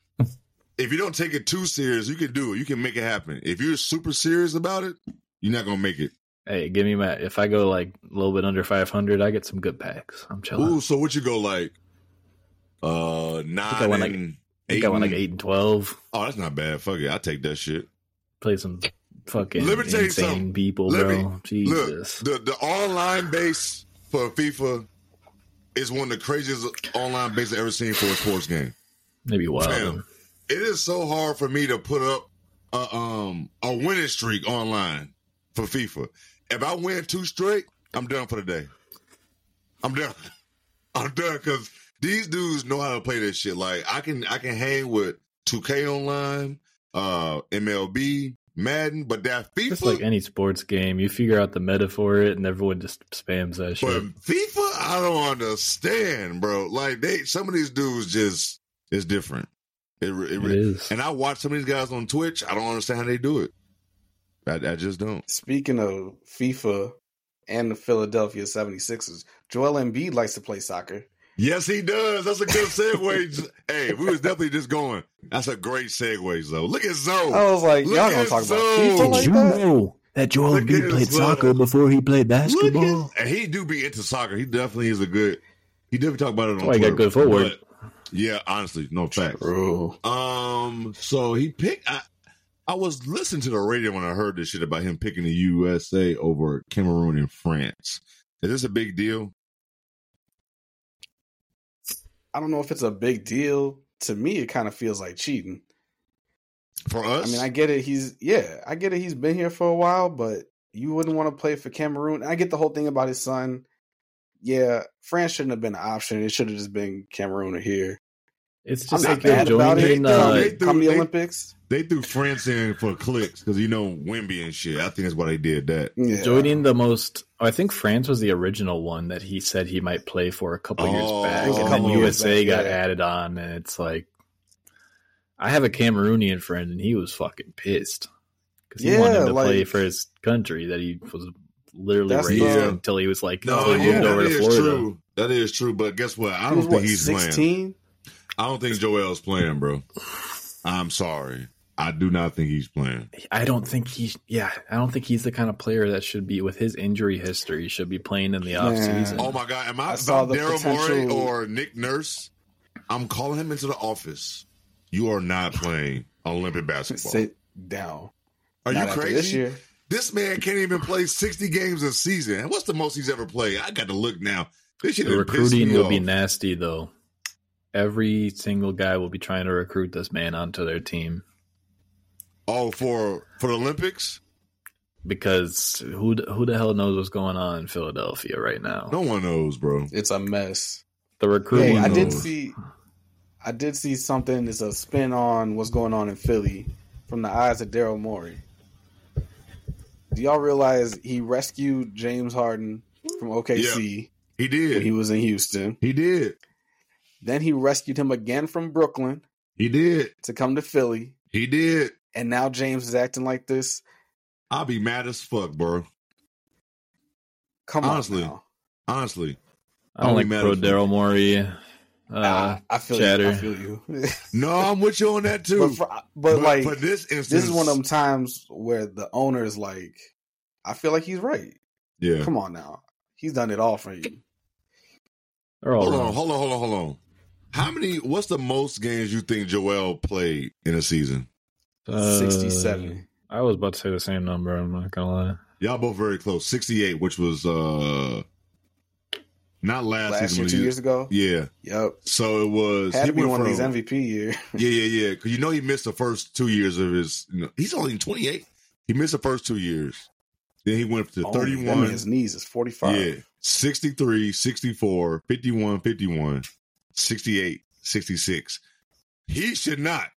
[SPEAKER 1] if you don't take it too serious, you can do it. You can make it happen. If you're super serious about it, you're not gonna make it.
[SPEAKER 3] *laughs* hey, give me my. If I go like a little bit under 500, I get some good packs. I'm chilling.
[SPEAKER 1] Ooh, so what you go like? Uh, nine.
[SPEAKER 3] I went like-
[SPEAKER 1] and
[SPEAKER 3] I
[SPEAKER 1] eight
[SPEAKER 3] think I went like
[SPEAKER 1] and-
[SPEAKER 3] 8 and 12.
[SPEAKER 1] Oh, that's not bad. Fuck it, I take that shit.
[SPEAKER 3] Play some fucking
[SPEAKER 1] Let me tell you something.
[SPEAKER 3] insane people,
[SPEAKER 1] Let
[SPEAKER 3] bro.
[SPEAKER 1] me-
[SPEAKER 3] Jesus.
[SPEAKER 1] Look, the the online base for FIFA is one of the craziest online base I've ever seen for a sports game.
[SPEAKER 3] Maybe wild.
[SPEAKER 1] Fam, it is so hard for me to put up a, um, a winning streak online for FIFA. If I win two straight, I'm done for the day. I'm done. *laughs* I'm done because these dudes know how to play this shit. Like I can, I can hang with 2K online, uh, MLB, Madden, but that
[SPEAKER 3] Just
[SPEAKER 1] FIFA,
[SPEAKER 3] like any sports game, you figure out the meta for it, and everyone just spams
[SPEAKER 1] but
[SPEAKER 3] that shit.
[SPEAKER 1] FIFA, I don't understand, bro. Like they, some of these dudes just is different. It, re- it,
[SPEAKER 3] It
[SPEAKER 1] re-
[SPEAKER 3] is.
[SPEAKER 1] And I watch some of these guys on Twitch. I don't understand how they do it. I, I just don't.
[SPEAKER 2] Speaking of FIFA and the Philadelphia 76ers, Joel Embiid likes to play soccer.
[SPEAKER 1] Yes, he does. That's a good
[SPEAKER 3] *laughs*
[SPEAKER 1] segue. hey, we was definitely just going. That's a great segue, Zo. Look at Zo.
[SPEAKER 2] I was like,
[SPEAKER 1] Look
[SPEAKER 2] y'all gonna
[SPEAKER 1] at
[SPEAKER 2] talk about
[SPEAKER 1] Zoe.
[SPEAKER 2] FIFA
[SPEAKER 1] Did
[SPEAKER 2] like that?
[SPEAKER 3] know that Joel
[SPEAKER 1] Look at his love.
[SPEAKER 3] before he played
[SPEAKER 1] Look at, and he do be into soccer. He definitely is a good. He definitely talk about it on.
[SPEAKER 3] That's why he got
[SPEAKER 1] Twitter.
[SPEAKER 3] good footwork.
[SPEAKER 1] But, yeah, honestly, no fact.
[SPEAKER 2] Bro,
[SPEAKER 1] Um, so he picked. I, I was listening to the radio when I heard this shit about him picking the USA over Cameroon and France. Is this a big deal?
[SPEAKER 2] I don't know if it's a big deal. To me, it kind of feels like cheating.
[SPEAKER 1] For
[SPEAKER 2] I
[SPEAKER 1] us,
[SPEAKER 2] mean, I get it. He's yeah, I get it. He's been here for a while, but you wouldn't want to play for Cameroon. I get the whole thing about his son. Yeah, France shouldn't have been an option. It should have just been Cameroon or here.
[SPEAKER 3] It's
[SPEAKER 2] I'm
[SPEAKER 3] just
[SPEAKER 2] not
[SPEAKER 3] like they're
[SPEAKER 2] mad about it.
[SPEAKER 3] joining. Uh,
[SPEAKER 1] They-
[SPEAKER 2] Come the
[SPEAKER 1] they-
[SPEAKER 2] Olympics,
[SPEAKER 1] They threw France in for clicks because you know Wimby and shit. I think that's why they did that.
[SPEAKER 2] yeah.
[SPEAKER 3] Joining the most, I think France was the original one that he said he might play for a couple
[SPEAKER 1] Oh.
[SPEAKER 3] years back,
[SPEAKER 1] It was a
[SPEAKER 3] and then
[SPEAKER 1] couple
[SPEAKER 2] years
[SPEAKER 3] USA
[SPEAKER 2] back,
[SPEAKER 3] got
[SPEAKER 2] yeah.
[SPEAKER 3] added on, and it's like, I have a Cameroonian friend, and he was fucking pissed because he
[SPEAKER 2] Yeah,
[SPEAKER 3] wanted to play
[SPEAKER 2] like-
[SPEAKER 3] for his country that he was literally
[SPEAKER 2] That's
[SPEAKER 3] raised
[SPEAKER 1] the-
[SPEAKER 3] until he was like,
[SPEAKER 1] No,
[SPEAKER 3] until he
[SPEAKER 1] yeah,
[SPEAKER 3] moved
[SPEAKER 1] that
[SPEAKER 3] over to
[SPEAKER 1] is
[SPEAKER 3] Florida.
[SPEAKER 1] true. That is true. But guess what? I
[SPEAKER 2] He
[SPEAKER 1] don't
[SPEAKER 2] was
[SPEAKER 1] think
[SPEAKER 2] what
[SPEAKER 1] he's playing.
[SPEAKER 2] sixteen.
[SPEAKER 1] I don't think Joel's playing, bro. I'm sorry. I do not think he's playing.
[SPEAKER 3] I don't think he. Yeah, I don't think he's the kind of player that should be with his injury history. Should be playing in the offseason.
[SPEAKER 1] Oh my god, am I,
[SPEAKER 2] I saw
[SPEAKER 1] saw
[SPEAKER 2] the
[SPEAKER 1] Daryl Morey
[SPEAKER 2] potential-
[SPEAKER 1] or Nick Nurse? I'm calling him into the office. You are not playing Olympic basketball.
[SPEAKER 2] Sit down.
[SPEAKER 1] are you
[SPEAKER 2] Not after
[SPEAKER 1] crazy?
[SPEAKER 2] This year,
[SPEAKER 1] This man can't even play 60 games a season. And What's the most he's ever played? I got to look now. This shit
[SPEAKER 3] The
[SPEAKER 1] is
[SPEAKER 3] recruiting will be
[SPEAKER 1] off.
[SPEAKER 3] nasty though. Every single guy will be trying to recruit this man onto their team
[SPEAKER 1] Oh, for for the Olympics?
[SPEAKER 3] because who d- who the hell knows what's going on in Philadelphia right now?
[SPEAKER 1] No one knows, bro.
[SPEAKER 2] it's a mess.
[SPEAKER 3] The
[SPEAKER 1] Who
[SPEAKER 2] Hey,
[SPEAKER 3] recruiting.
[SPEAKER 2] I did
[SPEAKER 1] knows?
[SPEAKER 2] see, I did see something. It's a spin on what's going on in Philly from the eyes of Daryl Morey. Do y'all realize he rescued James Harden from OKC
[SPEAKER 1] He
[SPEAKER 2] when he
[SPEAKER 1] did.
[SPEAKER 2] was in Houston?
[SPEAKER 1] He did.
[SPEAKER 2] Then he rescued him again from Brooklyn
[SPEAKER 1] He did.
[SPEAKER 2] to come to Philly,
[SPEAKER 1] He did.
[SPEAKER 2] and now James is acting like this.
[SPEAKER 1] I'll be mad as fuck, bro.
[SPEAKER 2] Come
[SPEAKER 1] Honestly.
[SPEAKER 2] on, now.
[SPEAKER 1] Honestly.
[SPEAKER 3] I don't
[SPEAKER 1] Only
[SPEAKER 3] like
[SPEAKER 1] matter Ah.
[SPEAKER 3] pro
[SPEAKER 1] for-
[SPEAKER 3] Daryl Morey. Uh,
[SPEAKER 2] I, I feel you. I
[SPEAKER 3] chatter.
[SPEAKER 2] feel you. *laughs*
[SPEAKER 1] No, I'm with you on that too.
[SPEAKER 2] but, for, but like,
[SPEAKER 1] for this instance,
[SPEAKER 2] this is one of them times where the owner is like, I feel like he's right.
[SPEAKER 1] Yeah.
[SPEAKER 2] Come on now. He's done it all for you.
[SPEAKER 3] they're all
[SPEAKER 1] Hold on,
[SPEAKER 3] wrong.
[SPEAKER 1] hold on, hold on, hold on. How many? What's the most games you think Joel played in a season?
[SPEAKER 3] Uh,
[SPEAKER 2] 67.
[SPEAKER 3] I was about to say the same number. I'm not gonna lie.
[SPEAKER 1] Y'all both very close. Sixty-eight, which was uh not last,
[SPEAKER 2] Last
[SPEAKER 1] season.
[SPEAKER 2] year,
[SPEAKER 1] but
[SPEAKER 2] two
[SPEAKER 1] the
[SPEAKER 2] years ago.
[SPEAKER 1] Yeah.
[SPEAKER 2] Yep.
[SPEAKER 1] So it was.
[SPEAKER 2] Had
[SPEAKER 1] he
[SPEAKER 2] to be
[SPEAKER 1] went
[SPEAKER 2] one of these
[SPEAKER 1] from- *laughs*
[SPEAKER 2] MVP year.
[SPEAKER 1] Yeah, yeah, yeah. Because you know he missed the first two years of his. You know, he's only twenty eight. He missed the first two years. Then he went up to
[SPEAKER 2] Oh, that
[SPEAKER 1] 31.
[SPEAKER 2] means His knees is 45.
[SPEAKER 1] Yeah, 63, 64, 51, 51, 68, 66. He should not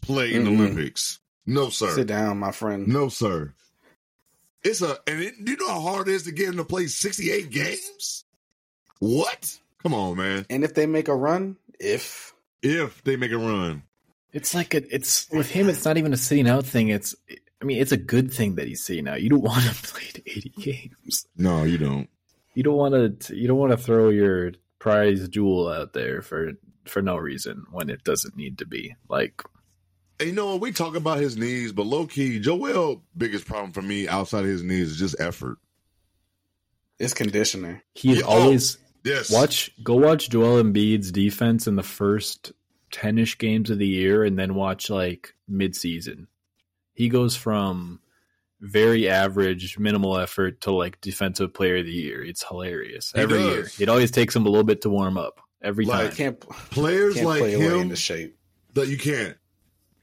[SPEAKER 1] play in the
[SPEAKER 2] Mm-mm.
[SPEAKER 1] Olympics. No, sir.
[SPEAKER 2] Sit down, my friend.
[SPEAKER 1] No, sir. It's a and it, do you know how hard it is to get him to play 68 games? What? Come on, man.
[SPEAKER 2] And if they make a run, if
[SPEAKER 1] If they make a run.
[SPEAKER 3] It's like a, it's with him. It's not even a sitting out thing. It's I mean, it's a good thing that he's sitting out. You don't *laughs* want to play to 80 games.
[SPEAKER 1] No, you don't.
[SPEAKER 3] You don't want to. You don't want to throw your prize jewel out there for for no reason when it doesn't need to be. Like
[SPEAKER 1] And you know what? We talk about his knees, but low key, Joel' biggest problem for me outside of his knees is just effort.
[SPEAKER 2] it's conditioning.
[SPEAKER 3] he's
[SPEAKER 1] Yeah, oh.
[SPEAKER 3] always
[SPEAKER 1] Yes.
[SPEAKER 3] watch. Go watch Joel Embiid's defense in the first ten-ish games of the year, and then watch like mid-season. He goes from very average, minimal effort to like defensive player of the year. It's hilarious
[SPEAKER 1] He
[SPEAKER 3] every
[SPEAKER 1] does.
[SPEAKER 3] year. It always takes him a little bit to warm up every
[SPEAKER 1] Like,
[SPEAKER 2] You
[SPEAKER 3] time.
[SPEAKER 2] can't,
[SPEAKER 1] Players
[SPEAKER 2] can't
[SPEAKER 1] like
[SPEAKER 2] play away
[SPEAKER 1] him,
[SPEAKER 2] into shape.
[SPEAKER 1] that you can't.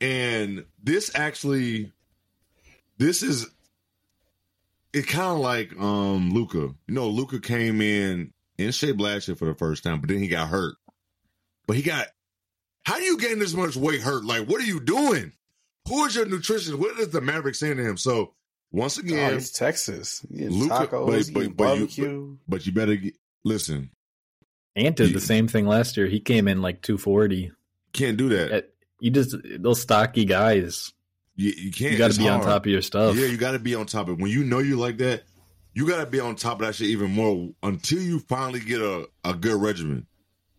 [SPEAKER 1] And this actually, this is it. Kind of like um Luca. You know, Luca came in in shape last year for the first time, but then he got hurt. But he got. How do you gain this much weight hurt? Like, what are you doing? Who is your nutritionist? What is the Maverick saying to him? So once
[SPEAKER 2] Yeah.
[SPEAKER 1] again,
[SPEAKER 2] it's Texas. You eating
[SPEAKER 1] Luka-
[SPEAKER 2] tacos,
[SPEAKER 1] but-
[SPEAKER 2] you
[SPEAKER 1] but-
[SPEAKER 2] eating
[SPEAKER 1] but you-
[SPEAKER 2] barbecue.
[SPEAKER 1] but you better get, listen.
[SPEAKER 3] Ant did
[SPEAKER 1] Yeah.
[SPEAKER 3] the same thing last year. He came in like 240.
[SPEAKER 1] Can't do that.
[SPEAKER 3] At- You just those stocky guys.
[SPEAKER 1] You, you can't.
[SPEAKER 3] You got
[SPEAKER 1] It's
[SPEAKER 3] to be on
[SPEAKER 1] hard.
[SPEAKER 3] top of your stuff.
[SPEAKER 1] Yeah, you got to be on top of it. When you know you like that, you got to be on top of that shit even more until you finally get a, a good regimen.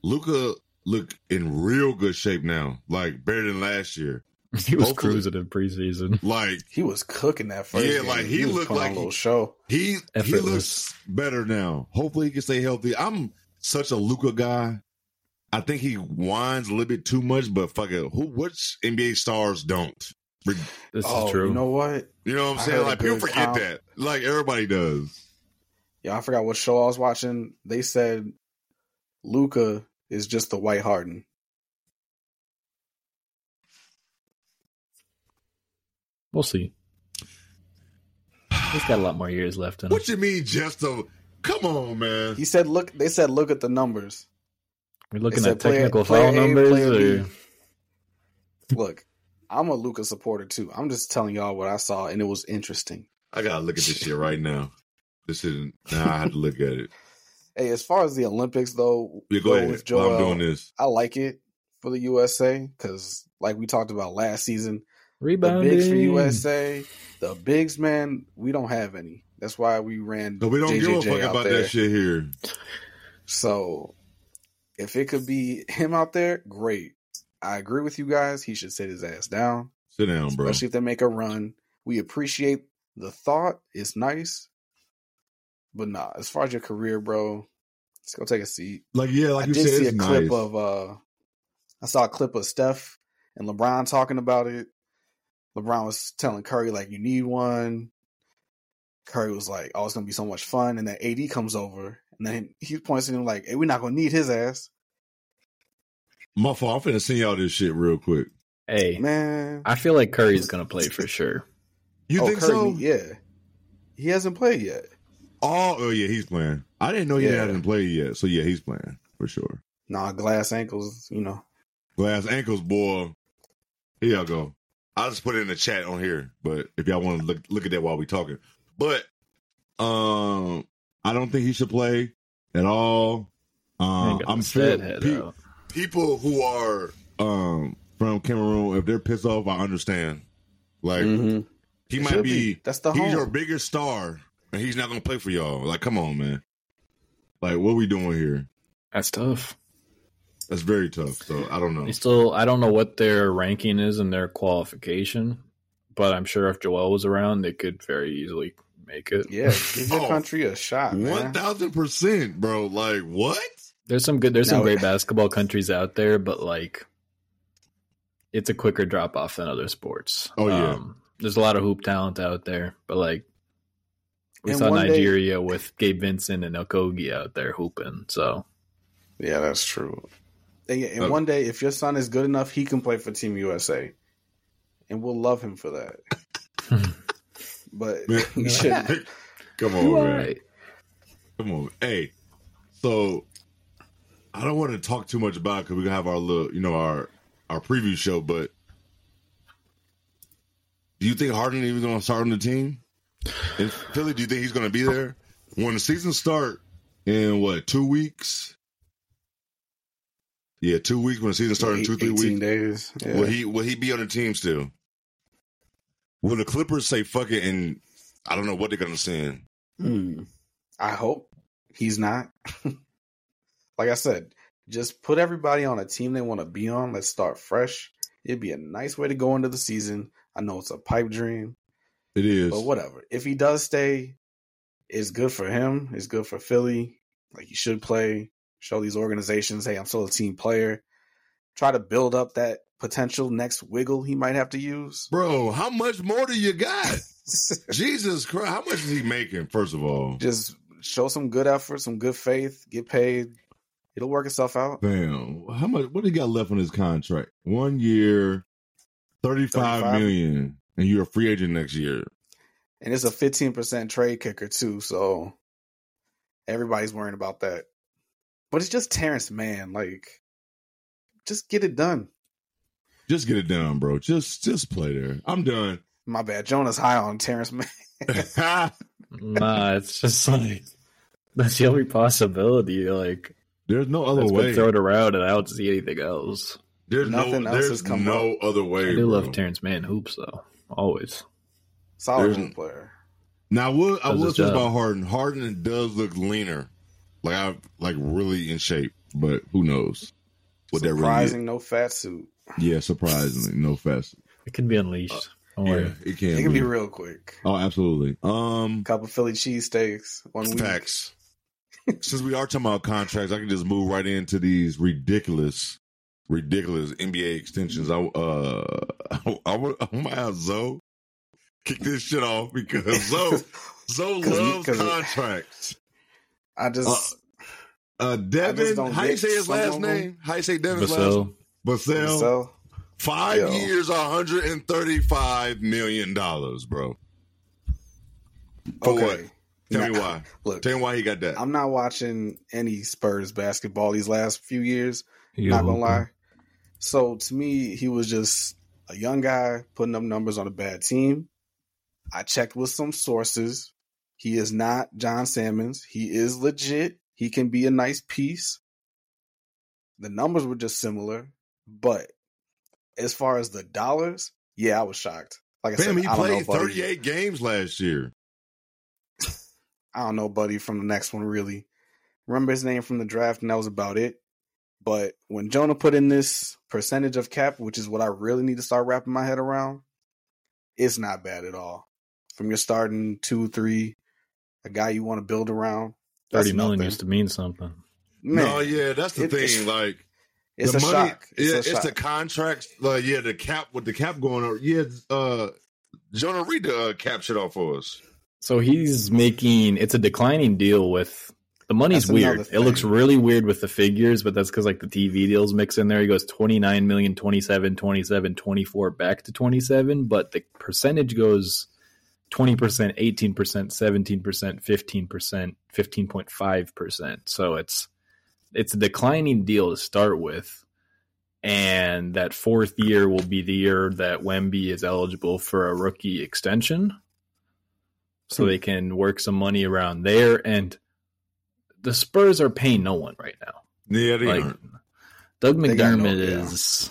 [SPEAKER 1] Luca look in real good shape now, like better than last year.
[SPEAKER 3] *laughs* he was
[SPEAKER 1] hopefully-
[SPEAKER 3] cruising in preseason. *laughs*
[SPEAKER 1] Like
[SPEAKER 2] he was cooking that first.
[SPEAKER 1] Yeah,
[SPEAKER 2] game.
[SPEAKER 1] like, he
[SPEAKER 2] was
[SPEAKER 1] looked
[SPEAKER 2] putting on
[SPEAKER 1] like
[SPEAKER 2] a
[SPEAKER 1] he-
[SPEAKER 2] little show.
[SPEAKER 1] he he
[SPEAKER 3] Effortless.
[SPEAKER 1] looks better now. Hopefully he can stay healthy. I'm such a Luca guy. I think he whines a little bit too much, but fuck it. Who which NBA stars don't?
[SPEAKER 3] This
[SPEAKER 2] oh,
[SPEAKER 3] is true.
[SPEAKER 2] you know what?
[SPEAKER 1] You know what I'm
[SPEAKER 2] I
[SPEAKER 1] saying?
[SPEAKER 2] heard a
[SPEAKER 1] Like people
[SPEAKER 2] good
[SPEAKER 1] forget
[SPEAKER 2] comp.
[SPEAKER 1] that. Like everybody does.
[SPEAKER 2] Yeah, I forgot what show I was watching. They said Luca is just the white Harden.
[SPEAKER 3] We'll see. He's got a lot more years left in him.
[SPEAKER 1] What you mean just a come on, man.
[SPEAKER 2] He said, "Look." They said, "Look at the numbers.
[SPEAKER 3] We're looking
[SPEAKER 2] They
[SPEAKER 3] at
[SPEAKER 2] said player-
[SPEAKER 3] technical
[SPEAKER 2] player A,
[SPEAKER 3] foul
[SPEAKER 2] player
[SPEAKER 3] numbers, or
[SPEAKER 2] B. Look, I'm a Luca supporter too. I'm just telling y'all what I saw, and it was interesting.
[SPEAKER 1] I gotta look at this shit right now. This isn't. Nah, I had to look at it.
[SPEAKER 2] Hey, as far as the Olympics though,
[SPEAKER 1] Yeah, go
[SPEAKER 2] though,
[SPEAKER 1] ahead.
[SPEAKER 2] with
[SPEAKER 1] While
[SPEAKER 2] Joel,
[SPEAKER 1] I'm doing this.
[SPEAKER 2] I like it for the USA because, like we talked about last season, the
[SPEAKER 3] rebounding.
[SPEAKER 2] bigs for USA, the bigs, man, we don't have any. That's why we ran.
[SPEAKER 1] No, we don't give a
[SPEAKER 2] JJJ
[SPEAKER 1] fuck
[SPEAKER 2] out
[SPEAKER 1] about
[SPEAKER 2] there.
[SPEAKER 1] that shit here.
[SPEAKER 2] So if it could be him out there, great. I agree with you guys. He should sit his ass down,
[SPEAKER 1] Sit down, bro.
[SPEAKER 2] especially if they make a run. We appreciate the thought. It's nice. But nah, as far as your career, bro, it's gonna take a seat.
[SPEAKER 1] Like yeah, like
[SPEAKER 2] I
[SPEAKER 1] you
[SPEAKER 2] did
[SPEAKER 1] said,
[SPEAKER 2] see a
[SPEAKER 1] it's
[SPEAKER 2] clip
[SPEAKER 1] nice.
[SPEAKER 2] of uh I saw a clip of Steph and LeBron talking about it. LeBron was telling Curry like you need one. Curry was like, Oh, it's gonna be so much fun and then A D comes over and then he points at him like, Hey, we're not gonna need his ass.
[SPEAKER 1] My fault. I'm finna send y'all this shit real quick.
[SPEAKER 3] Hey,
[SPEAKER 2] Man.
[SPEAKER 3] I feel like Curry's gonna play
[SPEAKER 2] *laughs*
[SPEAKER 3] for sure.
[SPEAKER 1] You
[SPEAKER 2] Oh,
[SPEAKER 1] think
[SPEAKER 2] Curry,
[SPEAKER 1] so?
[SPEAKER 2] Yeah. He hasn't played yet.
[SPEAKER 1] Oh, oh yeah, he's playing. I didn't know he
[SPEAKER 2] Yeah.
[SPEAKER 1] hadn't played yet. So yeah, he's playing for sure.
[SPEAKER 2] Nah, glass ankles, you know.
[SPEAKER 1] Glass ankles, boy. Here y'all go. I'll just put it in the chat on here, but if y'all want to look look at that while we talking. But um I don't think he should play at all.
[SPEAKER 2] Uh,
[SPEAKER 1] Um I'm sure
[SPEAKER 3] fed head
[SPEAKER 1] pe-
[SPEAKER 3] out.
[SPEAKER 1] people who are um from Cameroon, if they're pissed off, I understand. Like
[SPEAKER 3] Mm-hmm.
[SPEAKER 2] Mhm.
[SPEAKER 1] he
[SPEAKER 2] It
[SPEAKER 1] might
[SPEAKER 2] should
[SPEAKER 1] be
[SPEAKER 2] that's the
[SPEAKER 1] he's
[SPEAKER 2] home.
[SPEAKER 1] your biggest star, and he's not gonna play for y'all. Like, come on, man. Like, what we doing here?
[SPEAKER 3] That's tough.
[SPEAKER 1] That's very tough. So I
[SPEAKER 2] Oh.
[SPEAKER 1] don't know.
[SPEAKER 3] They still, I don't know what their ranking is in their qualification, but I'm sure if Joel was around, they could very easily make it.
[SPEAKER 2] Yeah,
[SPEAKER 3] *laughs*
[SPEAKER 1] *laughs*
[SPEAKER 2] give your
[SPEAKER 1] Oh.
[SPEAKER 2] country a shot, man.
[SPEAKER 1] One thousand percent, bro. Like, what?
[SPEAKER 3] There's some good. There's some
[SPEAKER 1] *laughs*
[SPEAKER 2] Now-
[SPEAKER 3] great basketball countries out there, but like, it's a quicker drop off than other sports.
[SPEAKER 1] Oh, yeah.
[SPEAKER 3] Um, there's a lot of hoop talent out there, but like, we
[SPEAKER 2] And
[SPEAKER 3] saw
[SPEAKER 2] one day-
[SPEAKER 3] Nigeria with Gabe Vincent and Okogie out there hooping. So
[SPEAKER 2] Yeah, that's true. And, yeah, and
[SPEAKER 1] Okay.
[SPEAKER 2] one day, if your son is good enough, he can play for Team USA, and we'll love him for
[SPEAKER 3] *laughs*
[SPEAKER 2] that. but *laughs* you shouldn't.
[SPEAKER 1] *laughs* Come on,
[SPEAKER 3] You all
[SPEAKER 1] man.
[SPEAKER 3] right.
[SPEAKER 1] Come on. Hey, so I don't want to talk too much about it because we're gonna have our little, you know, our our preview show. But do you think Harden even gonna start on the team? In Philly, do you think he's gonna be there when the season start in what two weeks? Yeah, two weeks when the season start in two three
[SPEAKER 2] 18
[SPEAKER 1] weeks.
[SPEAKER 2] days. Yeah.
[SPEAKER 1] Will he will he be on the team still? Will the Clippers say fuck it and I don't know what they're gonna send?
[SPEAKER 2] Hmm. I hope he's not. *laughs* like I said, just put everybody on a team they want to be on. Let's start fresh. It'd be a nice way to go into the season. I know it's a pipe dream,
[SPEAKER 1] It is.
[SPEAKER 2] but whatever. If he does stay, it's good for him. It's good for Philly. Like you should play. Show these organizations, hey, I'm still a team player. Try to build up that potential next wiggle he might have
[SPEAKER 1] *laughs*
[SPEAKER 2] to use.
[SPEAKER 1] Bro, how much more do you got? *laughs* Jesus Christ, how much is he making? First of all,
[SPEAKER 2] Just show some good effort, some good faith, get paid. It'll work itself out.
[SPEAKER 1] damn, how much? What do you got left on his contract? One year, thirty-five
[SPEAKER 2] 35.
[SPEAKER 1] million, and you're a free agent next year.
[SPEAKER 2] And it's a 15% trade kicker, too. So everybody's worrying about that. But it's just Terrence, man. Like, just get it done.
[SPEAKER 1] Just get it done, bro. Just just play there. I'm done. *laughs*
[SPEAKER 2] My bad. Jonah's high on Terrence, man.
[SPEAKER 3] nah, it's just like that's the only possibility. Like,
[SPEAKER 1] There's no other
[SPEAKER 3] that's
[SPEAKER 1] way.
[SPEAKER 3] been thrown around, and I don't see anything else.
[SPEAKER 1] There's
[SPEAKER 2] Nothing
[SPEAKER 1] no.
[SPEAKER 2] else has
[SPEAKER 1] There's
[SPEAKER 2] come
[SPEAKER 1] no other way.
[SPEAKER 3] I do
[SPEAKER 1] bro.
[SPEAKER 3] love Terrence Mann hoops though, always.
[SPEAKER 2] Solid
[SPEAKER 1] There's-
[SPEAKER 2] hoop player.
[SPEAKER 1] Now, I will I
[SPEAKER 3] Does
[SPEAKER 1] will
[SPEAKER 3] his
[SPEAKER 1] say
[SPEAKER 3] job.
[SPEAKER 1] about Harden. Harden does look leaner, like I like really in shape, but who knows what that really is?
[SPEAKER 2] Surprising, no fat suit.
[SPEAKER 1] Yeah, surprisingly, no fast.
[SPEAKER 3] It can be unleashed. Don't
[SPEAKER 1] Uh, Yeah,
[SPEAKER 3] worry.
[SPEAKER 1] it can.
[SPEAKER 2] It can
[SPEAKER 1] be.
[SPEAKER 2] be real quick.
[SPEAKER 1] Oh, absolutely. Um,
[SPEAKER 2] couple Philly cheesesteaks, one week.
[SPEAKER 1] facts. Since we are talking about contracts, I can just move right into these ridiculous, ridiculous NBA extensions. I uh, *laughs* I, I, would- I might have Zoe kick this shit off because Zoe Zoe
[SPEAKER 2] *laughs* 'Cause-
[SPEAKER 1] loves
[SPEAKER 2] 'cause-
[SPEAKER 1] contracts.
[SPEAKER 2] I just
[SPEAKER 1] Uh,
[SPEAKER 2] I just
[SPEAKER 1] Devin,
[SPEAKER 2] don't
[SPEAKER 1] how you
[SPEAKER 2] get
[SPEAKER 1] say his
[SPEAKER 2] some
[SPEAKER 1] last
[SPEAKER 2] of them.
[SPEAKER 1] name? How you say Devin's last?
[SPEAKER 3] Vassell,
[SPEAKER 1] Vassell.
[SPEAKER 2] so
[SPEAKER 1] Five
[SPEAKER 2] Yo.
[SPEAKER 1] years, one hundred and thirty-five million dollars, bro. For what?
[SPEAKER 2] okay.
[SPEAKER 1] Tell me
[SPEAKER 2] Nah,
[SPEAKER 1] why.
[SPEAKER 2] Look,
[SPEAKER 1] Tell me why he got that.
[SPEAKER 2] I'm not watching any Spurs basketball these last few years.
[SPEAKER 3] you
[SPEAKER 2] not gonna
[SPEAKER 3] hooping.
[SPEAKER 2] lie. So to me, he was just a young guy putting up numbers on a bad team. I checked with some sources. He is not John Salmons. He is legit. He can be a nice piece. The numbers were just similar, but as far as the dollars, yeah, I was shocked. Like I
[SPEAKER 1] Fam,
[SPEAKER 2] said,
[SPEAKER 1] he
[SPEAKER 2] I don't know,
[SPEAKER 1] played
[SPEAKER 2] buddy.
[SPEAKER 1] thirty-eight games last year.
[SPEAKER 2] I don't know, buddy, from the next one really. Remember his name from the draft, and that was about it. But when Jonah put in this percentage of cap, which is what I really need to start wrapping my head around, it's not bad at all. From your starting two, three, a guy you want to build around.
[SPEAKER 3] Thirty
[SPEAKER 2] that's
[SPEAKER 3] million
[SPEAKER 2] nothing.
[SPEAKER 3] used to mean something.
[SPEAKER 2] Man,
[SPEAKER 1] no, yeah, that's the
[SPEAKER 2] It-
[SPEAKER 1] thing.
[SPEAKER 2] it's-
[SPEAKER 1] like
[SPEAKER 2] it's,
[SPEAKER 1] the
[SPEAKER 2] a
[SPEAKER 1] money-
[SPEAKER 2] shock.
[SPEAKER 1] yeah, it's,
[SPEAKER 2] a
[SPEAKER 1] the
[SPEAKER 2] shock.
[SPEAKER 1] contracts. Uh, yeah, the cap with the cap going over. Yeah, uh, Jonah, read the uh, cap shit off for us.
[SPEAKER 3] So he's making it's a declining deal with the money's
[SPEAKER 2] That's another
[SPEAKER 3] weird. It
[SPEAKER 2] thing.
[SPEAKER 3] looks really weird with the figures, but that's because like the TV deals mix in there. He goes 29 million, 27, 27, 24 back to 27, but the percentage goes 20%, 18%, 17%, 15%, 15.5%. So it's it's a declining deal to start with. And that fourth year will be the year that Wemby is eligible for a rookie extension so they can work some money around there. And the Spurs are paying no one right now.
[SPEAKER 1] Yeah, they
[SPEAKER 3] Like
[SPEAKER 1] aren't.
[SPEAKER 3] Doug
[SPEAKER 2] They got
[SPEAKER 3] McDermott
[SPEAKER 2] no- yeah.
[SPEAKER 3] is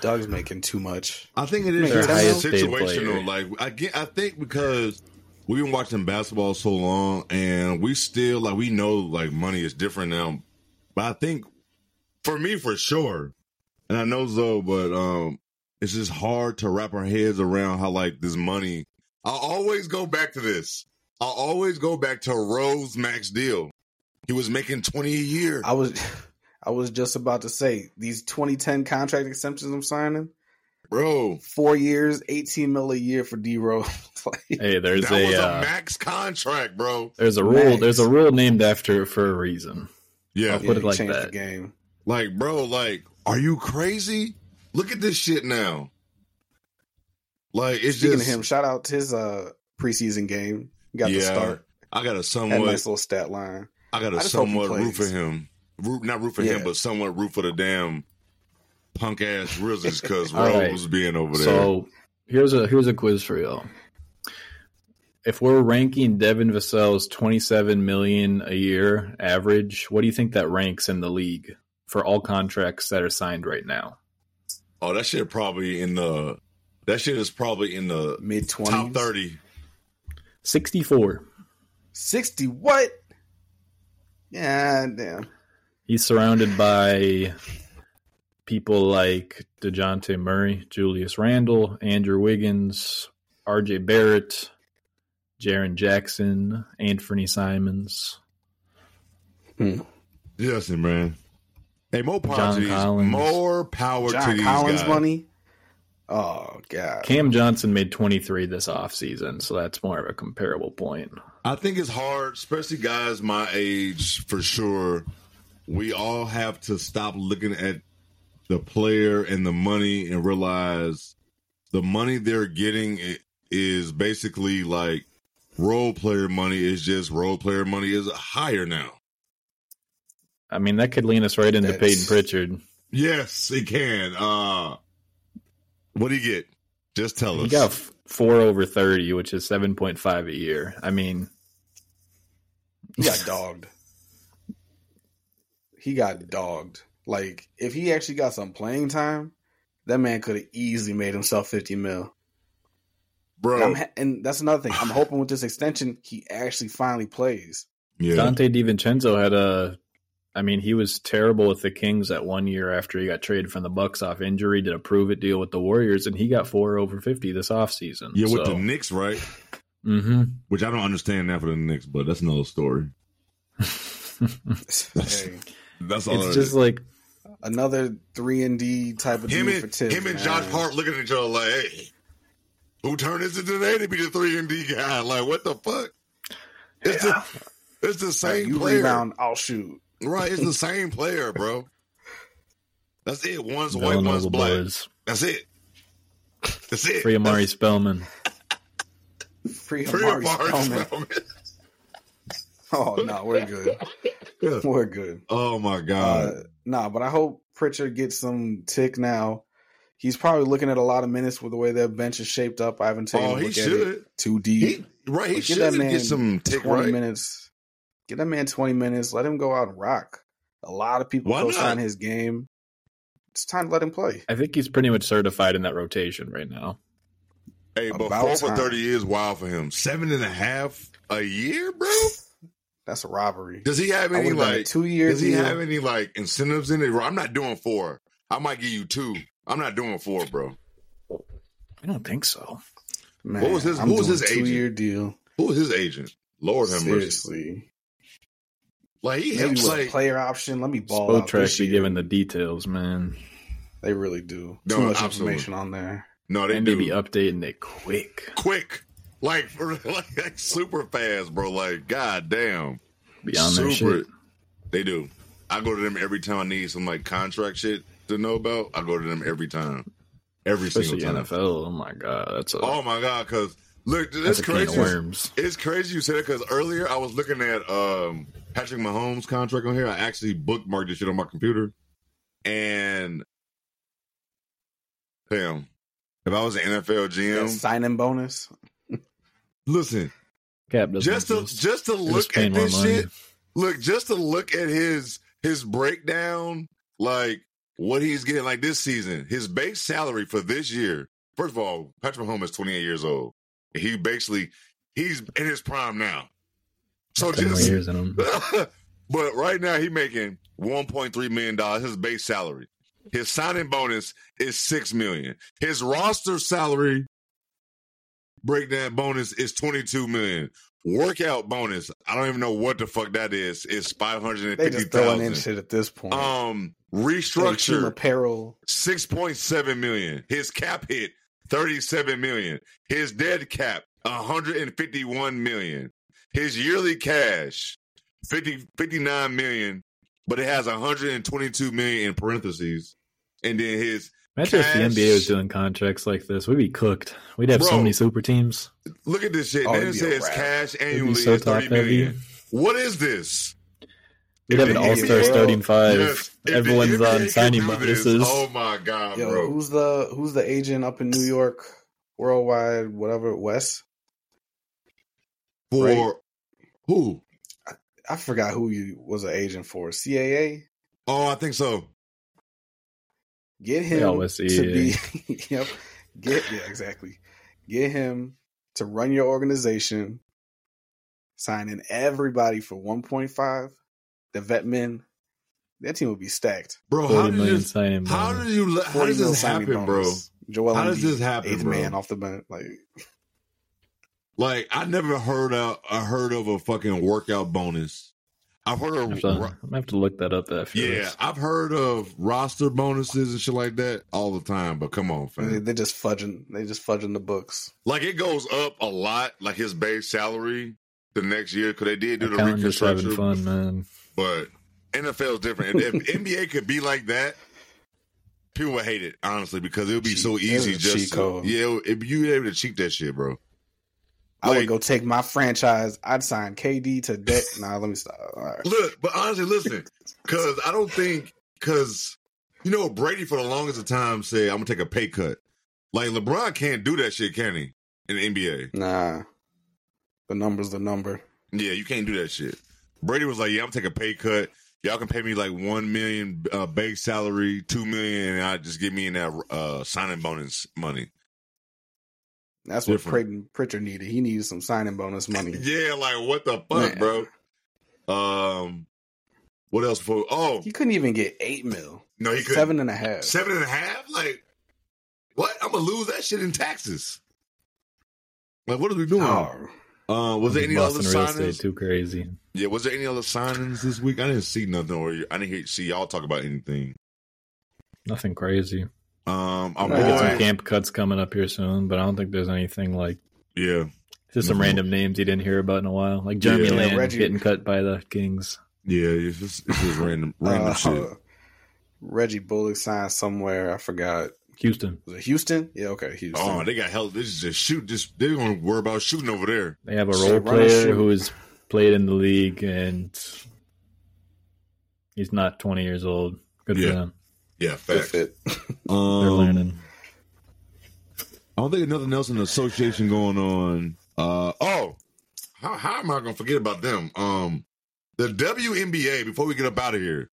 [SPEAKER 2] Doug's making too much.
[SPEAKER 1] I think it is
[SPEAKER 2] They're
[SPEAKER 1] just
[SPEAKER 2] highest
[SPEAKER 3] paid player.
[SPEAKER 1] situational. Like I get, I think because we've been watching basketball so long, and we still like we know like money is different now. But I think for me, for sure, and I know Zoe, but um, it's just hard to wrap our heads around how like this money. I always go back to this. I always go back to Rose max deal. He was making twenty a year.
[SPEAKER 2] I was *laughs* I was just about to say these 2010 contract exemptions I'm signing,
[SPEAKER 1] Bro,
[SPEAKER 2] four years, 18 mil a year for D Rose. *laughs* like,
[SPEAKER 3] hey, there's
[SPEAKER 1] that
[SPEAKER 3] a,
[SPEAKER 1] was a
[SPEAKER 3] uh,
[SPEAKER 1] max contract, bro.
[SPEAKER 3] there's a rule
[SPEAKER 2] max.
[SPEAKER 3] there's a rule named after it for a reason.
[SPEAKER 1] Yeah.
[SPEAKER 3] put
[SPEAKER 2] he
[SPEAKER 3] it like
[SPEAKER 2] changed
[SPEAKER 3] that.
[SPEAKER 2] the game.
[SPEAKER 1] Like, bro, like, are you crazy? Look at this shit now. Like, it's
[SPEAKER 2] Speaking
[SPEAKER 1] just
[SPEAKER 2] of him, shout out to his uh, preseason game. He got the
[SPEAKER 1] Yeah,
[SPEAKER 2] start.
[SPEAKER 1] I got a
[SPEAKER 2] Had a
[SPEAKER 1] somewhat,
[SPEAKER 2] nice little stat line.
[SPEAKER 1] I got a
[SPEAKER 2] I just hope he
[SPEAKER 1] somewhat root for
[SPEAKER 2] plays.
[SPEAKER 1] him. Root, not root for him,
[SPEAKER 2] Yeah.
[SPEAKER 1] but somewhat root for the damn punk ass Rizzles
[SPEAKER 2] *laughs*
[SPEAKER 1] because
[SPEAKER 3] All right.
[SPEAKER 1] Rose being over there.
[SPEAKER 3] So here's a here's a quiz for y'all. If we're ranking Devin Vassell's 27 million a year average, what do you think that ranks in the league for all contracts that are signed right now?
[SPEAKER 1] oh, that shit probably in the. That shit is probably in the
[SPEAKER 2] Mid 20s.
[SPEAKER 1] top thirty.
[SPEAKER 3] 64.
[SPEAKER 2] 60 what? Yeah, damn.
[SPEAKER 3] He's surrounded by people like DeJounte Murray, Julius Randle, Andrew Wiggins, RJ Barrett, Jaron Jackson, Anthony Simons.
[SPEAKER 1] Hmm. Justin, man. Hey, more power
[SPEAKER 3] John
[SPEAKER 1] to these.
[SPEAKER 3] Collins.
[SPEAKER 1] More power to
[SPEAKER 2] John
[SPEAKER 1] these
[SPEAKER 2] Collins
[SPEAKER 1] guys.
[SPEAKER 2] money. Oh god.
[SPEAKER 3] Cam Johnson made 23 this offseason, so that's more of a comparable point.
[SPEAKER 1] I think it's hard, especially guys my age for sure. We all have to stop looking at the player and the money and realize the money they're getting i- is basically like role player money is just role player money is higher now.
[SPEAKER 3] I mean, that could lean us right into
[SPEAKER 2] That's-
[SPEAKER 3] Peyton Pritchard.
[SPEAKER 1] Yes, it can. Uh what do you get? Just tell
[SPEAKER 3] He
[SPEAKER 1] us.
[SPEAKER 3] got f- four over 30, which is 7.5 a year. I mean,
[SPEAKER 2] He got dogged. He got dogged. Like if he actually got some playing time, that man could have easily made himself 50 mil. And,
[SPEAKER 1] Bro.
[SPEAKER 2] I'm ha- and that's another thing. I'm hoping with this extension, he actually finally plays.
[SPEAKER 1] yeah.
[SPEAKER 3] Dante DiVincenzo had a I mean, he was terrible with the Kings that one year after he got traded from the Bucks off injury, did a prove it deal with the Warriors, and he got four over fifty this offseason.
[SPEAKER 1] yeah, with
[SPEAKER 3] so,
[SPEAKER 1] the Knicks, right?
[SPEAKER 3] Mhm.
[SPEAKER 1] Which I don't understand that for the Knicks, but that's another story.
[SPEAKER 2] Hey,
[SPEAKER 1] *laughs* That's all
[SPEAKER 3] it's
[SPEAKER 1] it
[SPEAKER 3] just like
[SPEAKER 2] another three and D type of
[SPEAKER 1] Him
[SPEAKER 2] dude
[SPEAKER 1] and
[SPEAKER 2] for Tibbs.
[SPEAKER 1] him and
[SPEAKER 2] man.
[SPEAKER 1] Josh Hart looking at each other like, hey, who turned this into today to be the three and D guy? *laughs* Like, what the fuck? It's the it's the
[SPEAKER 2] Like,
[SPEAKER 1] same
[SPEAKER 2] you
[SPEAKER 1] player,
[SPEAKER 2] rebound, I'll shoot.
[SPEAKER 1] right?
[SPEAKER 2] *laughs*
[SPEAKER 1] It's the same player, bro. That's it. One's white, one's
[SPEAKER 3] Villanova
[SPEAKER 1] black.
[SPEAKER 3] Boys.
[SPEAKER 1] That's it. That's it.
[SPEAKER 3] Free Amari Spellman.
[SPEAKER 2] Free,
[SPEAKER 1] That's- Free
[SPEAKER 2] Amari
[SPEAKER 1] Amari
[SPEAKER 2] Spellman.
[SPEAKER 1] Spellman.
[SPEAKER 2] *laughs* Oh no, we're good.
[SPEAKER 1] Yeah.
[SPEAKER 2] We're good.
[SPEAKER 1] Oh my god.
[SPEAKER 2] Uh, nah, but I hope Pritchard gets some tick now. He's probably looking at a lot of minutes with the way their bench is shaped up. I haven't taken
[SPEAKER 1] oh,
[SPEAKER 2] a
[SPEAKER 1] he
[SPEAKER 2] look at it
[SPEAKER 1] should.
[SPEAKER 2] too
[SPEAKER 1] He
[SPEAKER 2] deep.
[SPEAKER 1] right. He
[SPEAKER 2] But
[SPEAKER 1] should
[SPEAKER 2] give that man
[SPEAKER 1] get some tick
[SPEAKER 2] twenty
[SPEAKER 1] right.
[SPEAKER 2] minutes. Get that man twenty minutes. Let him go out and rock. A lot of people
[SPEAKER 1] Why
[SPEAKER 2] co sign
[SPEAKER 1] not?
[SPEAKER 2] his game. It's time to let him play.
[SPEAKER 3] I think he's pretty much certified in that rotation right now.
[SPEAKER 1] Hey, but
[SPEAKER 2] About
[SPEAKER 1] four for
[SPEAKER 2] time.
[SPEAKER 1] thirty is wild for him. Seven and a half a year, bro.
[SPEAKER 2] That's a robbery.
[SPEAKER 1] Does he have
[SPEAKER 2] I
[SPEAKER 1] any
[SPEAKER 2] would've done a
[SPEAKER 1] like?
[SPEAKER 2] two
[SPEAKER 1] Does
[SPEAKER 2] years?
[SPEAKER 1] he have any like incentives in it? Bro, I'm not doing four. I might give you two. I'm not doing four, bro.
[SPEAKER 3] I don't think so.
[SPEAKER 1] What was his-
[SPEAKER 2] I'm
[SPEAKER 1] who was
[SPEAKER 2] doing
[SPEAKER 1] his
[SPEAKER 2] a
[SPEAKER 1] agent?
[SPEAKER 2] Two-year deal.
[SPEAKER 1] Who is his agent? Lord have mercy.
[SPEAKER 2] Seriously,
[SPEAKER 1] Like he
[SPEAKER 2] maybe
[SPEAKER 1] helps
[SPEAKER 2] with a
[SPEAKER 1] like
[SPEAKER 2] player option. Let me ball out
[SPEAKER 3] Spotrack
[SPEAKER 2] this
[SPEAKER 3] be
[SPEAKER 2] year.
[SPEAKER 3] giving the details, man.
[SPEAKER 2] They really do.
[SPEAKER 1] No,
[SPEAKER 2] Too much
[SPEAKER 1] absolutely.
[SPEAKER 2] information on there.
[SPEAKER 1] no, they
[SPEAKER 3] And
[SPEAKER 1] do
[SPEAKER 3] they be updating it quick.
[SPEAKER 1] quick, like, for, *laughs* like like super fast, bro. Like god damn,
[SPEAKER 3] Beyond their
[SPEAKER 1] super.
[SPEAKER 3] shit.
[SPEAKER 1] They do. I go to them every time I need some like contract shit to know about. I go to them every time, every
[SPEAKER 3] Especially
[SPEAKER 1] single time.
[SPEAKER 3] NFL. Oh my god, that's a
[SPEAKER 1] Oh my god, because look,
[SPEAKER 3] that's
[SPEAKER 1] that's
[SPEAKER 3] a can of
[SPEAKER 1] crazy.
[SPEAKER 3] worms.
[SPEAKER 1] It's crazy you said it because earlier I was looking at um, Patrick Mahomes' contract on here. I actually bookmarked this shit on my computer, and damn, if I was an NFL
[SPEAKER 2] That
[SPEAKER 1] GM,
[SPEAKER 2] signing bonus.
[SPEAKER 1] listen,
[SPEAKER 3] Cap doesn't
[SPEAKER 1] just to
[SPEAKER 3] exist.
[SPEAKER 1] just to
[SPEAKER 3] They're
[SPEAKER 1] look
[SPEAKER 3] paying
[SPEAKER 1] at
[SPEAKER 3] more
[SPEAKER 1] this
[SPEAKER 3] money.
[SPEAKER 1] shit, look just to look at his his breakdown, like what he's getting like this season, his base salary for this year. First of all, Patrick Mahomes is 28 years old. He basically he's in his prime now. So
[SPEAKER 3] Ten more
[SPEAKER 1] just
[SPEAKER 3] years in 'em.
[SPEAKER 1] but right now he making 1.3 million dollars his base salary. His signing bonus is 6 million. His roster salary breakdown bonus is 22 million. Workout bonus, I don't even know what the fuck that is. It's
[SPEAKER 2] They just throwing
[SPEAKER 1] 550,000.
[SPEAKER 2] in shit at this point.
[SPEAKER 1] Um
[SPEAKER 2] They team
[SPEAKER 1] restructure
[SPEAKER 2] apparel.
[SPEAKER 1] 6.7 million. His cap hit 37 million. His dead cap 151 million. His yearly cash 50 59 million, but it has 122 million in parentheses. And then his
[SPEAKER 3] Imagine if the
[SPEAKER 1] cash-
[SPEAKER 3] NBA was doing contracts like this, we'd be cooked. We'd have so
[SPEAKER 1] Bro.
[SPEAKER 3] many super teams.
[SPEAKER 1] look at this shit.
[SPEAKER 2] Oh,
[SPEAKER 1] they didn't
[SPEAKER 2] it'd be a
[SPEAKER 1] say his
[SPEAKER 2] wrap.
[SPEAKER 1] cash
[SPEAKER 3] We'd
[SPEAKER 1] annually
[SPEAKER 3] be so
[SPEAKER 1] is
[SPEAKER 3] top
[SPEAKER 1] 30 million.
[SPEAKER 3] heavy.
[SPEAKER 1] What is this?
[SPEAKER 3] We'd
[SPEAKER 1] If
[SPEAKER 3] have an
[SPEAKER 1] the
[SPEAKER 3] all star
[SPEAKER 1] NBA
[SPEAKER 3] starting five.
[SPEAKER 1] Yes, if the
[SPEAKER 3] Everyone's
[SPEAKER 1] NBA
[SPEAKER 3] on
[SPEAKER 1] could
[SPEAKER 3] signing
[SPEAKER 1] do this,
[SPEAKER 3] bonuses.
[SPEAKER 1] Oh my god,
[SPEAKER 2] Yo,
[SPEAKER 1] bro.
[SPEAKER 2] who's the who's the agent up in New York, worldwide, whatever? Wes.
[SPEAKER 1] For
[SPEAKER 2] right.
[SPEAKER 1] who?
[SPEAKER 2] I forgot who you was an agent for. CAA.
[SPEAKER 1] Oh, I think so.
[SPEAKER 2] Get
[SPEAKER 3] They
[SPEAKER 2] him
[SPEAKER 3] always
[SPEAKER 2] to
[SPEAKER 3] CAA.
[SPEAKER 2] be. *laughs* yep. Get yeah exactly. Get him to run your organization. Signing everybody for one point five. The vet men. That team would be stacked.
[SPEAKER 1] Bro, how
[SPEAKER 3] Forty
[SPEAKER 1] did
[SPEAKER 3] million
[SPEAKER 1] this
[SPEAKER 3] signing
[SPEAKER 1] How
[SPEAKER 3] bonus.
[SPEAKER 1] did you? let- How
[SPEAKER 2] 40
[SPEAKER 1] does
[SPEAKER 2] mil
[SPEAKER 1] this
[SPEAKER 2] signing
[SPEAKER 1] happen, bro?
[SPEAKER 2] bonus. Joel
[SPEAKER 1] How does
[SPEAKER 2] Embiid,
[SPEAKER 1] this happen,
[SPEAKER 2] eighth
[SPEAKER 1] bro?
[SPEAKER 2] man off the bench. Like
[SPEAKER 1] Like I never heard of I heard of a fucking workout bonus. I've heard
[SPEAKER 3] I'm
[SPEAKER 1] of
[SPEAKER 3] gonna I'm gonna have to look that up afterwards.
[SPEAKER 1] yeah, I've heard of roster bonuses and shit like that all the time. But come on,
[SPEAKER 2] they,
[SPEAKER 1] fam.
[SPEAKER 2] they just fudging. They just fudging the books.
[SPEAKER 1] Like it goes up a lot. Like his base salary the next year because they did do the
[SPEAKER 3] Accounting just having
[SPEAKER 1] reconstruction.
[SPEAKER 3] fun, man.
[SPEAKER 1] But NFL is different. If, if
[SPEAKER 2] *laughs*
[SPEAKER 1] NBA could be like that, people would hate it honestly because it would be
[SPEAKER 2] Cheat.
[SPEAKER 1] so
[SPEAKER 2] It
[SPEAKER 1] easy.
[SPEAKER 2] was a cheat
[SPEAKER 1] Just to,
[SPEAKER 2] code.
[SPEAKER 1] yeah, if you were able to cheat that shit, bro.
[SPEAKER 2] I would
[SPEAKER 1] Like-
[SPEAKER 2] go take my franchise. I'd sign KD to debt. nah, let me stop. All right.
[SPEAKER 1] Look, but honestly, listen, because I don't think because you know Brady for the longest of time said I'm gonna take a pay cut. Like LeBron can't do that shit, can he? In the NBA,
[SPEAKER 2] Nah, the number's the number.
[SPEAKER 1] yeah, you can't do that shit. Brady was like, yeah, I'm gonna take a pay cut. Y'all can pay me like one million uh, base salary, two million, and I just give me in that uh, signing bonus money.
[SPEAKER 2] That's what
[SPEAKER 1] Different.
[SPEAKER 2] Peyton Pritchard needed. He needed some signing bonus money.
[SPEAKER 1] Yeah, like what the fuck,
[SPEAKER 2] Man.
[SPEAKER 1] bro? Um, what else? For oh
[SPEAKER 2] He couldn't even get eight mil.
[SPEAKER 1] no, he could
[SPEAKER 2] Seven and a half.
[SPEAKER 1] Seven and a half? Like, what? I'm gonna lose that shit in taxes. Like, what are we doing?
[SPEAKER 2] Oh,
[SPEAKER 1] Uh, was there any
[SPEAKER 3] Boston
[SPEAKER 1] other
[SPEAKER 3] real estate
[SPEAKER 1] signings?
[SPEAKER 3] too crazy.
[SPEAKER 1] Yeah, was there any other signings this week? I didn't see nothing, or I didn't hear, see y'all talk about anything.
[SPEAKER 3] Nothing crazy.
[SPEAKER 1] Um, our
[SPEAKER 2] No,
[SPEAKER 3] I got
[SPEAKER 1] boy,
[SPEAKER 2] it's
[SPEAKER 3] some camp cuts coming up here soon, but I don't think there's anything like
[SPEAKER 1] yeah,
[SPEAKER 3] just some
[SPEAKER 1] Mhm.
[SPEAKER 3] random names you didn't hear about in a while, like Jeremy
[SPEAKER 1] Yeah,
[SPEAKER 3] Lin
[SPEAKER 2] Reggie-
[SPEAKER 3] getting cut by the Kings.
[SPEAKER 1] yeah, it's just, it's just random, random
[SPEAKER 2] uh,
[SPEAKER 1] shit.
[SPEAKER 2] Reggie Bullock signed somewhere. I forgot.
[SPEAKER 3] Houston,
[SPEAKER 2] Was it Houston? Yeah, okay, Houston.
[SPEAKER 1] Oh, they got hell. This is just shoot. Just they're gonna worry about shooting over there.
[SPEAKER 3] they have a
[SPEAKER 2] Shit,
[SPEAKER 3] role
[SPEAKER 2] run and
[SPEAKER 3] player
[SPEAKER 2] shoot.
[SPEAKER 3] who has played in the league and he's not 20 years old. Good
[SPEAKER 1] Yeah,
[SPEAKER 3] for them.
[SPEAKER 1] Yeah,
[SPEAKER 2] Good
[SPEAKER 1] facts.
[SPEAKER 2] fit.
[SPEAKER 1] Um,
[SPEAKER 3] They're learning.
[SPEAKER 1] I don't think there's nothing else in the association going on. Uh, oh, how, how am I going to forget about them? Um, the WNBA, before we get up out of here,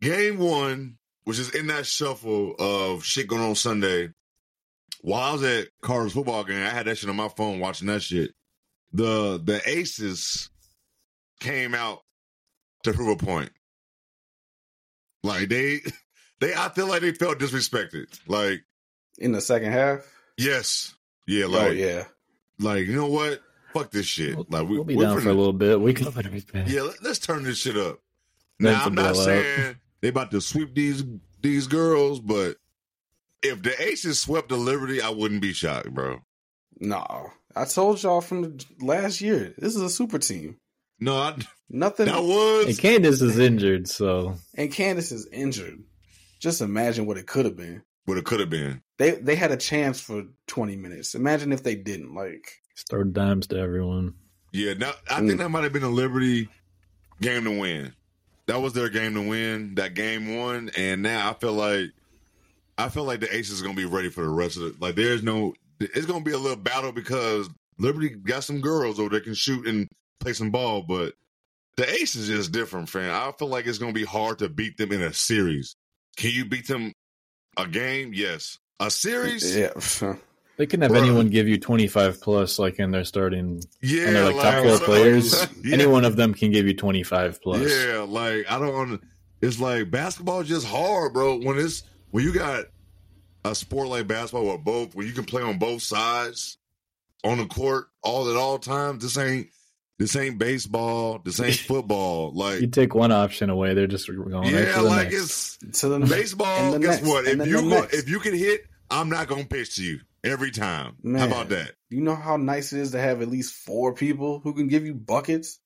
[SPEAKER 1] game one, which is in that shuffle of shit going on Sunday, while I was at Carter's football game, I had that shit on my phone watching that shit. The the Aces came out to prove a point. Like they, *laughs* they, I feel like they felt disrespected. Like
[SPEAKER 2] in the second half.
[SPEAKER 1] yes, yeah,
[SPEAKER 2] oh
[SPEAKER 1] like
[SPEAKER 2] yeah,
[SPEAKER 1] like you know what? Fuck this shit.
[SPEAKER 3] We'll,
[SPEAKER 1] like we,
[SPEAKER 3] we'll be
[SPEAKER 1] we're
[SPEAKER 3] down for a
[SPEAKER 1] finna-
[SPEAKER 3] little bit. We can open it *laughs* back.
[SPEAKER 1] Yeah, let, let's turn this shit up.
[SPEAKER 3] Them
[SPEAKER 1] Now
[SPEAKER 3] to
[SPEAKER 1] I'm not
[SPEAKER 3] blow up.
[SPEAKER 1] saying they about to sweep these these girls, but if the Aces swept the Liberty, I wouldn't be shocked, bro.
[SPEAKER 2] no. I told y'all from the last year. This is a super team.
[SPEAKER 1] No, *laughs* I,
[SPEAKER 2] Nothing.
[SPEAKER 1] that was
[SPEAKER 3] And Candace is injured, so
[SPEAKER 2] And Candace is injured. Just imagine what it could have been.
[SPEAKER 1] what it could have been.
[SPEAKER 2] They they had a chance for twenty minutes. Imagine if they didn't. Like
[SPEAKER 3] throw dimes to everyone.
[SPEAKER 1] Yeah, now I
[SPEAKER 2] Mm.
[SPEAKER 1] think that might have been a Liberty game to win. That was their game to win. That game won, and now I feel like I feel like the Aces are gonna be ready for the rest of it. Like there's no, it's gonna be a little battle because Liberty got some girls over there can shoot and play some ball, but the Aces is different, friend. I feel like it's gonna be hard to beat them in a series. Can you beat them a game? Yes. A series?
[SPEAKER 2] yeah, *laughs*
[SPEAKER 3] They can have
[SPEAKER 1] Bruh.
[SPEAKER 3] anyone give you 25 plus, like in their starting.
[SPEAKER 1] Yeah,
[SPEAKER 3] And they're, like, top
[SPEAKER 2] four
[SPEAKER 1] so-
[SPEAKER 3] players.
[SPEAKER 1] *laughs* Yeah.
[SPEAKER 3] Any one of them can give you 25 plus.
[SPEAKER 1] Yeah, like I don't. It's like basketball is just hard, bro. When it's when you got a sport like basketball where both where you can play on both sides on the court all at all times. This ain't this ain't baseball. This
[SPEAKER 3] *laughs*
[SPEAKER 1] ain't football. Like
[SPEAKER 3] You take one option away, they're just going right
[SPEAKER 1] yeah,
[SPEAKER 3] to the
[SPEAKER 1] like
[SPEAKER 3] next.
[SPEAKER 1] it's
[SPEAKER 2] to the And
[SPEAKER 1] baseball.
[SPEAKER 2] the
[SPEAKER 1] Guess
[SPEAKER 2] next,
[SPEAKER 1] what?
[SPEAKER 2] and
[SPEAKER 1] If
[SPEAKER 2] then
[SPEAKER 1] you
[SPEAKER 2] the
[SPEAKER 1] go,
[SPEAKER 2] next.
[SPEAKER 1] if you can hit, I'm not gonna pitch to you every time. How
[SPEAKER 2] Man.
[SPEAKER 1] about that,
[SPEAKER 2] You know how nice it is to have at least four people who can give you buckets.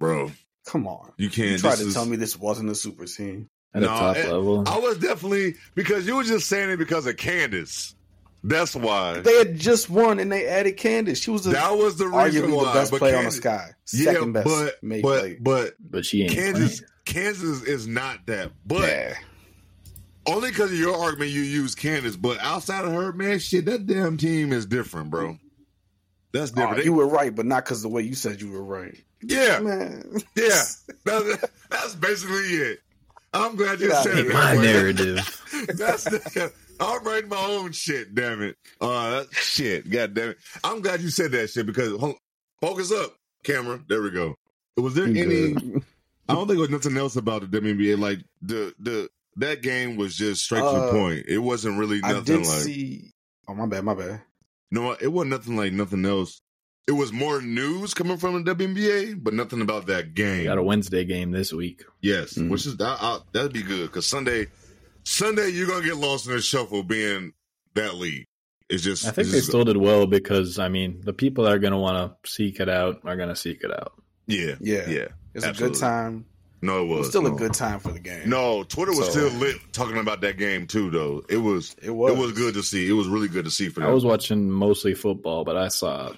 [SPEAKER 1] bro?
[SPEAKER 2] Come on,
[SPEAKER 1] You can't.
[SPEAKER 2] you tried
[SPEAKER 1] this
[SPEAKER 2] to
[SPEAKER 1] is-
[SPEAKER 2] tell me this wasn't a super team.
[SPEAKER 3] At
[SPEAKER 1] No,
[SPEAKER 3] the top
[SPEAKER 1] it-
[SPEAKER 3] level.
[SPEAKER 1] I was definitely because you were just saying it because of Candace. That's why.
[SPEAKER 2] They had just won and they added Candace. She was the,
[SPEAKER 1] that was the reason
[SPEAKER 2] arguably
[SPEAKER 1] why.
[SPEAKER 2] the best
[SPEAKER 1] but
[SPEAKER 2] player on the
[SPEAKER 1] Kansas-
[SPEAKER 2] sky,
[SPEAKER 1] Yeah,
[SPEAKER 2] second best.
[SPEAKER 1] but
[SPEAKER 2] made
[SPEAKER 1] but
[SPEAKER 2] play.
[SPEAKER 1] but
[SPEAKER 3] but she ain't
[SPEAKER 1] Kansas
[SPEAKER 3] playing. *laughs*
[SPEAKER 1] Kansas is not that. But
[SPEAKER 2] yeah,
[SPEAKER 1] only because of your argument, you use Kansas. But outside of her, man, shit, that damn team is different, bro. That's
[SPEAKER 2] Aw,
[SPEAKER 1] different.
[SPEAKER 2] Oh, Uh, you were right, but not because the way you said you were right.
[SPEAKER 1] They- yeah,
[SPEAKER 2] Man, *laughs*
[SPEAKER 1] yeah. That's, that's basically it. I'm glad you
[SPEAKER 2] Get out
[SPEAKER 1] said
[SPEAKER 2] of
[SPEAKER 1] it.
[SPEAKER 2] here.
[SPEAKER 1] that
[SPEAKER 3] My
[SPEAKER 1] way. *laughs*
[SPEAKER 3] narrative.
[SPEAKER 1] That's the, I'm writing my own shit. Damn it! Uh, that shit. God damn it! I'm glad you said that shit because hold, focus up, camera. There we go. Was there
[SPEAKER 2] You
[SPEAKER 1] any?
[SPEAKER 2] good.
[SPEAKER 1] I don't think there was nothing else about the WNBA. Like the the that game was just straight to the
[SPEAKER 2] Uh,
[SPEAKER 1] point. It wasn't really
[SPEAKER 2] I
[SPEAKER 1] nothing
[SPEAKER 2] did
[SPEAKER 1] like
[SPEAKER 2] see. Oh my bad, my bad.
[SPEAKER 1] no. It wasn't nothing like nothing else. It was more news coming from the WNBA, but nothing about that game.
[SPEAKER 3] We got a Wednesday game this week.
[SPEAKER 1] Yes,
[SPEAKER 2] Mhm.
[SPEAKER 1] which is I, I, that'd be good because Sunday, Sunday you're gonna get lost in the shuffle being that league. It's just
[SPEAKER 3] I think
[SPEAKER 1] it's
[SPEAKER 3] they
[SPEAKER 1] just-
[SPEAKER 3] still did well because, I mean, the people that are going to want to seek it out are going to seek it out.
[SPEAKER 1] yeah,
[SPEAKER 2] Yeah,
[SPEAKER 1] yeah,
[SPEAKER 2] it's a
[SPEAKER 1] absolutely.
[SPEAKER 2] good time.
[SPEAKER 1] No, it
[SPEAKER 2] It
[SPEAKER 1] was
[SPEAKER 2] was still
[SPEAKER 1] no.
[SPEAKER 2] a good time for the game.
[SPEAKER 1] No, Twitter was
[SPEAKER 2] So-
[SPEAKER 1] still lit talking about that game too. Though it was,
[SPEAKER 2] it was.
[SPEAKER 1] it was good to see. It was really good to see for them.
[SPEAKER 3] I was watching mostly football, but I saw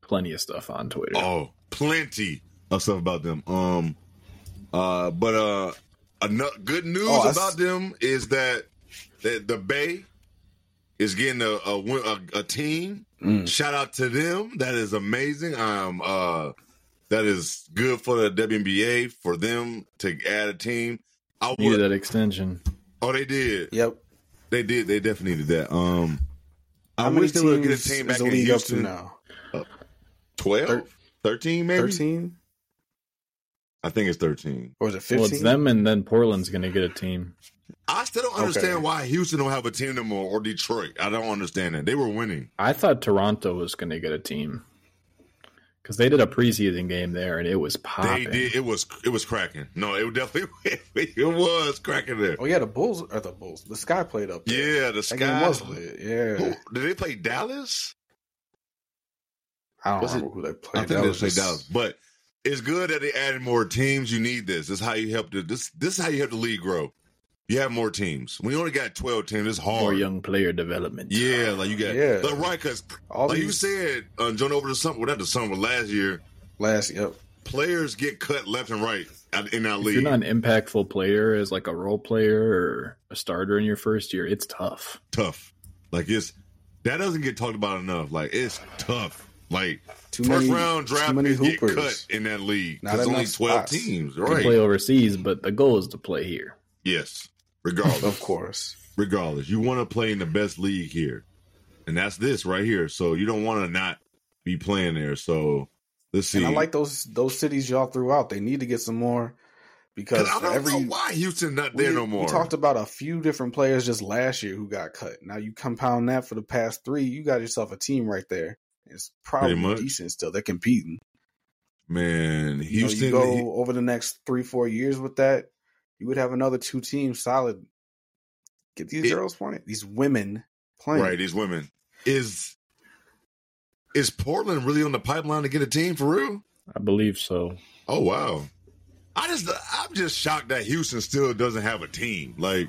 [SPEAKER 3] plenty of stuff on Twitter.
[SPEAKER 1] Oh, plenty of stuff about them. Um, uh, but uh, ano- good news
[SPEAKER 2] Oh, I s-
[SPEAKER 1] about them is that that the Bay is getting a a, win- a, a team.
[SPEAKER 2] Mm.
[SPEAKER 1] Shout out to them. That is amazing. Um, uh, that is good for the WNBA for them to add a team. I
[SPEAKER 3] Needed
[SPEAKER 1] would.
[SPEAKER 3] that extension.
[SPEAKER 1] Oh, they did.
[SPEAKER 2] Yep.
[SPEAKER 1] They did. They definitely did that. Um,
[SPEAKER 2] How
[SPEAKER 1] I
[SPEAKER 2] many
[SPEAKER 1] wish they would get a
[SPEAKER 2] teams
[SPEAKER 1] team
[SPEAKER 2] is
[SPEAKER 1] back
[SPEAKER 2] the
[SPEAKER 1] in
[SPEAKER 2] league up to
[SPEAKER 1] Houston.
[SPEAKER 2] now?
[SPEAKER 1] 12?
[SPEAKER 2] Thir-
[SPEAKER 1] 13 maybe?
[SPEAKER 2] Thirteen
[SPEAKER 1] I think it's 13.
[SPEAKER 2] or is it
[SPEAKER 3] Well, it's
[SPEAKER 2] fifteen?
[SPEAKER 3] them, and then Portland's going to get a team.
[SPEAKER 1] I still don't
[SPEAKER 2] Okay.
[SPEAKER 1] understand why Houston don't have a team anymore or Detroit. I don't understand that. They were winning.
[SPEAKER 3] I thought Toronto was going to get a team because they did a preseason game there, and it was
[SPEAKER 1] They
[SPEAKER 3] popping.
[SPEAKER 1] did. It was it was cracking. No, it definitely *laughs* it was cracking there.
[SPEAKER 2] Oh yeah, the Bulls are the Bulls. The Sky played up. There.
[SPEAKER 1] Yeah, the
[SPEAKER 2] that
[SPEAKER 1] sky.
[SPEAKER 2] game was lit. Yeah,
[SPEAKER 1] Who- did they play Dallas?
[SPEAKER 2] I don't
[SPEAKER 1] Was it-
[SPEAKER 2] remember who they
[SPEAKER 1] I
[SPEAKER 2] played.
[SPEAKER 1] think they
[SPEAKER 2] was
[SPEAKER 1] played
[SPEAKER 2] just-
[SPEAKER 1] Dallas. But it's good that they added more teams. You need this. This is how you help the this this is how you help the league grow. You have more teams. When you only got twelve teams, it's
[SPEAKER 3] more
[SPEAKER 1] hard.
[SPEAKER 3] young player development.
[SPEAKER 1] Yeah, like you got
[SPEAKER 2] Yeah. Oh,
[SPEAKER 1] But right, because
[SPEAKER 2] All
[SPEAKER 1] like
[SPEAKER 2] these
[SPEAKER 1] you said, uh, John over the summer, well, not the summer, but last year,
[SPEAKER 2] last. Yep.
[SPEAKER 1] players get cut left and right at- in that
[SPEAKER 3] If
[SPEAKER 1] league.
[SPEAKER 3] you're not an impactful player as like a role player or a starter in your first year, it's tough.
[SPEAKER 1] tough. Like it's that doesn't get talked about enough. Like it's tough. Like
[SPEAKER 2] Too
[SPEAKER 1] first
[SPEAKER 2] many-
[SPEAKER 1] round
[SPEAKER 2] too
[SPEAKER 1] draft
[SPEAKER 2] many
[SPEAKER 1] picks get
[SPEAKER 2] hoopers.
[SPEAKER 1] cut in that league.
[SPEAKER 2] Not
[SPEAKER 1] There's only
[SPEAKER 2] enough
[SPEAKER 1] twelve
[SPEAKER 2] spots.
[SPEAKER 1] teams,
[SPEAKER 3] You play
[SPEAKER 1] right?
[SPEAKER 3] overseas, but the goal is to play here.
[SPEAKER 1] Yes.
[SPEAKER 2] Of
[SPEAKER 1] Regardless,
[SPEAKER 2] course.
[SPEAKER 1] regardless, you want to play in the best league here, and that's this right here. So you don't want to not be playing there. So Let's see.
[SPEAKER 2] And I like those those cities y'all threw out. They need to get some more because
[SPEAKER 1] 'Cause I
[SPEAKER 2] for
[SPEAKER 1] don't
[SPEAKER 2] every
[SPEAKER 1] know why Houston not there
[SPEAKER 2] we,
[SPEAKER 1] no more.
[SPEAKER 2] we talked about a few different players just last year who got cut. Now you compound that for the past three, you got yourself a team right there. It's probably
[SPEAKER 1] much.
[SPEAKER 2] decent still. They're competing.
[SPEAKER 1] Man,
[SPEAKER 2] You, know,
[SPEAKER 1] Houston.
[SPEAKER 2] you go over the next three, four years with that, you would have another two teams solid. Get these
[SPEAKER 1] It-
[SPEAKER 2] girls playing. These women playing.
[SPEAKER 1] right, these women is is Portland really on the pipeline to get a team for real?
[SPEAKER 3] I believe so.
[SPEAKER 1] Oh wow, I just I'm just shocked that Houston still doesn't have a team. Like,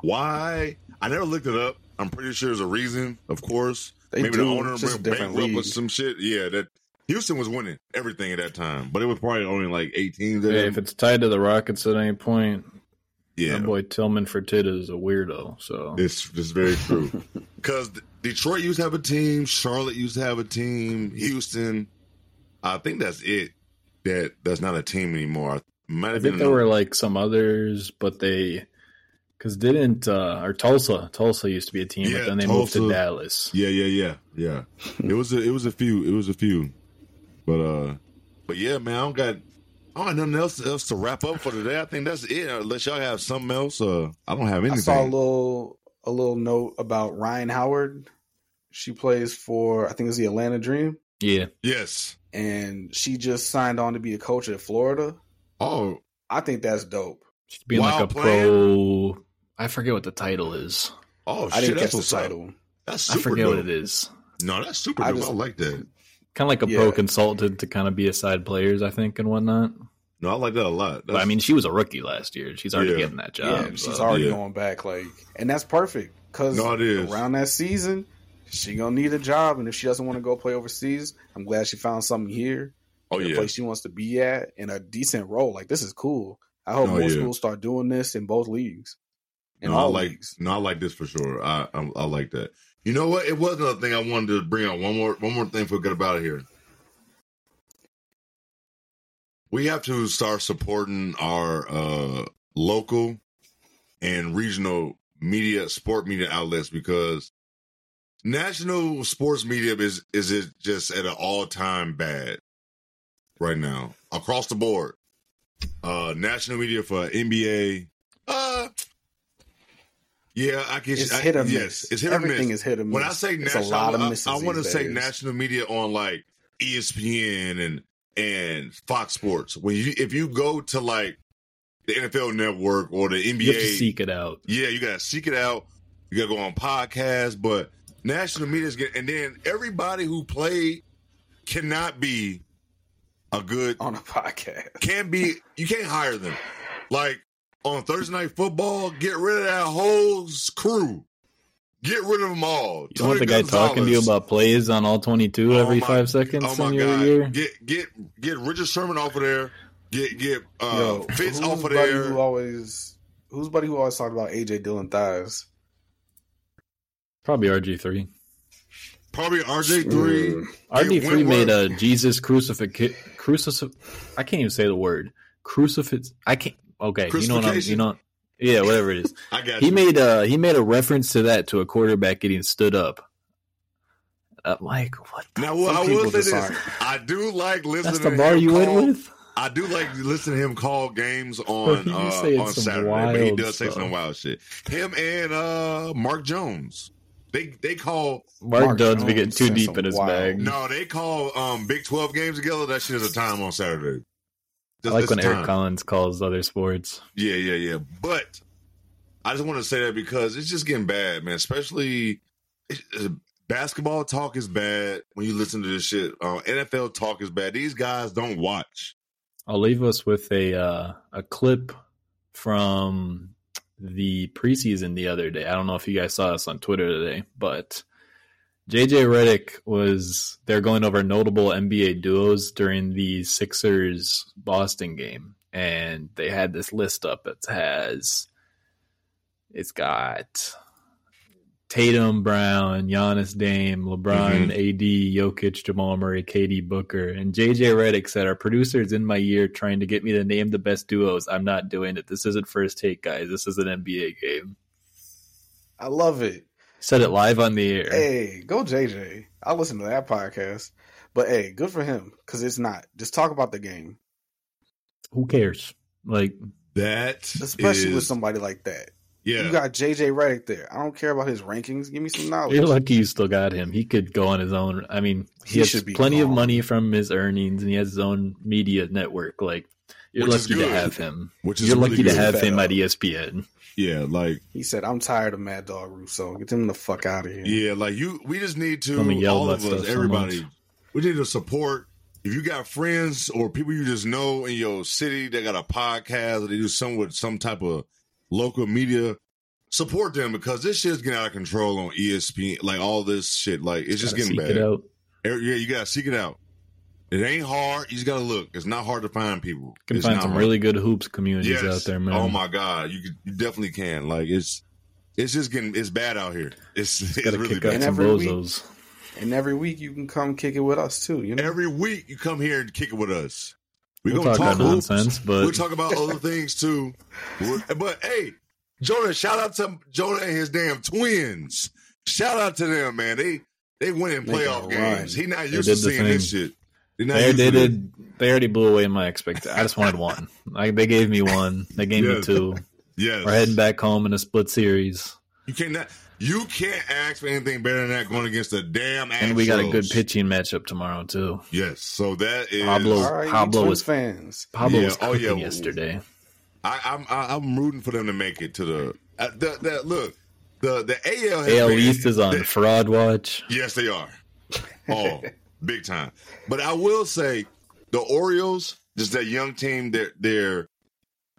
[SPEAKER 1] why? I never looked it up. I'm pretty sure there's a reason, of course.
[SPEAKER 2] They
[SPEAKER 1] Maybe the
[SPEAKER 2] do.
[SPEAKER 1] owner
[SPEAKER 2] It's just a
[SPEAKER 1] went
[SPEAKER 2] different
[SPEAKER 1] bankrupt or
[SPEAKER 2] league.
[SPEAKER 1] some shit. Yeah, that Houston was winning everything at that time, but it was probably only like 18.
[SPEAKER 3] Yeah, if it's tied to the Rockets at any point,
[SPEAKER 1] yeah,
[SPEAKER 3] that boy Tillman Fertitta is a weirdo. So
[SPEAKER 1] It's it's very true.
[SPEAKER 3] *laughs*
[SPEAKER 1] Because Detroit used to have a team, Charlotte used to have a team, Houston. I think that's it. That that's not a team anymore. I might
[SPEAKER 3] I
[SPEAKER 1] have
[SPEAKER 3] think
[SPEAKER 1] been
[SPEAKER 3] there were like some others, but they because didn't uh, or Tulsa. Tulsa used to be a team,
[SPEAKER 1] Yeah,
[SPEAKER 3] but then they moved
[SPEAKER 1] Tulsa.
[SPEAKER 3] to Dallas.
[SPEAKER 1] Yeah, yeah, yeah, yeah. It was a, it was a few. It was a few. But uh, but yeah, man, I don't got I don't got nothing else else to wrap up for today. I think that's it. Unless y'all have something else, uh, I don't have
[SPEAKER 2] I
[SPEAKER 1] anything.
[SPEAKER 2] saw a little a little note about Ryan Howard. She plays for I think it's the Atlanta Dream,
[SPEAKER 3] Yeah,
[SPEAKER 1] yes.
[SPEAKER 2] and she just signed on to be a coach at Florida.
[SPEAKER 1] Oh,
[SPEAKER 2] I think that's dope.
[SPEAKER 3] just being
[SPEAKER 1] While
[SPEAKER 3] like a pro. I forget what the title is.
[SPEAKER 1] oh, shit,
[SPEAKER 2] I didn't
[SPEAKER 1] that's
[SPEAKER 2] catch the
[SPEAKER 1] what's up.
[SPEAKER 2] title.
[SPEAKER 1] That's
[SPEAKER 3] I
[SPEAKER 1] super
[SPEAKER 3] forget
[SPEAKER 1] dope.
[SPEAKER 3] what it is.
[SPEAKER 1] No, that's super
[SPEAKER 2] I
[SPEAKER 1] dope.
[SPEAKER 2] just-
[SPEAKER 1] I like that.
[SPEAKER 3] Kind of like a
[SPEAKER 2] Yeah.
[SPEAKER 3] pro consultant to kind of be aside players, I think, and whatnot.
[SPEAKER 1] No, I like that a lot.
[SPEAKER 3] But I mean, she was a rookie last year. She's already
[SPEAKER 1] Yeah.
[SPEAKER 3] getting that
[SPEAKER 2] Yeah,
[SPEAKER 3] job.
[SPEAKER 2] she's
[SPEAKER 3] so-
[SPEAKER 2] already
[SPEAKER 1] yeah.
[SPEAKER 2] going back. Like, and that's perfect because
[SPEAKER 1] No, it is.
[SPEAKER 2] around that season, she gonna need a job, and if she doesn't want to go play overseas, I'm glad she found something here,
[SPEAKER 1] oh
[SPEAKER 2] a
[SPEAKER 1] yeah,
[SPEAKER 2] place she wants to be at, and a decent role. Like, this is cool. I hope
[SPEAKER 1] No,
[SPEAKER 2] more
[SPEAKER 1] Oh, yeah.
[SPEAKER 2] schools start doing this in both leagues, in
[SPEAKER 1] no, I
[SPEAKER 2] all
[SPEAKER 1] like
[SPEAKER 2] leagues.
[SPEAKER 1] no, I like this for sure. I, I I like that. You know what? It was another thing I wanted to bring up. One more one more thing for good about here. We have to start supporting our uh local and regional media, sport media outlets because national sports media is is it just at an all time bad right now across the board. Uh, national media for NBA. Uh, yeah, I can.
[SPEAKER 2] It's
[SPEAKER 1] I-
[SPEAKER 2] hit or miss.
[SPEAKER 1] Yes, it's hit or
[SPEAKER 2] Everything
[SPEAKER 1] miss.
[SPEAKER 2] is hit or miss.
[SPEAKER 1] When I say
[SPEAKER 2] It's a
[SPEAKER 1] national,
[SPEAKER 2] lot of
[SPEAKER 1] I-
[SPEAKER 2] misses
[SPEAKER 1] I, want to
[SPEAKER 2] these
[SPEAKER 1] say
[SPEAKER 2] days.
[SPEAKER 1] national media on like E ESPN and and Fox Sports. When you if you go to like the NFL Network or the NBA,
[SPEAKER 3] you have to seek it out.
[SPEAKER 1] yeah, you gotta seek it out. You gotta go on podcasts, but national media's getting, and then everybody who played cannot be a good
[SPEAKER 2] on a podcast.
[SPEAKER 1] can't be you can't hire them. Like on Thursday night football, get rid of that whole s- crew. Get rid of them all.
[SPEAKER 3] You want the guy talking to you about plays on all 22
[SPEAKER 1] Oh
[SPEAKER 3] every
[SPEAKER 1] my-
[SPEAKER 3] five seconds
[SPEAKER 1] Oh
[SPEAKER 3] in
[SPEAKER 1] my
[SPEAKER 3] your
[SPEAKER 1] god!
[SPEAKER 3] year?
[SPEAKER 1] Get get get Richard Sherman off of there. Get get uh,
[SPEAKER 2] Yo,
[SPEAKER 1] Fitz
[SPEAKER 2] who's
[SPEAKER 1] off of
[SPEAKER 2] buddy
[SPEAKER 1] there.
[SPEAKER 2] Who always who's buddy who always talked about AJ Dillon thighs?
[SPEAKER 3] Probably RG3.
[SPEAKER 1] Probably RJ three.
[SPEAKER 2] Mm.
[SPEAKER 3] RG3
[SPEAKER 1] Wentworth.
[SPEAKER 3] made a Jesus crucifix crucif I can't even say the word. Crucifix I can't Okay, you know what I'm you
[SPEAKER 1] Crucifixion?
[SPEAKER 3] know Yeah,
[SPEAKER 1] *laughs*
[SPEAKER 3] whatever it is.
[SPEAKER 1] I got
[SPEAKER 3] He
[SPEAKER 1] you.
[SPEAKER 3] made a he made a reference to that to a quarterback getting stood up. I'm like, what?
[SPEAKER 1] Now, what
[SPEAKER 2] Some
[SPEAKER 1] I
[SPEAKER 2] people
[SPEAKER 1] will say
[SPEAKER 2] just
[SPEAKER 1] this:
[SPEAKER 2] aren't.
[SPEAKER 1] I do like listening.
[SPEAKER 3] That's the
[SPEAKER 1] to
[SPEAKER 3] bar
[SPEAKER 1] him
[SPEAKER 3] you went
[SPEAKER 1] call-
[SPEAKER 3] with?
[SPEAKER 1] I do like listening to him call games
[SPEAKER 3] Well,
[SPEAKER 1] on
[SPEAKER 3] he be
[SPEAKER 1] uh,
[SPEAKER 3] saying
[SPEAKER 1] on
[SPEAKER 3] some
[SPEAKER 1] Saturday, but he
[SPEAKER 3] wild
[SPEAKER 1] does say some
[SPEAKER 3] stuff.
[SPEAKER 1] wild shit. Him and uh, Mark Jones, they they call
[SPEAKER 3] Mark,
[SPEAKER 2] Mark
[SPEAKER 3] Jones be getting
[SPEAKER 2] Jones
[SPEAKER 3] too
[SPEAKER 2] said
[SPEAKER 3] deep
[SPEAKER 2] some
[SPEAKER 3] in his
[SPEAKER 2] wild-
[SPEAKER 3] bag.
[SPEAKER 1] no, they call um, Big Twelve games together. That shit is a time on Saturday.
[SPEAKER 3] I
[SPEAKER 1] Just-
[SPEAKER 3] like
[SPEAKER 1] it's
[SPEAKER 3] when
[SPEAKER 1] a
[SPEAKER 3] Eric
[SPEAKER 1] time.
[SPEAKER 3] Collins calls other sports.
[SPEAKER 1] Yeah, yeah, yeah. But I just want to say that because it's just getting bad, man. Especially it- it- basketball talk is bad when you listen to this shit. Uh, NFL talk is bad. These guys don't watch.
[SPEAKER 3] I'll leave us with a uh, a clip from the preseason the other day. I don't know if you guys saw this on Twitter today, but JJ Redick was they're going over notable NBA duos during the Sixers Boston game, and they had this list up that has it's got Tatum, Brown, Giannis, Dame, LeBron, AD, Jokic, Jamal Murray, KD, Booker, and JJ Redick said, "Our producers in my ear trying to get me to name the best duos. I'm not doing it. This isn't first take, guys. This is an NBA game."
[SPEAKER 2] I love it.
[SPEAKER 3] Said it live on the air.
[SPEAKER 2] Hey, go JJ. I listen to that podcast. But hey, good for him because it's not. Just talk about the game,
[SPEAKER 3] Who cares? Like,
[SPEAKER 1] That
[SPEAKER 2] especially with
[SPEAKER 1] is-
[SPEAKER 2] somebody like that.
[SPEAKER 1] Yeah,
[SPEAKER 2] You got JJ Redick there. I don't care about his rankings. Give me some
[SPEAKER 1] Oh,
[SPEAKER 2] knowledge.
[SPEAKER 3] you're lucky you still got him. He could go on his own. I mean, he,
[SPEAKER 2] He
[SPEAKER 3] has
[SPEAKER 2] should be
[SPEAKER 3] plenty of
[SPEAKER 2] gone.
[SPEAKER 3] money from his earnings, and he has his own media network. Like, you're
[SPEAKER 1] Which is
[SPEAKER 3] lucky to
[SPEAKER 1] good.
[SPEAKER 3] have him.
[SPEAKER 1] which is
[SPEAKER 3] You're
[SPEAKER 1] really
[SPEAKER 3] lucky to
[SPEAKER 1] good.
[SPEAKER 3] have him
[SPEAKER 2] Fed
[SPEAKER 3] at E
[SPEAKER 2] up.
[SPEAKER 3] ESPN.
[SPEAKER 1] Yeah, like
[SPEAKER 2] He said, "I'm tired of Mad Dog Russo. Get him the fuck out of here."
[SPEAKER 1] yeah, like you. We just need to
[SPEAKER 3] I'm gonna yell
[SPEAKER 1] all
[SPEAKER 3] that
[SPEAKER 1] of us,
[SPEAKER 3] stuff so
[SPEAKER 1] everybody.
[SPEAKER 3] much.
[SPEAKER 1] we need to support. If you got friends or people you just know in your city that got a podcast or they do something with some type of local media, support them because this shit's getting out of control on E ESPN. Like all this shit, like it's just
[SPEAKER 3] Gotta
[SPEAKER 1] getting
[SPEAKER 3] seek
[SPEAKER 1] bad.
[SPEAKER 3] it out.
[SPEAKER 1] Er- Yeah, you gotta seek it out. It ain't hard. You just gotta look. It's not hard to find people.
[SPEAKER 3] You can
[SPEAKER 1] It's
[SPEAKER 3] find
[SPEAKER 1] not
[SPEAKER 3] some
[SPEAKER 1] hard.
[SPEAKER 3] really good hoops communities out there, man.
[SPEAKER 1] Oh my god, you could, you definitely can. Like it's it's just getting it's bad out here. It's *laughs* it's,
[SPEAKER 3] Gotta
[SPEAKER 1] really
[SPEAKER 3] kick
[SPEAKER 1] bad.
[SPEAKER 3] out
[SPEAKER 2] And
[SPEAKER 3] some
[SPEAKER 2] every week-
[SPEAKER 3] bozos.
[SPEAKER 2] And every week you can come kick it with us too. You know,
[SPEAKER 1] Every week you come here and kick it with us. We
[SPEAKER 3] We'll
[SPEAKER 1] gonna
[SPEAKER 3] talk
[SPEAKER 1] talk
[SPEAKER 3] about
[SPEAKER 1] hoops.
[SPEAKER 3] nonsense,
[SPEAKER 1] We'll
[SPEAKER 3] but
[SPEAKER 1] talk about other things too. We're- but hey, Jonah, shout out to Jonah and his damn twins. Shout out to them, man. They they winning
[SPEAKER 2] They got
[SPEAKER 1] playoff
[SPEAKER 2] a
[SPEAKER 1] games.
[SPEAKER 2] run.
[SPEAKER 1] He not used
[SPEAKER 3] did
[SPEAKER 1] to
[SPEAKER 3] the
[SPEAKER 1] seeing this shit. They not
[SPEAKER 3] they,
[SPEAKER 1] used
[SPEAKER 3] they
[SPEAKER 1] to this.
[SPEAKER 3] did. They already blew away my expectations. I just wanted one. Like they gave me one. They gave
[SPEAKER 1] Yes.
[SPEAKER 3] me two.
[SPEAKER 1] Yes.
[SPEAKER 3] We're heading back home in a split series,
[SPEAKER 1] You cannot. You can't ask for anything better than that going against the damn. Astros.
[SPEAKER 3] and we got a good pitching matchup tomorrow too.
[SPEAKER 1] Yes. So that is.
[SPEAKER 3] Pablo.
[SPEAKER 2] all right,
[SPEAKER 3] Pablo
[SPEAKER 2] you Twins
[SPEAKER 3] was-
[SPEAKER 2] E fans.
[SPEAKER 3] Pablo
[SPEAKER 1] Yeah,
[SPEAKER 3] was
[SPEAKER 1] oh,
[SPEAKER 3] cooking
[SPEAKER 1] yeah.
[SPEAKER 3] yesterday.
[SPEAKER 1] I, I'm. I, I'm rooting for them to make it to the. Uh, the, the look. The the AL. has
[SPEAKER 3] AL
[SPEAKER 1] been-
[SPEAKER 3] East is
[SPEAKER 1] *laughs*
[SPEAKER 3] on
[SPEAKER 1] the-
[SPEAKER 3] fraud watch.
[SPEAKER 1] yes, they are. Oh, big time. But I will say, the Orioles, just that young team. Their their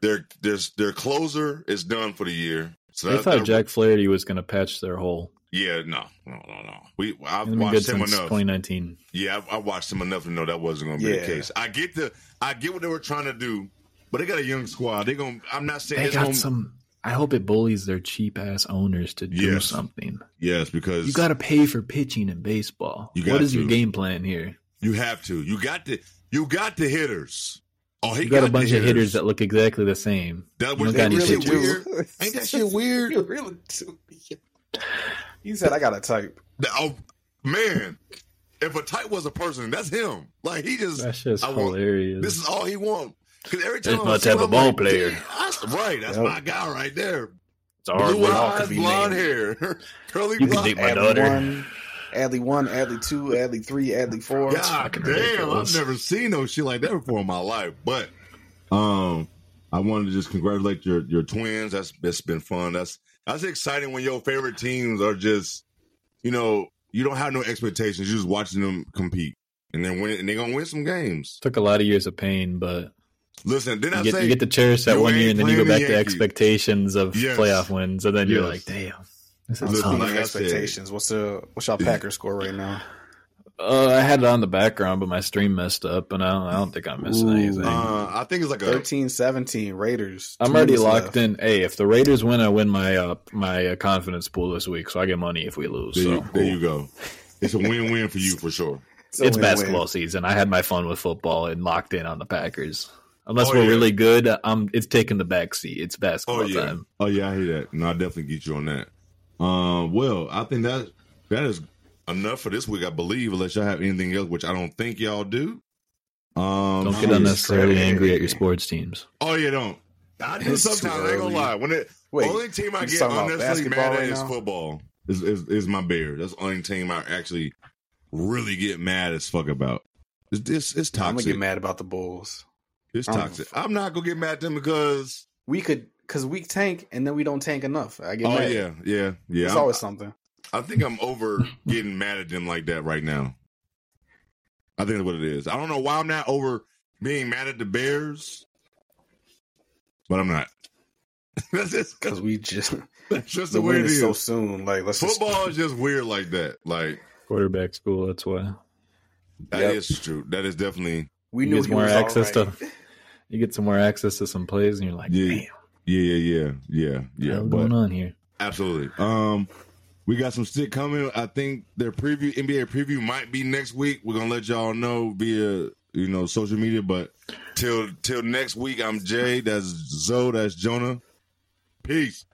[SPEAKER 1] their their their closer is done for the year. So
[SPEAKER 3] They
[SPEAKER 1] Uh, that-
[SPEAKER 3] thought
[SPEAKER 1] that-
[SPEAKER 3] Jack Flaherty was going to patch their hole.
[SPEAKER 1] Yeah. No. No. No. No. We. I've
[SPEAKER 3] He's been good
[SPEAKER 1] watched him
[SPEAKER 3] since
[SPEAKER 1] enough.
[SPEAKER 3] 2019.
[SPEAKER 1] Yeah, I, I watched him enough to know that wasn't going to be
[SPEAKER 2] Yeah.
[SPEAKER 1] the case. I get the, I get what they were trying to do, but they got a young squad. They going to I'm not saying
[SPEAKER 3] They
[SPEAKER 1] it's
[SPEAKER 3] got
[SPEAKER 1] gonna-
[SPEAKER 3] some. I hope it bullies their cheap ass owners to do
[SPEAKER 1] Yes.
[SPEAKER 3] something.
[SPEAKER 1] Yes, because
[SPEAKER 3] You got to pay for pitching in baseball.
[SPEAKER 1] You
[SPEAKER 3] what
[SPEAKER 1] got
[SPEAKER 3] is your
[SPEAKER 1] to.
[SPEAKER 3] game plan here?
[SPEAKER 1] you have to. You got the, you got the hitters. Oh, he
[SPEAKER 3] You got,
[SPEAKER 1] got
[SPEAKER 3] a bunch
[SPEAKER 1] the
[SPEAKER 3] of hitters that look exactly the same.
[SPEAKER 1] that
[SPEAKER 3] you
[SPEAKER 1] was
[SPEAKER 3] don't
[SPEAKER 1] that
[SPEAKER 3] got any
[SPEAKER 1] really
[SPEAKER 3] pitchers.
[SPEAKER 1] weird.
[SPEAKER 2] *laughs*
[SPEAKER 1] Ain't that shit weird?
[SPEAKER 2] You really do. *laughs* He said, "I got to type."
[SPEAKER 1] That- oh man, if a type was a person, that's him. Like he just
[SPEAKER 3] That's just
[SPEAKER 1] I want-
[SPEAKER 3] hilarious.
[SPEAKER 1] this is all he want. Because every
[SPEAKER 3] That's
[SPEAKER 1] time
[SPEAKER 3] my
[SPEAKER 1] I see
[SPEAKER 3] type
[SPEAKER 1] him,
[SPEAKER 3] of
[SPEAKER 1] I'm
[SPEAKER 3] ball player.
[SPEAKER 1] "Damn, that's- right, that's
[SPEAKER 2] Yep.
[SPEAKER 1] my guy right there.
[SPEAKER 3] it's all
[SPEAKER 1] Blue
[SPEAKER 3] right.
[SPEAKER 1] eyes,
[SPEAKER 2] could be
[SPEAKER 1] blonde
[SPEAKER 2] named.
[SPEAKER 1] hair, *laughs* curly
[SPEAKER 3] You can
[SPEAKER 1] blonde.
[SPEAKER 3] date My
[SPEAKER 2] Adley
[SPEAKER 3] daughter.
[SPEAKER 2] one, Adley one, Adley two, Adley three, Adley four.
[SPEAKER 1] God
[SPEAKER 3] fucking
[SPEAKER 1] damn,
[SPEAKER 3] ridiculous.
[SPEAKER 1] I've never seen no shit like that before in my life. But um, I wanted to just congratulate your your twins. That's that's been fun. That's that's exciting when your favorite teams are just you know you don't have no expectations. You're just watching them compete, and then win, and they're gonna win some games.
[SPEAKER 3] Took a lot of years of pain, but
[SPEAKER 1] Listen, then I
[SPEAKER 3] you get,
[SPEAKER 1] say
[SPEAKER 3] you get to cherish that
[SPEAKER 1] you
[SPEAKER 3] one
[SPEAKER 1] ain't
[SPEAKER 3] year, and then you go
[SPEAKER 1] playing
[SPEAKER 3] back
[SPEAKER 1] the
[SPEAKER 3] to
[SPEAKER 1] Yankees.
[SPEAKER 3] expectations of
[SPEAKER 1] Yes.
[SPEAKER 3] playoff wins, and then you're
[SPEAKER 1] Yes.
[SPEAKER 3] like, damn. This is
[SPEAKER 1] Listen,
[SPEAKER 3] tough.
[SPEAKER 1] like I said-
[SPEAKER 2] expectations. What's the what's y'all Packers score right now?
[SPEAKER 3] Uh, I had it on the background, but my stream messed up, and I don't, I don't think I'm missing
[SPEAKER 2] Ooh.
[SPEAKER 3] anything.
[SPEAKER 1] uh, I think it's like a
[SPEAKER 2] 13-17, Raiders.
[SPEAKER 3] I'm
[SPEAKER 2] Two
[SPEAKER 3] already
[SPEAKER 2] minutes
[SPEAKER 3] locked
[SPEAKER 2] left.
[SPEAKER 3] in. Hey, if the Raiders win, I win my uh, my uh, confidence pool this week, so I get money if we lose.
[SPEAKER 1] there,
[SPEAKER 3] so
[SPEAKER 1] you, there you go. It's
[SPEAKER 3] *laughs*
[SPEAKER 1] a win win for you for sure.
[SPEAKER 2] a
[SPEAKER 3] it's
[SPEAKER 2] win-win.
[SPEAKER 3] basketball season. I had my fun with football and locked in on the Packers. Unless
[SPEAKER 1] Oh,
[SPEAKER 3] we're
[SPEAKER 1] yeah.
[SPEAKER 3] really good, um, it's taking the back seat. It's basketball
[SPEAKER 1] Oh yeah.
[SPEAKER 3] time.
[SPEAKER 1] Oh yeah, I hear that. No, I definitely get you on that. Um, well, I think that that is enough for this week, I believe, unless y'all have anything else, which I don't think y'all do. Um
[SPEAKER 3] Don't get
[SPEAKER 2] Jesus
[SPEAKER 3] unnecessarily
[SPEAKER 2] Christ.
[SPEAKER 3] angry at your sports teams.
[SPEAKER 1] Oh yeah, don't. I do
[SPEAKER 2] It's too
[SPEAKER 1] sometimes, I ain't
[SPEAKER 2] early.
[SPEAKER 1] gonna lie. When it
[SPEAKER 2] Wait,
[SPEAKER 1] only team I
[SPEAKER 2] you
[SPEAKER 1] get
[SPEAKER 2] talking about
[SPEAKER 1] unnecessarily
[SPEAKER 2] basketball
[SPEAKER 1] mad at
[SPEAKER 2] right
[SPEAKER 1] is
[SPEAKER 2] now?
[SPEAKER 1] football. Is, is is my bear. That's the only team I actually really get mad as fuck about. It's it's, it's
[SPEAKER 2] I'm gonna
[SPEAKER 1] toxic.
[SPEAKER 2] get mad about the Bulls.
[SPEAKER 1] It's
[SPEAKER 2] I'm-
[SPEAKER 1] toxic. I'm not gonna get mad at them because
[SPEAKER 2] We could because we tank and then we don't tank enough. I get
[SPEAKER 1] Oh
[SPEAKER 2] mad.
[SPEAKER 1] yeah, yeah, yeah.
[SPEAKER 2] It's
[SPEAKER 1] I'm-
[SPEAKER 2] always something.
[SPEAKER 1] I think I'm over getting mad at them like that right now. I think that's what it is. I don't know why I'm not over being mad at the Bears, but I'm not. *laughs* that's just
[SPEAKER 2] Because we just
[SPEAKER 1] that's just the,
[SPEAKER 2] the
[SPEAKER 1] way
[SPEAKER 2] win
[SPEAKER 1] it
[SPEAKER 2] is
[SPEAKER 1] is.
[SPEAKER 2] so soon. Like let's just-
[SPEAKER 1] Football is just weird like that. Like
[SPEAKER 3] Quarterback school. That's why
[SPEAKER 1] that
[SPEAKER 2] Yep.
[SPEAKER 1] is true. That is definitely
[SPEAKER 2] we
[SPEAKER 3] You
[SPEAKER 2] knew
[SPEAKER 3] get
[SPEAKER 2] he
[SPEAKER 3] more
[SPEAKER 2] was
[SPEAKER 3] access
[SPEAKER 2] all right.
[SPEAKER 3] to- you get some more access to some plays, and you're like,
[SPEAKER 1] Yeah.
[SPEAKER 3] damn,
[SPEAKER 1] yeah, yeah, yeah, yeah, yeah.
[SPEAKER 3] what's
[SPEAKER 1] but-
[SPEAKER 3] going on here?
[SPEAKER 1] Absolutely. Um, we got some stick coming. I think their preview, NBA preview, might be next week. We're gonna let y'all know via you know social media. But till till next week, I'm Jay. That's Zoe. That's Jonah. Peace.